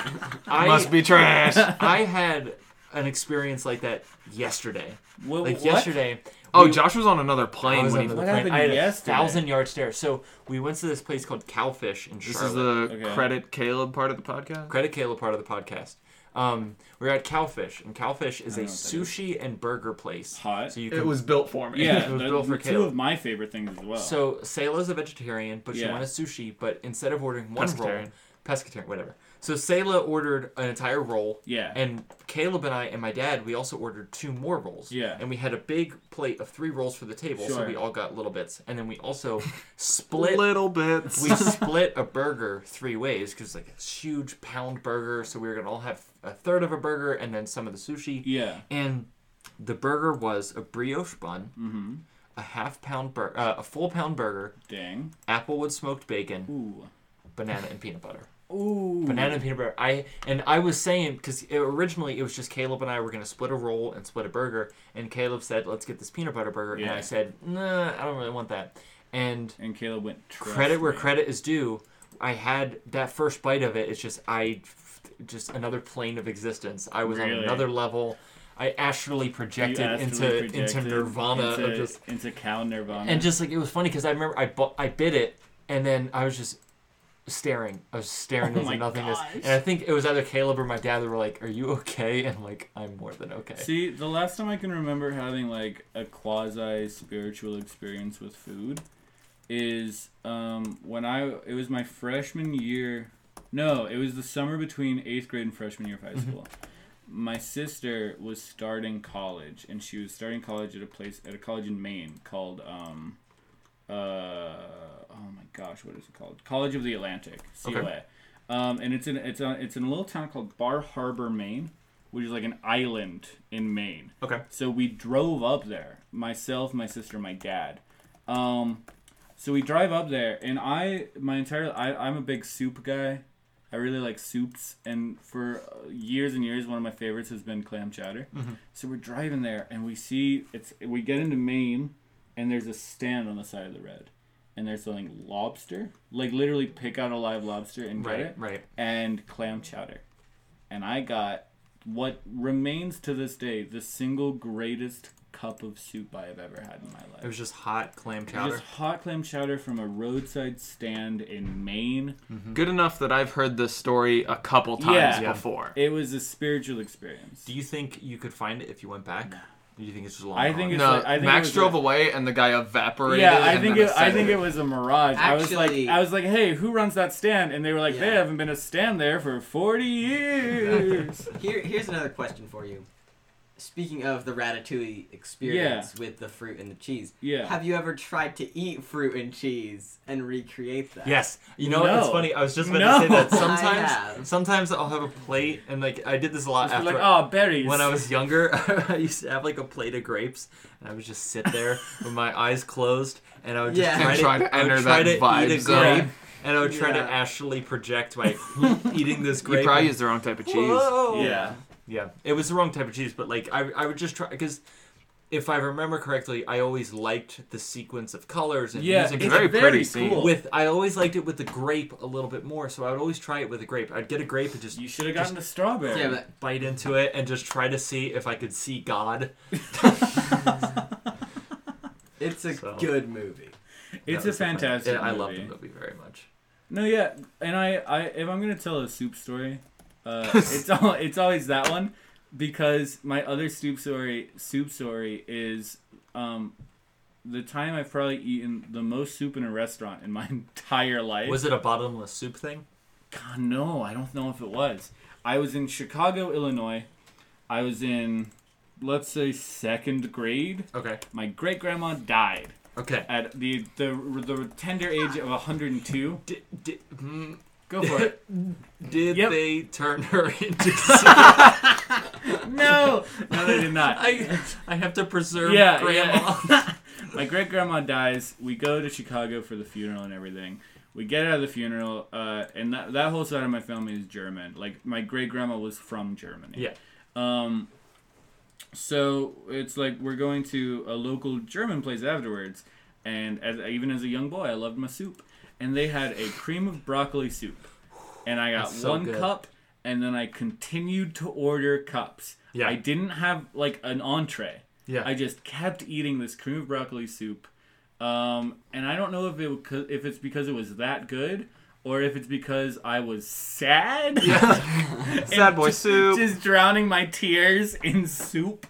Speaker 1: I
Speaker 3: Must be trash.
Speaker 1: I had an experience like that yesterday.
Speaker 2: Wha-
Speaker 1: Like
Speaker 2: what?
Speaker 1: yesterday.
Speaker 3: Oh,
Speaker 1: we-
Speaker 3: Josh was on another
Speaker 1: I
Speaker 3: plane
Speaker 1: was
Speaker 3: when
Speaker 1: on
Speaker 3: he.
Speaker 1: the
Speaker 2: What
Speaker 1: plane.
Speaker 2: happened
Speaker 1: I had
Speaker 2: yesterday?
Speaker 1: a thousand yard stare. So we went to this place called Cowfish in
Speaker 3: This is
Speaker 1: Charlotte.
Speaker 3: the
Speaker 2: Okay.
Speaker 3: credit Caleb part of the podcast.
Speaker 1: Credit Kayla part of the podcast. Um, we were at Cowfish, and Cowfish is
Speaker 2: I
Speaker 1: a
Speaker 2: know what that is.
Speaker 1: sushi and burger place.
Speaker 2: Hot.
Speaker 1: So you
Speaker 3: It
Speaker 1: can.
Speaker 3: was built for me.
Speaker 2: yeah,
Speaker 1: it was
Speaker 2: the-
Speaker 1: built for
Speaker 2: two
Speaker 1: Caleb.
Speaker 2: of my favorite things as well.
Speaker 1: So Sayla's a vegetarian, but she
Speaker 2: Yeah.
Speaker 1: wanted sushi. But instead of ordering one roll,
Speaker 3: Pescatarian.
Speaker 1: pescatarian, whatever. So Sayla ordered an entire roll.
Speaker 2: Yeah.
Speaker 1: And Caleb and I and my dad, we also ordered two more rolls.
Speaker 2: Yeah.
Speaker 1: And we had a big plate of three rolls for the table, so
Speaker 2: Sure.
Speaker 1: we all got little bits. And then we also split
Speaker 3: Little bits.
Speaker 1: we split a burger three ways because like a huge pound burger, so we were gonna all have a third of a burger and then some of the sushi.
Speaker 2: yeah,
Speaker 1: And the burger was a brioche bun,
Speaker 2: Mm-hmm.
Speaker 1: a half pound bur- uh, a full pound burger,
Speaker 2: dang.
Speaker 1: applewood smoked bacon,
Speaker 2: Ooh,
Speaker 1: banana and peanut butter.
Speaker 2: ooh.
Speaker 1: Banana and peanut butter. I and I was saying because originally it was just Caleb and I were gonna split a roll and split a burger, and Caleb said, "Let's get this peanut butter burger," and
Speaker 2: Yeah.
Speaker 1: I said, "Nah, I don't really want that." And
Speaker 2: And Caleb went. "Trust
Speaker 1: credit where
Speaker 2: me."
Speaker 1: credit is due. I had that first bite of it. It's just I, just another plane of existence. I was on
Speaker 2: Really?
Speaker 1: another level. I astrally
Speaker 2: You
Speaker 1: projected
Speaker 2: asked
Speaker 1: into
Speaker 2: really projected
Speaker 1: into nirvana
Speaker 2: into,
Speaker 1: of just
Speaker 2: into cow nirvana.
Speaker 1: and just like it was funny because I remember I bu- I bit it and then I was just staring. I was staring
Speaker 2: Oh
Speaker 1: into
Speaker 2: my
Speaker 1: nothingness.
Speaker 2: gosh.
Speaker 1: And I think it was either Caleb or my dad that were like, "Are you okay?" And I'm like, "I'm more than okay."
Speaker 2: See, the last time I can remember having like a quasi spiritual experience with food is um, when I it was my freshman year. No, it was the summer between eighth grade and freshman year of high school. My sister was starting college, and she was starting college at a place at a college in Maine called. Um, uh, oh my gosh, what is it called? College of the Atlantic, COA. Um, and it's in it's a, it's in a little town called Bar Harbor, Maine, which is like an island in Maine.
Speaker 1: Okay.
Speaker 2: So we drove up there, myself, my sister, my dad. Um, so we drive up there, and I my entire I I'm a big soup guy. I really like soups, and for uh, years and years, one of my favorites has been clam chowder.
Speaker 1: Mm-hmm.
Speaker 2: So we're driving there, and we see it's we get into Maine, and there's a stand on the side of the road, and they're selling lobster, like literally pick out a live lobster and get
Speaker 1: Right,
Speaker 2: it,
Speaker 1: right.
Speaker 2: and clam chowder, and I got what remains to this day the single greatest cup of soup I have ever had in my life.
Speaker 1: It was just hot clam
Speaker 2: It was
Speaker 1: Oh, chowder.
Speaker 2: hot clam chowder from a roadside stand in Maine.
Speaker 3: Good enough that I've heard this story a couple times
Speaker 2: Yeah.
Speaker 3: before.
Speaker 2: It was a spiritual experience.
Speaker 1: Do you think you could find it if you went back? Do you think it's just long?
Speaker 2: I
Speaker 1: gone?
Speaker 2: think it's-
Speaker 3: No,
Speaker 2: like- I think it
Speaker 3: Max
Speaker 2: was
Speaker 3: drove
Speaker 2: a-
Speaker 3: away and the guy evaporated.
Speaker 2: Yeah, I
Speaker 3: and
Speaker 2: think
Speaker 3: then
Speaker 2: it, I
Speaker 3: ascended.
Speaker 2: think it was a mirage. I was
Speaker 4: Actually-
Speaker 2: like, I was like, hey, who runs that stand? And they were like, they
Speaker 4: Yeah.
Speaker 2: haven't been a stand there for forty years.
Speaker 4: Here here's another question for you. Speaking of the ratatouille experience with the fruit and the cheese,
Speaker 2: Yeah.
Speaker 4: have you ever tried to eat fruit and cheese and recreate that?
Speaker 1: Yes. You know
Speaker 2: No.
Speaker 1: it's funny. I was just about to say
Speaker 2: No.
Speaker 1: that
Speaker 4: I
Speaker 1: sometimes
Speaker 4: have.
Speaker 1: sometimes I'll have a plate and like I did this a lot
Speaker 2: Just be
Speaker 1: after
Speaker 2: like, oh, berries.
Speaker 1: when I was younger, I used to have like a plate of grapes, and I would just sit there with my eyes closed, and I would just
Speaker 4: Yeah.
Speaker 1: try,
Speaker 4: And
Speaker 1: to,
Speaker 3: try to
Speaker 1: I would
Speaker 3: enter
Speaker 1: try
Speaker 3: that
Speaker 1: to eat a
Speaker 3: vibe zone.
Speaker 1: grape, and I would try to
Speaker 4: Yeah.
Speaker 1: actually project my eating this
Speaker 3: You
Speaker 1: grape.
Speaker 3: probably
Speaker 1: and-
Speaker 3: used the wrong type of cheese.
Speaker 4: Oh.
Speaker 1: Whoa.
Speaker 2: yeah,
Speaker 1: Yeah, it was the wrong type of cheese, but like I, I would just try because if I remember correctly, I always liked the sequence of colors and
Speaker 2: yeah,
Speaker 1: music.
Speaker 2: it's
Speaker 1: and
Speaker 3: very
Speaker 2: very,
Speaker 3: pretty
Speaker 2: pretty
Speaker 3: scene.
Speaker 2: cool.
Speaker 1: with I always liked it with the grape a little bit more, so I would always try it with a grape. I'd get a grape and just
Speaker 2: you should have gotten the strawberry.
Speaker 4: Yeah, but
Speaker 1: bite into it and just try to see if I could see God.
Speaker 4: it's a
Speaker 1: So-
Speaker 4: good movie.
Speaker 2: it's
Speaker 1: That
Speaker 2: a
Speaker 1: was the plan.
Speaker 2: fantastic.
Speaker 1: Yeah, I
Speaker 2: movie.
Speaker 1: love the movie very much.
Speaker 2: No, yeah, and I, I if I'm gonna tell a soup story, uh, it's all it's always that one because my other soup story soup story is um the time I've probably eaten the most soup in a restaurant in my entire life.
Speaker 1: Was it a bottomless soup thing?
Speaker 2: God, no, I don't know if it was. I was in Chicago, Illinois. I was in, let's say, second grade.
Speaker 1: Okay.
Speaker 2: My great grandma died
Speaker 1: Okay.
Speaker 2: at the, the the tender age of 102.
Speaker 1: Did, did, mm,
Speaker 2: Go for it.
Speaker 1: did
Speaker 2: Yep.
Speaker 1: they turn her into soup?
Speaker 2: no, no, they did not.
Speaker 1: I, I have to preserve
Speaker 2: Yeah,
Speaker 1: grandma.
Speaker 2: my great grandma dies. We go to Chicago for the funeral and everything. We get out of the funeral, uh, and that, that whole side of my family is German. Like my great grandma was from Germany.
Speaker 1: Yeah.
Speaker 2: Um, So it's like we're going to a local German place afterwards, and as, even as a young boy, I loved my soup, and they had a cream of broccoli soup, and I got
Speaker 1: That's so
Speaker 2: one
Speaker 1: good.
Speaker 2: cup, and then I continued to order cups.
Speaker 1: Yeah.
Speaker 2: I didn't have like an entree.
Speaker 1: Yeah.
Speaker 2: I just kept eating this cream of broccoli soup, um, and I don't know if it wa- 'cause- if it's because it was that good. Or if it's because I was sad.
Speaker 3: Sad boy
Speaker 2: just,
Speaker 3: soup.
Speaker 2: Just drowning my tears in soup.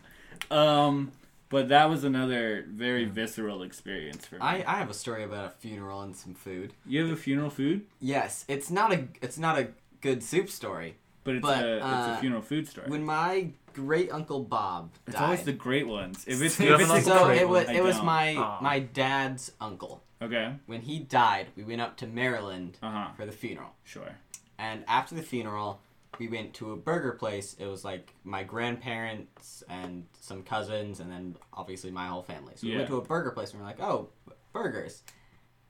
Speaker 2: Um, but that was another very visceral experience for me.
Speaker 4: I, I have a story about a funeral and some food.
Speaker 2: you have a funeral food,
Speaker 4: Yes, it's not a it's not a good soup story.
Speaker 2: but it's
Speaker 4: But,
Speaker 2: a it's
Speaker 4: uh,
Speaker 2: a funeral food store.
Speaker 4: When my great uncle Bob died,
Speaker 2: It's always the great ones. If it's,
Speaker 1: You
Speaker 2: if
Speaker 1: have
Speaker 2: it's
Speaker 1: an
Speaker 2: the
Speaker 1: uncle
Speaker 4: so
Speaker 2: great
Speaker 4: it was
Speaker 2: ones, I
Speaker 4: it was
Speaker 2: don't.
Speaker 4: my
Speaker 1: Aw.
Speaker 4: my dad's uncle.
Speaker 2: okay.
Speaker 4: When he died, we went up to Maryland
Speaker 2: Uh huh.
Speaker 4: for the funeral.
Speaker 2: Sure.
Speaker 4: And after the funeral, we went to a burger place. It was like my grandparents and some cousins, and then obviously my whole family. So we
Speaker 2: Yeah.
Speaker 4: went to a burger place, and we are like, oh, b- burgers.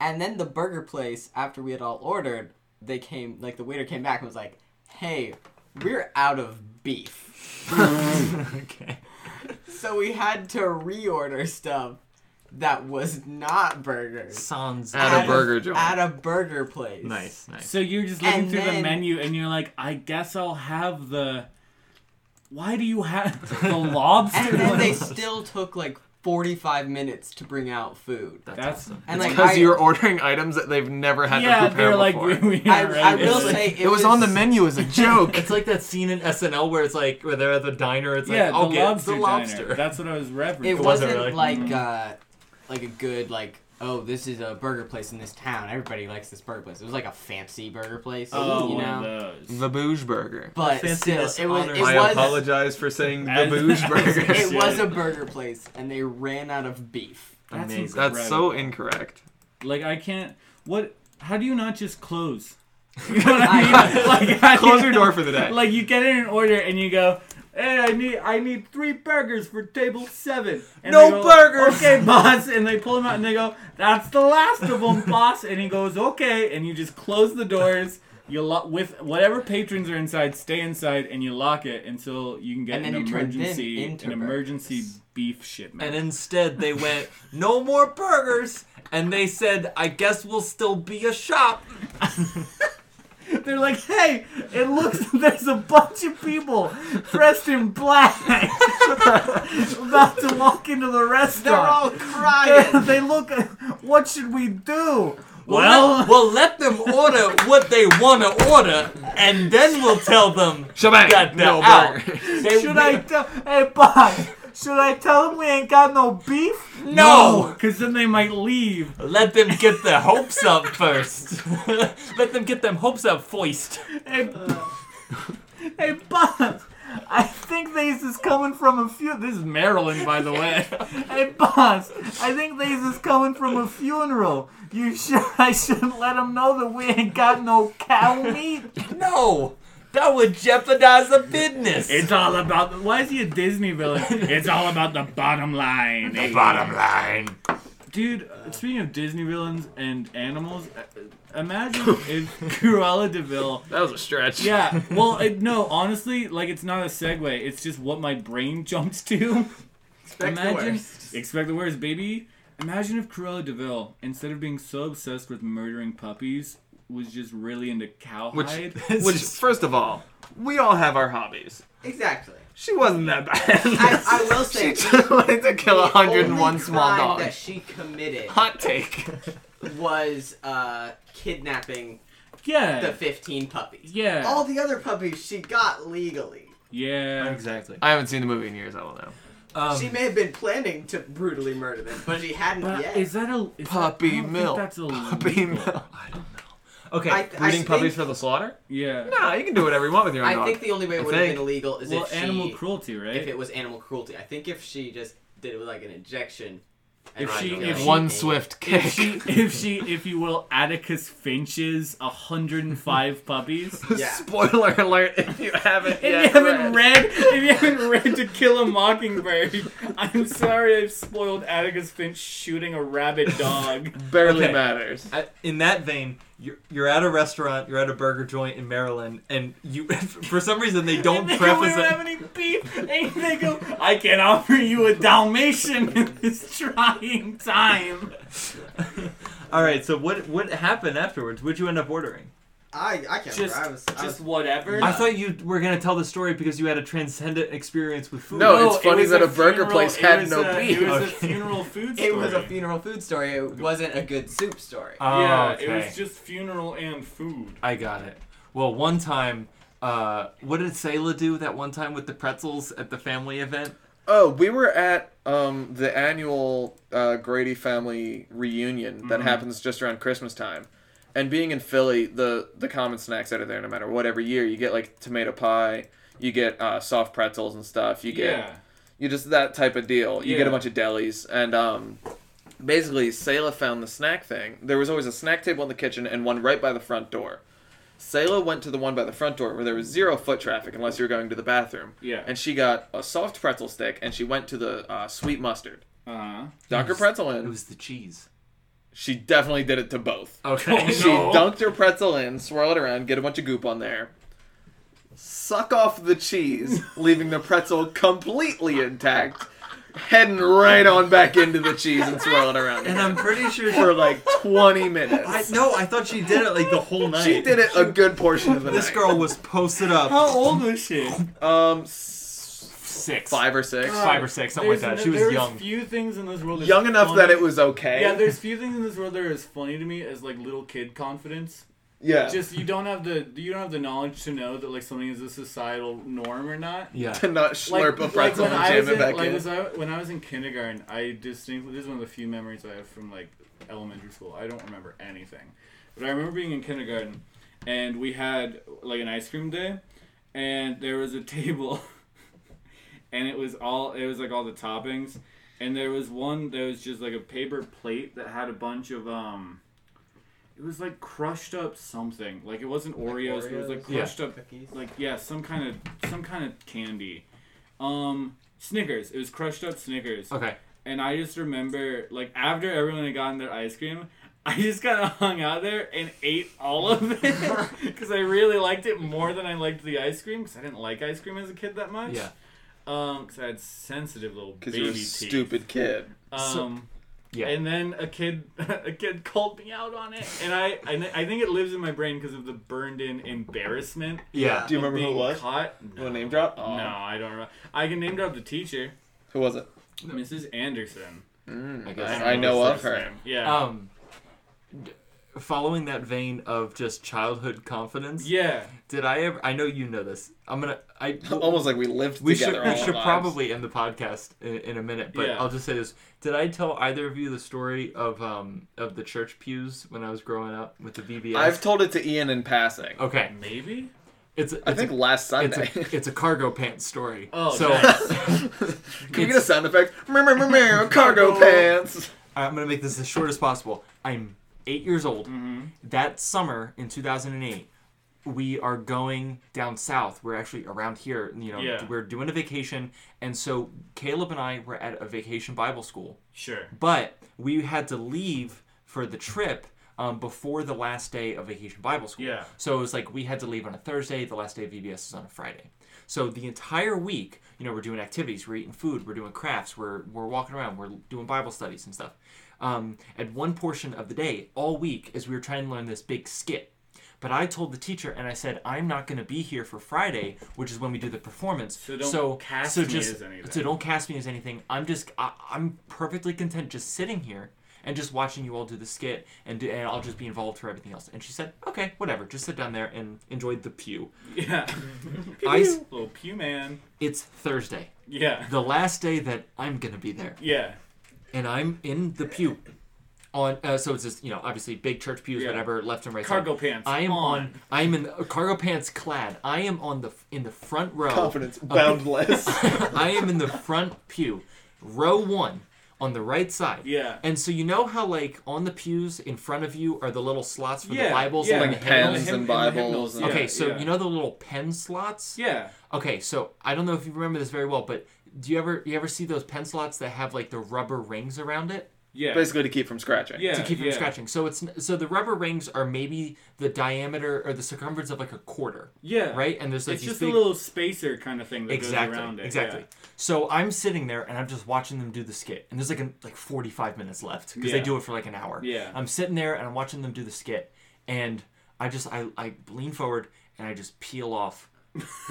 Speaker 4: And then the burger place, after we had all ordered, they came, like the waiter came back and was like, hey, we're out of beef.
Speaker 1: okay.
Speaker 4: so we had to reorder stuff that was not burgers.
Speaker 1: Sounds
Speaker 3: At a
Speaker 4: At
Speaker 3: burger joint.
Speaker 4: At a burger place.
Speaker 1: Nice, nice.
Speaker 2: So you're just looking
Speaker 4: And
Speaker 2: through the
Speaker 4: then-
Speaker 2: menu and you're like, I guess I'll have the. Why do you have the lobster?
Speaker 4: And then they
Speaker 2: one?
Speaker 4: still took like 45 minutes to bring out food.
Speaker 2: That's-
Speaker 1: awesome.
Speaker 4: And like
Speaker 3: Because
Speaker 4: I,
Speaker 3: you're ordering items that they've never had
Speaker 2: yeah,
Speaker 3: to prepare
Speaker 2: they're like,
Speaker 3: before.
Speaker 2: we
Speaker 4: I,
Speaker 2: are
Speaker 4: I
Speaker 2: out of
Speaker 4: will
Speaker 2: it.
Speaker 4: say
Speaker 3: it was on the menu as a joke.
Speaker 1: It's like that scene in SNL where it's like where they're at the diner. It's
Speaker 2: yeah,
Speaker 1: like I'll
Speaker 2: the
Speaker 1: get
Speaker 2: lobster
Speaker 1: the
Speaker 2: diner.
Speaker 1: lobster.
Speaker 2: That's what I was referencing.
Speaker 4: It
Speaker 1: wasn't
Speaker 4: wasn't
Speaker 1: really.
Speaker 4: like uh, like a good like oh this is a burger place in this town. Everybody likes this burger place. It was like a fancy burger place,
Speaker 2: Oh,
Speaker 4: you
Speaker 2: one
Speaker 4: know.
Speaker 2: of those.
Speaker 3: the Booge Burger.
Speaker 4: But still,
Speaker 1: Fanciest
Speaker 4: it was
Speaker 1: honor.
Speaker 4: it
Speaker 3: I
Speaker 4: was,
Speaker 3: apologize for saying the
Speaker 2: As-
Speaker 3: Booge
Speaker 2: as-
Speaker 3: Burger.
Speaker 4: it was
Speaker 2: Yeah.
Speaker 4: a burger place, and they ran out of beef.
Speaker 2: That's
Speaker 1: Amazing.
Speaker 2: incredible.
Speaker 3: That's so incorrect.
Speaker 2: Like I can't. What? How do you not just close? You know what I
Speaker 4: I-
Speaker 2: mean? like how do
Speaker 3: Close
Speaker 2: you-
Speaker 3: your door for the day.
Speaker 2: Like you get in an order and you go, "Hey, I need I need three burgers for table seven. And
Speaker 3: No
Speaker 2: they go,
Speaker 3: burgers.
Speaker 2: Okay, boss. And they pull them out and they go, "That's the last of them, boss." And he goes, "Okay." And you just close the doors. You lock with whatever patrons are inside, stay inside, and you lock it until you can get
Speaker 4: And
Speaker 2: an
Speaker 4: then you turn them
Speaker 2: emergency
Speaker 4: into
Speaker 2: an emergency
Speaker 4: burgers.
Speaker 2: beef shipment.
Speaker 1: And instead, they went no more burgers, and they said, "I guess we'll still be a shop."
Speaker 2: They're like, hey, it looks there's a bunch of people dressed in black about to walk into the
Speaker 4: They're
Speaker 2: restaurant.
Speaker 4: all crying.
Speaker 2: they look. What should we do?
Speaker 1: Well, we'll let them order what they want to order, and then we'll tell them
Speaker 3: Shebang!
Speaker 1: that they're
Speaker 3: No
Speaker 1: out.
Speaker 3: burgers.
Speaker 1: They-
Speaker 2: should I tell? Hey, Bob, should I tell them we ain't got no beef?
Speaker 1: No.
Speaker 2: because then they might leave.
Speaker 1: Let them get their hopes up first. let them get them hopes up first.
Speaker 2: Hey, hey, Bob. I think this is coming from a few. This is Maryland, by the way. hey, boss. I think this is coming from a funeral. You should. I shouldn't let them know that we ain't got no cow meat.
Speaker 1: No, that would jeopardize the business.
Speaker 2: all about. Why is he a Disney villain? It's all about the bottom line. The
Speaker 1: line.
Speaker 2: Dude, uh, speaking of Disney villains and animals, uh, imagine if Cruella Deville.
Speaker 3: That was a stretch.
Speaker 2: Yeah, well, it, no, honestly, like it's not a segue. It's just what my brain jumps to.
Speaker 4: Expect the
Speaker 2: Imagine,
Speaker 4: worst.
Speaker 2: expect the worst, baby. Imagine if Cruella Deville, instead of being so obsessed with murdering puppies, was just really into cowhide.
Speaker 3: Which, which, first of all, we all have our hobbies.
Speaker 4: exactly.
Speaker 3: She wasn't that bad.
Speaker 4: I, I will say
Speaker 3: she just wanted to kill
Speaker 4: the
Speaker 3: 101
Speaker 4: only
Speaker 3: small
Speaker 4: crime
Speaker 3: dogs.
Speaker 4: that she committed
Speaker 3: Hot take.
Speaker 4: was uh, kidnapping
Speaker 2: yeah,
Speaker 4: the 15 puppies.
Speaker 2: yeah,
Speaker 4: All the other puppies she got legally.
Speaker 2: yeah.
Speaker 1: Exactly.
Speaker 3: I haven't seen the movie in years. I don't know.
Speaker 1: Um,
Speaker 4: She may have been planning to brutally murder them, but she hadn't
Speaker 2: But
Speaker 4: yet.
Speaker 2: is that a is
Speaker 3: Puppy
Speaker 2: that, I don't
Speaker 3: milk.
Speaker 2: Think that's illegal.
Speaker 3: Puppy mill.
Speaker 1: okay.
Speaker 4: I, th- I
Speaker 3: Breeding
Speaker 4: think,
Speaker 3: puppies for the slaughter?
Speaker 2: Yeah.
Speaker 3: Nah, you can do whatever you want with your own
Speaker 4: I
Speaker 3: dog.
Speaker 4: think the only way
Speaker 3: I
Speaker 4: it would have
Speaker 3: think.
Speaker 4: been illegal is
Speaker 2: Well,
Speaker 4: if she,
Speaker 2: animal cruelty, right?
Speaker 4: if it was animal cruelty. I think if she just did it with like an injection.
Speaker 2: If she-
Speaker 4: like,
Speaker 2: if
Speaker 4: uh,
Speaker 2: she-
Speaker 3: One swift kick.
Speaker 2: if she, if she, if you will, Atticus Finch's 105 puppies.
Speaker 4: Yeah.
Speaker 3: Spoiler alert if you
Speaker 2: If
Speaker 3: haven't yet
Speaker 2: you haven't read, if you haven't read To Kill a Mockingbird, I'm sorry I've spoiled Atticus Finch shooting a rabid dog.
Speaker 3: barely
Speaker 1: Okay.
Speaker 3: matters.
Speaker 1: I- in that vein, You're, you're at a restaurant, you're at a burger joint in Maryland, and you for some reason they don't
Speaker 2: And they go, we
Speaker 1: preface
Speaker 2: don't have
Speaker 1: it.
Speaker 2: any beef. And they go, I can offer you a Dalmatian in this trying time.
Speaker 1: All right, so what what happened afterwards? What'd you end up ordering?
Speaker 5: I, I can't
Speaker 2: Just,
Speaker 5: remember. I was, I
Speaker 2: just
Speaker 5: was,
Speaker 2: whatever.
Speaker 1: I thought you were gonna tell the story because you had a transcendent experience with food.
Speaker 3: No, it's
Speaker 2: it
Speaker 3: funny
Speaker 2: was
Speaker 3: that a burger
Speaker 2: funeral-
Speaker 3: place
Speaker 2: it
Speaker 3: had
Speaker 2: was
Speaker 3: no
Speaker 2: a-
Speaker 3: beef.
Speaker 2: It was a
Speaker 1: Okay.
Speaker 2: funeral food story.
Speaker 4: It was a funeral food story. It wasn't a good soup story.
Speaker 1: Oh,
Speaker 2: yeah,
Speaker 1: okay.
Speaker 2: it was just funeral and food.
Speaker 1: I got it. Well, one time, uh, what did Sayla do that one time with the pretzels at the family event?
Speaker 3: Oh, we were at um, the annual uh, Grady family reunion that happens just around Christmas time. And being in Philly, the the common snacks that are there, no matter what, every year you get like tomato pie, you get uh, soft pretzels and stuff. You get
Speaker 2: Yeah.
Speaker 3: you just that type of deal. You get
Speaker 2: Yeah.
Speaker 3: a bunch of delis, and um, basically, Sayla found the snack thing. There was always a snack table in the kitchen and one right by the front door. Sayla went to the one by the front door where there was zero foot traffic unless you were going to the bathroom.
Speaker 2: Yeah.
Speaker 3: And she got a soft pretzel stick and she went to the uh, sweet mustard.
Speaker 2: Uh-huh.
Speaker 3: Dunk her pretzel
Speaker 1: It
Speaker 3: in.
Speaker 1: was the cheese.
Speaker 3: she definitely did it to both.
Speaker 1: Okay.
Speaker 3: Oh, She dunked her pretzel in, swirl it around, get a bunch of goop on there, suck off the cheese, leaving the pretzel completely intact, heading right on back into the cheese and swirl it around
Speaker 1: and I'm pretty sure she,
Speaker 3: for like 20 minutes.
Speaker 1: I no, I thought she did it like the whole night.
Speaker 3: she did it a good portion of the
Speaker 1: This
Speaker 3: night.
Speaker 1: girl was posted up.
Speaker 2: How old was she?
Speaker 3: um, s-
Speaker 1: Six.
Speaker 3: five or six,
Speaker 1: Five or six, something like that.
Speaker 2: There's no-
Speaker 1: She was
Speaker 2: there's
Speaker 1: young.
Speaker 2: few things in Uh, this world. that's
Speaker 3: young enough that
Speaker 2: funny-
Speaker 3: it was okay.
Speaker 2: Yeah, there's few things in this world that are as funny to me as like little kid confidence.
Speaker 3: yeah.
Speaker 2: Just you don't have the you don't have the knowledge to know that like something is a societal norm or not.
Speaker 1: Yeah.
Speaker 3: to not slurp a pretzel
Speaker 2: when
Speaker 3: and
Speaker 2: I
Speaker 3: jam
Speaker 2: was
Speaker 3: it
Speaker 2: in-
Speaker 3: back
Speaker 2: like,
Speaker 3: in.
Speaker 2: was I- when I was in kindergarten, I distinctly this is one of the few memories I have from like elementary school. I don't remember anything, but I remember being in kindergarten, and we had like an ice cream day, and there was a table, and it was all it was like all the toppings, and there was one that was just like a paper plate that had a bunch of um. It was like crushed up something. Like it wasn't Oreos, but it was like
Speaker 4: Oreos,
Speaker 2: crushed up
Speaker 4: cookies.
Speaker 2: like yeah, some kind of some kind of candy. Um Snickers. It was crushed up Snickers.
Speaker 1: Okay.
Speaker 2: And I just remember like after everyone had gotten their ice cream, I just kind of hung out there and ate all of it because I really liked it more than I liked the ice cream because I didn't like ice cream as a kid that much.
Speaker 1: Yeah.
Speaker 2: Um, because I had sensitive little
Speaker 3: Because
Speaker 2: baby
Speaker 3: you're a
Speaker 2: teeth.
Speaker 3: stupid kid.
Speaker 1: So-
Speaker 2: Um,
Speaker 1: Yeah.
Speaker 2: And then a kid, a kid called me out on it, and I, I, thi- I think it lives in my brain because of the burned-in embarrassment.
Speaker 1: Yeah.
Speaker 3: Do you
Speaker 2: of
Speaker 3: remember who it
Speaker 2: being
Speaker 3: was?
Speaker 2: Caught. No.
Speaker 3: Wanna name drop? Oh.
Speaker 2: No, I don't remember. I can name drop the teacher,
Speaker 3: Who was it? Hmm.
Speaker 2: Mrs. Anderson.
Speaker 1: I
Speaker 3: I,
Speaker 1: guess.
Speaker 2: don't
Speaker 3: know
Speaker 2: his
Speaker 3: of
Speaker 2: first
Speaker 3: her.
Speaker 2: name. Yeah.
Speaker 1: Um, d- following that vein of just childhood confidence,
Speaker 2: yeah.
Speaker 1: did I ever? I know you know this. I'm gonna. I
Speaker 3: Almost like we lived
Speaker 1: We should
Speaker 3: together. all
Speaker 1: we
Speaker 3: our
Speaker 1: should
Speaker 3: lives.
Speaker 1: probably end the podcast in, in a minute, but
Speaker 2: Yeah.
Speaker 1: I'll just say this: Did I tell either of you the story of um of the church pews when I was growing up with the VBS?
Speaker 3: I've told it to Ian in passing.
Speaker 1: okay,
Speaker 2: Maybe.
Speaker 1: it's a, it's
Speaker 3: I think
Speaker 1: a,
Speaker 3: last
Speaker 1: it's
Speaker 3: Sunday.
Speaker 1: a it's a cargo pants story.
Speaker 2: Oh,
Speaker 1: so
Speaker 2: nice.
Speaker 3: Can we get a sound effect? Meow, meow, meow, meow, Cargo pants.
Speaker 1: I'm gonna make this as short as possible. I'm eight years old. That summer in 2008, we are going down south. We're actually around here. You know,
Speaker 2: Yeah.
Speaker 1: we're doing a vacation, and so Caleb and I were at a vacation Bible school,
Speaker 2: sure.
Speaker 1: but we had to leave for the trip. Um, before the last day of vacation Bible school.
Speaker 2: Yeah.
Speaker 1: So it was like we had to leave on a Thursday. The last day of VBS is on a Friday. So the entire week, you know, we're doing activities, we're eating food, we're doing crafts, we're we're walking around, we're doing Bible studies and stuff. Um, at one portion of the day, all week, as we were trying to learn this big skit. But I told the teacher, and I said, I'm not going to be here for Friday, which is when we do the performance. So
Speaker 2: don't
Speaker 1: so,
Speaker 2: cast me
Speaker 1: just
Speaker 2: as anything.
Speaker 1: so don't cast me as anything. I'm just I, I'm perfectly content just sitting here and just watching you all do the skit, and do, and I'll just be involved for everything else. And she said, okay, whatever, just sit down there and enjoy the pew.
Speaker 2: Yeah.
Speaker 1: I s-
Speaker 2: Little pew man.
Speaker 1: it's Thursday,
Speaker 2: Yeah.
Speaker 1: the last day that I'm gonna be there,
Speaker 2: Yeah.
Speaker 1: and I'm in the pew. On uh, so it's this you know obviously big church pews
Speaker 2: Yeah.
Speaker 1: whatever left and right. side.
Speaker 2: Cargo pants.
Speaker 1: I am on.
Speaker 2: on.
Speaker 1: I am in uh, cargo pants clad. I am on the f- in the front row.
Speaker 3: Confidence boundless.
Speaker 1: I am in the front pew, row one on the right side.
Speaker 2: Yeah.
Speaker 1: And so you know how like on the pews in front of you are the little slots for
Speaker 2: Yeah.
Speaker 1: the Bibles
Speaker 2: yeah.
Speaker 1: and
Speaker 3: Like
Speaker 1: the hymnals?
Speaker 3: pens
Speaker 2: Hymn-
Speaker 3: and
Speaker 2: the
Speaker 3: Bibles
Speaker 2: hymnals,
Speaker 3: and-
Speaker 2: yeah,
Speaker 1: Okay, so
Speaker 2: yeah.
Speaker 1: you know the little pen slots?
Speaker 2: Yeah.
Speaker 1: Okay, so I don't know if you remember this very well, but do you ever you ever see those pen slots that have like the rubber rings around it?
Speaker 2: Yeah.
Speaker 3: basically to keep from scratching.
Speaker 2: yeah.
Speaker 1: to keep
Speaker 2: yeah.
Speaker 1: from scratching. So it's so the rubber rings are maybe the diameter or the circumference of like a quarter,
Speaker 2: Yeah.
Speaker 1: right? And there's like
Speaker 2: It's
Speaker 1: these
Speaker 2: just
Speaker 1: big
Speaker 2: a little spacer kind of thing that
Speaker 1: exactly
Speaker 2: goes around it.
Speaker 1: exactly. So I'm sitting there and I'm just watching them do the skit, and there's like an, like 45 minutes left because
Speaker 2: Yeah.
Speaker 1: they do it for like an hour.
Speaker 2: Yeah.
Speaker 1: I'm sitting there and I'm watching them do the skit, and I just I, I lean forward and I just peel off.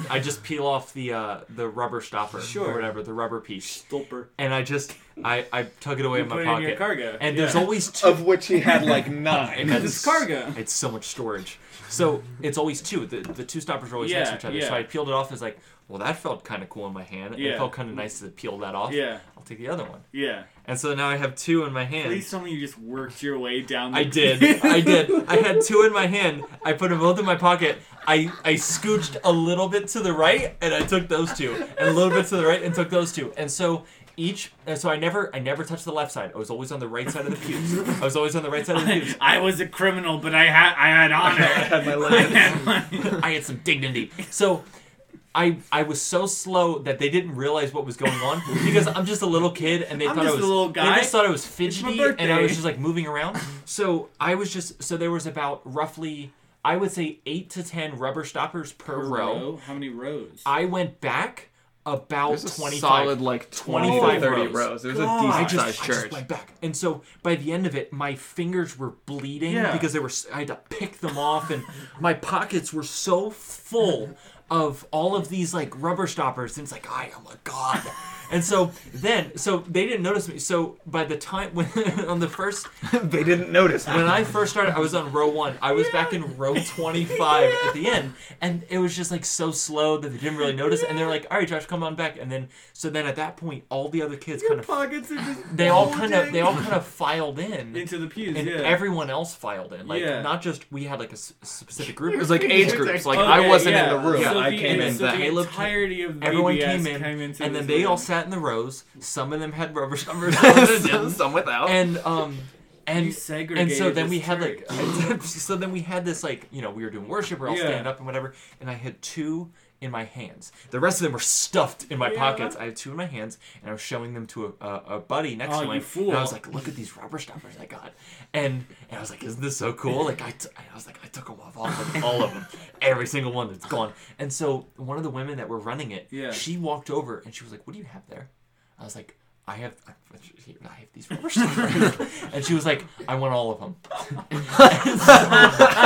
Speaker 1: I just peel off the uh, the rubber stopper
Speaker 2: Sure.
Speaker 1: or whatever the rubber piece,
Speaker 2: Yeah. Stulper.
Speaker 1: and I just I, I tug it away in my
Speaker 2: put it in
Speaker 1: pocket.
Speaker 2: your cargo.
Speaker 1: And
Speaker 2: Yeah.
Speaker 1: there's always two
Speaker 3: Of which he had like nine.
Speaker 1: That's-
Speaker 2: It's cargo.
Speaker 1: It's so much storage. So it's always two. The, the two stoppers are always
Speaker 2: Yeah,
Speaker 1: next to each other.
Speaker 2: yeah.
Speaker 1: So I peeled it off and was like, well, that felt kind of cool in my hand.
Speaker 2: Yeah.
Speaker 1: It felt kind of nice to peel that off.
Speaker 2: Yeah.
Speaker 1: I'll take the other one.
Speaker 2: Yeah.
Speaker 1: And so now I have two in my hand.
Speaker 2: At least something you just worked your way down. The
Speaker 1: I did. I did. I had two in my hand. I put them both in my pocket. I, I scooched a little bit to the right and I took those two, and a little bit to the right and took those two. And so each, and so I never I never touched the left side. I was always on the right side of the pews. I was always on the right side of the pews.
Speaker 2: I was a criminal, but I had I had honor.
Speaker 3: had my
Speaker 2: I
Speaker 3: life.
Speaker 2: had my-
Speaker 1: I had some dignity. So I I was so slow that they didn't realize what was going on because I'm just a little kid and they
Speaker 2: I'm
Speaker 1: thought
Speaker 2: just
Speaker 1: I was
Speaker 2: a little guy.
Speaker 1: They just thought I was fidgety and I
Speaker 2: birthday.
Speaker 1: was just like moving around. So I was just so there was about roughly I would say eight to ten rubber stoppers per, row.
Speaker 2: How many rows?
Speaker 1: I went back about
Speaker 3: There's a
Speaker 1: twenty
Speaker 3: solid
Speaker 1: five.
Speaker 3: like 25
Speaker 1: 25
Speaker 3: 30 rows.
Speaker 1: rows.
Speaker 3: There's
Speaker 2: God.
Speaker 3: a
Speaker 1: I
Speaker 3: decent
Speaker 1: just,
Speaker 3: sized
Speaker 1: I just
Speaker 3: church.
Speaker 1: went back, and so by the end of it, my fingers were bleeding
Speaker 2: Yeah.
Speaker 1: because they were. I had to pick them off, and my pockets were so full of all of these like rubber stoppers. And it's like I am a god. And so then, so they didn't notice me. So by the time when on the first
Speaker 3: they didn't notice.
Speaker 1: when I first started, I was on row one. I was back in row 25 at the end, and it was just like so slow that they didn't really notice. And they're like, "All right, Josh, come on back." And then, so then at that point, all the other kids kind of
Speaker 2: pockets are just
Speaker 1: they all kind of
Speaker 2: bulging
Speaker 1: they all kind of filed in
Speaker 2: into the pews.
Speaker 1: and
Speaker 2: yeah.
Speaker 1: everyone else filed in like
Speaker 2: Yeah.
Speaker 1: not just we had like a s- specific group
Speaker 3: It was like age groups. Like I
Speaker 2: Okay,
Speaker 3: wasn't
Speaker 2: yeah.
Speaker 3: in the room.
Speaker 2: So
Speaker 3: I
Speaker 2: the,
Speaker 3: came in
Speaker 2: so
Speaker 3: that.
Speaker 2: The
Speaker 1: Caleb
Speaker 2: entirety of
Speaker 1: everyone
Speaker 2: VBS
Speaker 1: came in
Speaker 2: into
Speaker 1: and then
Speaker 2: this
Speaker 1: they all
Speaker 2: room.
Speaker 1: sat in the rows some of them had rubber stoppers some of them didn't.
Speaker 3: Some without.
Speaker 1: and um
Speaker 2: You
Speaker 1: and and
Speaker 2: segregated
Speaker 1: so then
Speaker 2: this
Speaker 1: we had
Speaker 2: church.
Speaker 1: like so then we had this like you know we were doing worship or I'll
Speaker 2: Yeah.
Speaker 1: stand up and whatever and I had two in my hands the rest of them were stuffed in my
Speaker 2: Yeah.
Speaker 1: pockets I had two in my hands and I was showing them to a, a, a buddy next
Speaker 2: Oh,
Speaker 1: to
Speaker 2: you
Speaker 1: me
Speaker 2: fool.
Speaker 1: and I was like look at these rubber stoppers I got and, and I was like isn't this so cool like I, t- I was like I took them off all of them, all of them every single one that's gone and so one of the women that were running it
Speaker 2: Yeah.
Speaker 1: she walked over and she was like what do you have there I was like, I have, I have these rubber stoppers. and she was like, I want all of them.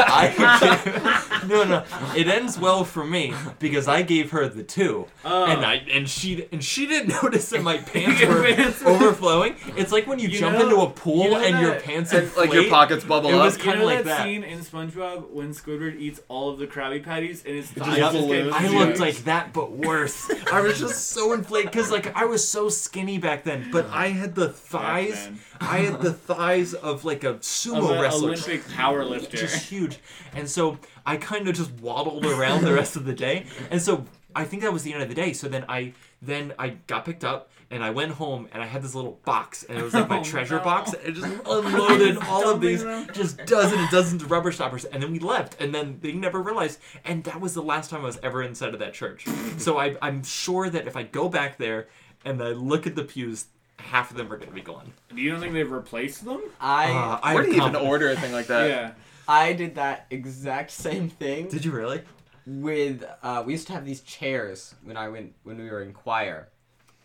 Speaker 1: I, no, no, it ends well for me because I gave her the two, and I and she and she didn't notice that my pants
Speaker 2: Oh. Your
Speaker 1: were
Speaker 2: pants were-
Speaker 1: overflowing. It's like when you,
Speaker 2: You
Speaker 1: jump
Speaker 2: know-
Speaker 1: into a pool
Speaker 2: you know
Speaker 1: and your
Speaker 2: that-
Speaker 1: pants
Speaker 3: And, like your
Speaker 1: inflate.
Speaker 3: pockets bubble
Speaker 1: It
Speaker 3: up.
Speaker 1: was
Speaker 2: Oh, You
Speaker 1: kind of
Speaker 2: know
Speaker 1: like
Speaker 2: that,
Speaker 1: that.
Speaker 2: scene in SpongeBob when Squidward eats all of the Krabby Patties and his
Speaker 3: just
Speaker 2: thighs just
Speaker 3: balloons.
Speaker 2: get
Speaker 1: I
Speaker 2: huge?
Speaker 1: looked like that, but worse. I was just so inflated because like I was so skinny back then, but I had the thighs.
Speaker 2: man.
Speaker 1: I had the thighs of like a
Speaker 2: Of
Speaker 1: sumo
Speaker 2: a
Speaker 1: wrestler.
Speaker 2: Olympic powerlifter.
Speaker 1: Just huge, and so I kind of just waddled around the rest of the day, and so I think that was the end of the day. So then I then I got picked up and I went home and I had this little box and it was like my
Speaker 2: Oh,
Speaker 1: treasure
Speaker 2: no.
Speaker 1: box and it just unloaded all of
Speaker 2: Dumping
Speaker 1: these
Speaker 2: them.
Speaker 1: just dozens and dozens of rubber stoppers and then we left and then they never realized and that was the last time I was ever inside of that church. so I, I'm sure that if I go back there and I look at the pews, half of them are gonna be gone.
Speaker 2: You don't think they've replaced them?
Speaker 4: I
Speaker 1: Uh, I
Speaker 3: Where do you even
Speaker 1: confident.
Speaker 3: order a thing like that?
Speaker 2: yeah.
Speaker 4: I did that exact same thing
Speaker 1: Did you really?
Speaker 4: with uh, we used to have these chairs when I went when we were in choir,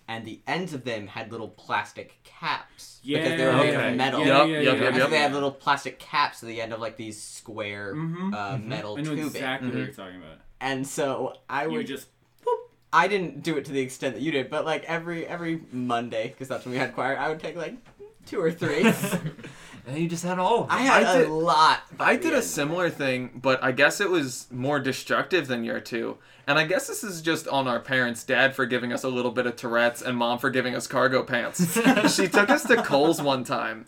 Speaker 4: and the ends of them had little plastic caps because they were made
Speaker 1: Okay.
Speaker 4: of metal.
Speaker 2: Yeah,
Speaker 3: Yup,
Speaker 2: yeah, yeah.
Speaker 3: yup, yup,
Speaker 4: And so
Speaker 3: yup.
Speaker 4: they had little plastic caps at the end of like these square
Speaker 2: Mhm.
Speaker 4: uh, metal
Speaker 2: I know
Speaker 4: tubing.
Speaker 2: exactly
Speaker 3: Mm-hmm.
Speaker 2: what you're talking about.
Speaker 4: And so I
Speaker 2: You
Speaker 4: would
Speaker 2: would just
Speaker 4: I didn't do it to the extent that you did, but like every every Monday because that's when we had choir, I would take like two or three.
Speaker 1: And you just had all of them.
Speaker 4: I had
Speaker 3: I did-
Speaker 4: a lot. by
Speaker 3: I
Speaker 4: the
Speaker 3: did a
Speaker 4: end.
Speaker 3: similar thing, but I guess it was more destructive than your two. And I guess this is just on our parents, dad for giving us a little bit of Tourette's and mom for giving us cargo pants. she took us to Cole's one time,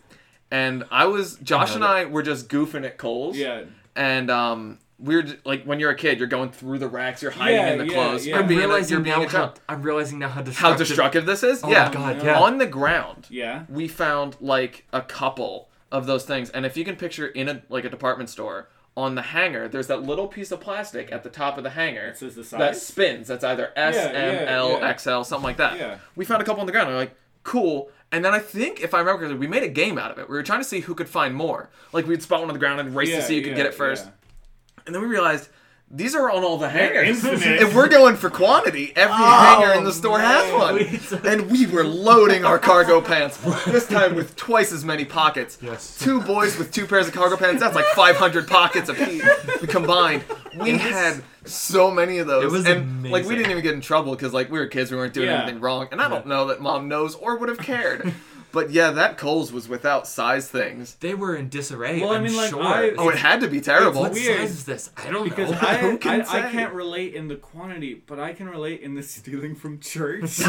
Speaker 3: and I was Josh and I were just goofing at Cole's.
Speaker 2: yeah.
Speaker 3: And um we were j- like when you're a kid, you're going through the racks, you're hiding
Speaker 2: Yeah,
Speaker 3: in the
Speaker 2: yeah,
Speaker 3: clothes.
Speaker 2: yeah.
Speaker 3: You're
Speaker 1: I'm
Speaker 3: being a- you're
Speaker 1: realizing
Speaker 3: being
Speaker 1: now
Speaker 3: a child.
Speaker 1: how I'm realizing now how destructive.
Speaker 3: how destructive this is.
Speaker 1: Oh my
Speaker 3: yeah.
Speaker 1: God, yeah.
Speaker 3: On the ground
Speaker 2: Yeah.
Speaker 3: we found like a couple of those things and if you can picture in a like a department store on the hanger there's that little piece of plastic at the top of the hanger
Speaker 2: It says the
Speaker 3: that
Speaker 2: size.
Speaker 3: spins that's either S,
Speaker 2: Yeah,
Speaker 3: M,
Speaker 2: yeah,
Speaker 3: L,
Speaker 2: yeah.
Speaker 3: XL, something like that
Speaker 2: Yeah.
Speaker 3: we found a couple on the ground and we're like cool. And then I think, if I remember correctly, we made a game out of it. We were trying to see who could find more. Like we'd spot one on the ground and race to see who could get it first. And then we realized these are on all the hangers.
Speaker 2: infinite.
Speaker 3: if we're going for quantity, every
Speaker 1: Oh,
Speaker 3: hanger in the store has one. and we were loading our cargo pants, this time with twice as many pockets.
Speaker 1: Yes.
Speaker 3: Two boys with two pairs of cargo pants, that's like 500 pockets apiece combined. We had so many of those.
Speaker 1: It was
Speaker 3: and like we
Speaker 1: amazing.
Speaker 3: didn't even get in trouble because like we were kids, we weren't doing
Speaker 2: Yeah.
Speaker 3: anything wrong. And I don't know that mom knows or would have cared. but yeah, that Coles was without size things.
Speaker 1: They were in disarray.
Speaker 2: Well, I
Speaker 1: I'm
Speaker 2: mean, like,
Speaker 1: sure.
Speaker 2: I-
Speaker 3: Oh, it had to be terrible.
Speaker 1: what
Speaker 2: It's weird.
Speaker 1: size is this? I don't
Speaker 2: Because
Speaker 1: know.
Speaker 2: I,
Speaker 3: Who can
Speaker 2: I, I
Speaker 3: say?
Speaker 2: can't relate in the quantity, but I can relate in the stealing from church.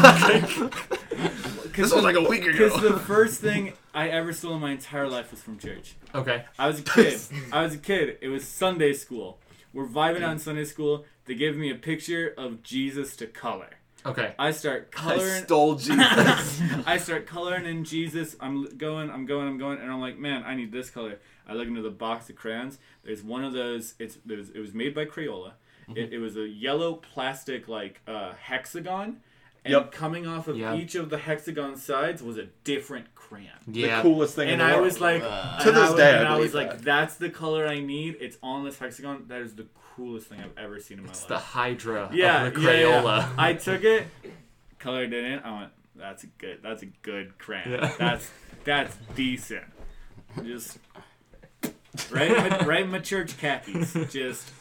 Speaker 3: This was like a week ago.
Speaker 2: Because the first thing I ever stole in my entire life was from church.
Speaker 1: okay.
Speaker 2: I was a kid. I was a kid. It was Sunday school. We're vibing on Sunday school. They give me a picture of Jesus to color.
Speaker 1: Okay.
Speaker 2: I start
Speaker 3: I
Speaker 2: coloring.
Speaker 3: stole Jesus.
Speaker 2: I start coloring in Jesus. I'm l- going, I'm going, I'm going, and I'm like, man, I need this color. I look into the box of crayons. There's one of those. It's it was, it was made by Crayola.
Speaker 3: Mm-hmm.
Speaker 2: It, it was a yellow plastic like uh, hexagon, and
Speaker 3: Yep.
Speaker 2: coming off of
Speaker 1: Yeah.
Speaker 2: each of the hexagon sides was a different crayon.
Speaker 1: Yeah.
Speaker 3: The coolest thing in
Speaker 2: And
Speaker 3: the
Speaker 2: I
Speaker 3: world.
Speaker 2: was like,
Speaker 1: Uh,
Speaker 3: To
Speaker 2: and I
Speaker 3: this
Speaker 2: was-
Speaker 3: day, I
Speaker 2: and I
Speaker 3: believe
Speaker 2: was like,
Speaker 3: that.
Speaker 2: that's the color I need. It's on this hexagon. That is the coolest thing I've ever seen in my
Speaker 1: It's
Speaker 2: life
Speaker 1: the Hydra
Speaker 2: yeah,
Speaker 1: of the
Speaker 2: yeah, yeah.
Speaker 1: Crayola.
Speaker 2: I took it, colored it in. I went, that's a good, that's a good crayon.
Speaker 1: Yeah.
Speaker 2: That's that's decent. Just right, in my, right in my church khakis. Just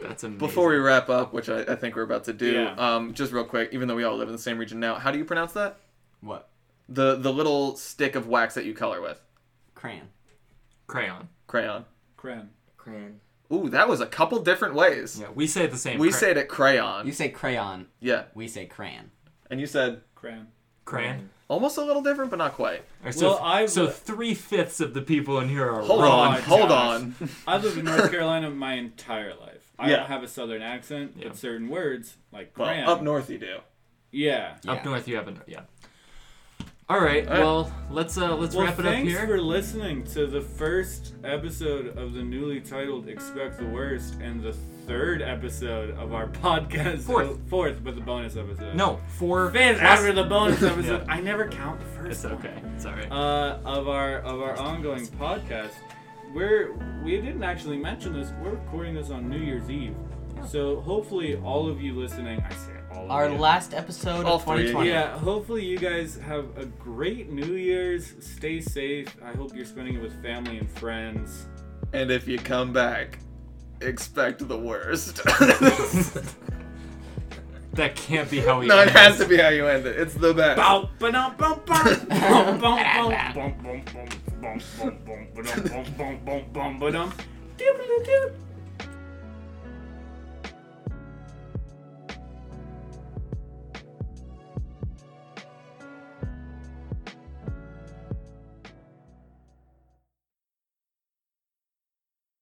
Speaker 1: That's amazing.
Speaker 3: Before we wrap up, which I, I think we're about to do,
Speaker 2: Yeah.
Speaker 3: um, just real quick, even though we all live in the same region now, how do you pronounce that?
Speaker 4: What?
Speaker 3: The the little stick of wax that you color with.
Speaker 4: Crayon.
Speaker 1: crayon.
Speaker 3: Crayon.
Speaker 2: crayon.
Speaker 5: Crayon.
Speaker 3: Ooh, that was a couple different ways.
Speaker 1: Yeah, we say it the same.
Speaker 3: We
Speaker 1: Cra-
Speaker 3: said it crayon.
Speaker 4: You say crayon.
Speaker 3: yeah.
Speaker 4: We say crayon.
Speaker 3: And you said
Speaker 2: Crayon.
Speaker 1: crayon.
Speaker 3: almost a little different, but not quite.
Speaker 1: Or So,
Speaker 2: Well, I
Speaker 1: so
Speaker 2: w-
Speaker 1: three fifths of the people in here are
Speaker 3: Hold
Speaker 1: wrong.
Speaker 3: on,
Speaker 2: my
Speaker 3: hold
Speaker 2: Oh, gosh.
Speaker 3: on.
Speaker 2: I've lived in North Carolina my entire life. I
Speaker 3: Yeah.
Speaker 2: don't have a Southern accent,
Speaker 1: Yeah.
Speaker 2: but certain words like
Speaker 3: Well,
Speaker 2: crayon.
Speaker 3: up north you do.
Speaker 2: yeah.
Speaker 4: Yeah.
Speaker 1: Up north, you haven't. Yeah. All right.
Speaker 3: right.
Speaker 1: Well, let's uh let's
Speaker 2: Well,
Speaker 1: wrap it up
Speaker 2: thanks
Speaker 1: here.
Speaker 2: for listening to the first episode of the newly titled "Expect the Worst" and the third episode of our podcast.
Speaker 1: Fourth.
Speaker 2: Oh, fourth, with the bonus episode.
Speaker 1: no, for
Speaker 2: fifth after the bonus episode.
Speaker 1: Yeah.
Speaker 2: I never count the first.
Speaker 1: It's
Speaker 2: one.
Speaker 1: okay. It's all right.
Speaker 2: Uh, of our of our ongoing podcast, we're we didn't actually mention this. We're recording this on New Year's Eve, so hopefully all of you listening. I say
Speaker 3: Oh,
Speaker 2: all of
Speaker 4: Our
Speaker 2: you.
Speaker 4: last episode
Speaker 3: All
Speaker 4: of
Speaker 3: three.
Speaker 4: 2020.
Speaker 2: Yeah, hopefully you guys have a great New Year's. Stay safe. I hope you're spending it with family and friends.
Speaker 3: And if you come back, expect the worst.
Speaker 1: That can't be how we.
Speaker 3: no, it
Speaker 1: end
Speaker 3: has
Speaker 1: this.
Speaker 3: to be how you end it. It's the best.
Speaker 2: Bow, ba-dum, bum, bum. Bum, bum, bum. Bum, bum, bum, bum, bum, bum, bum, bum, bum, bum, bum, bum, bum. Doodly-doo.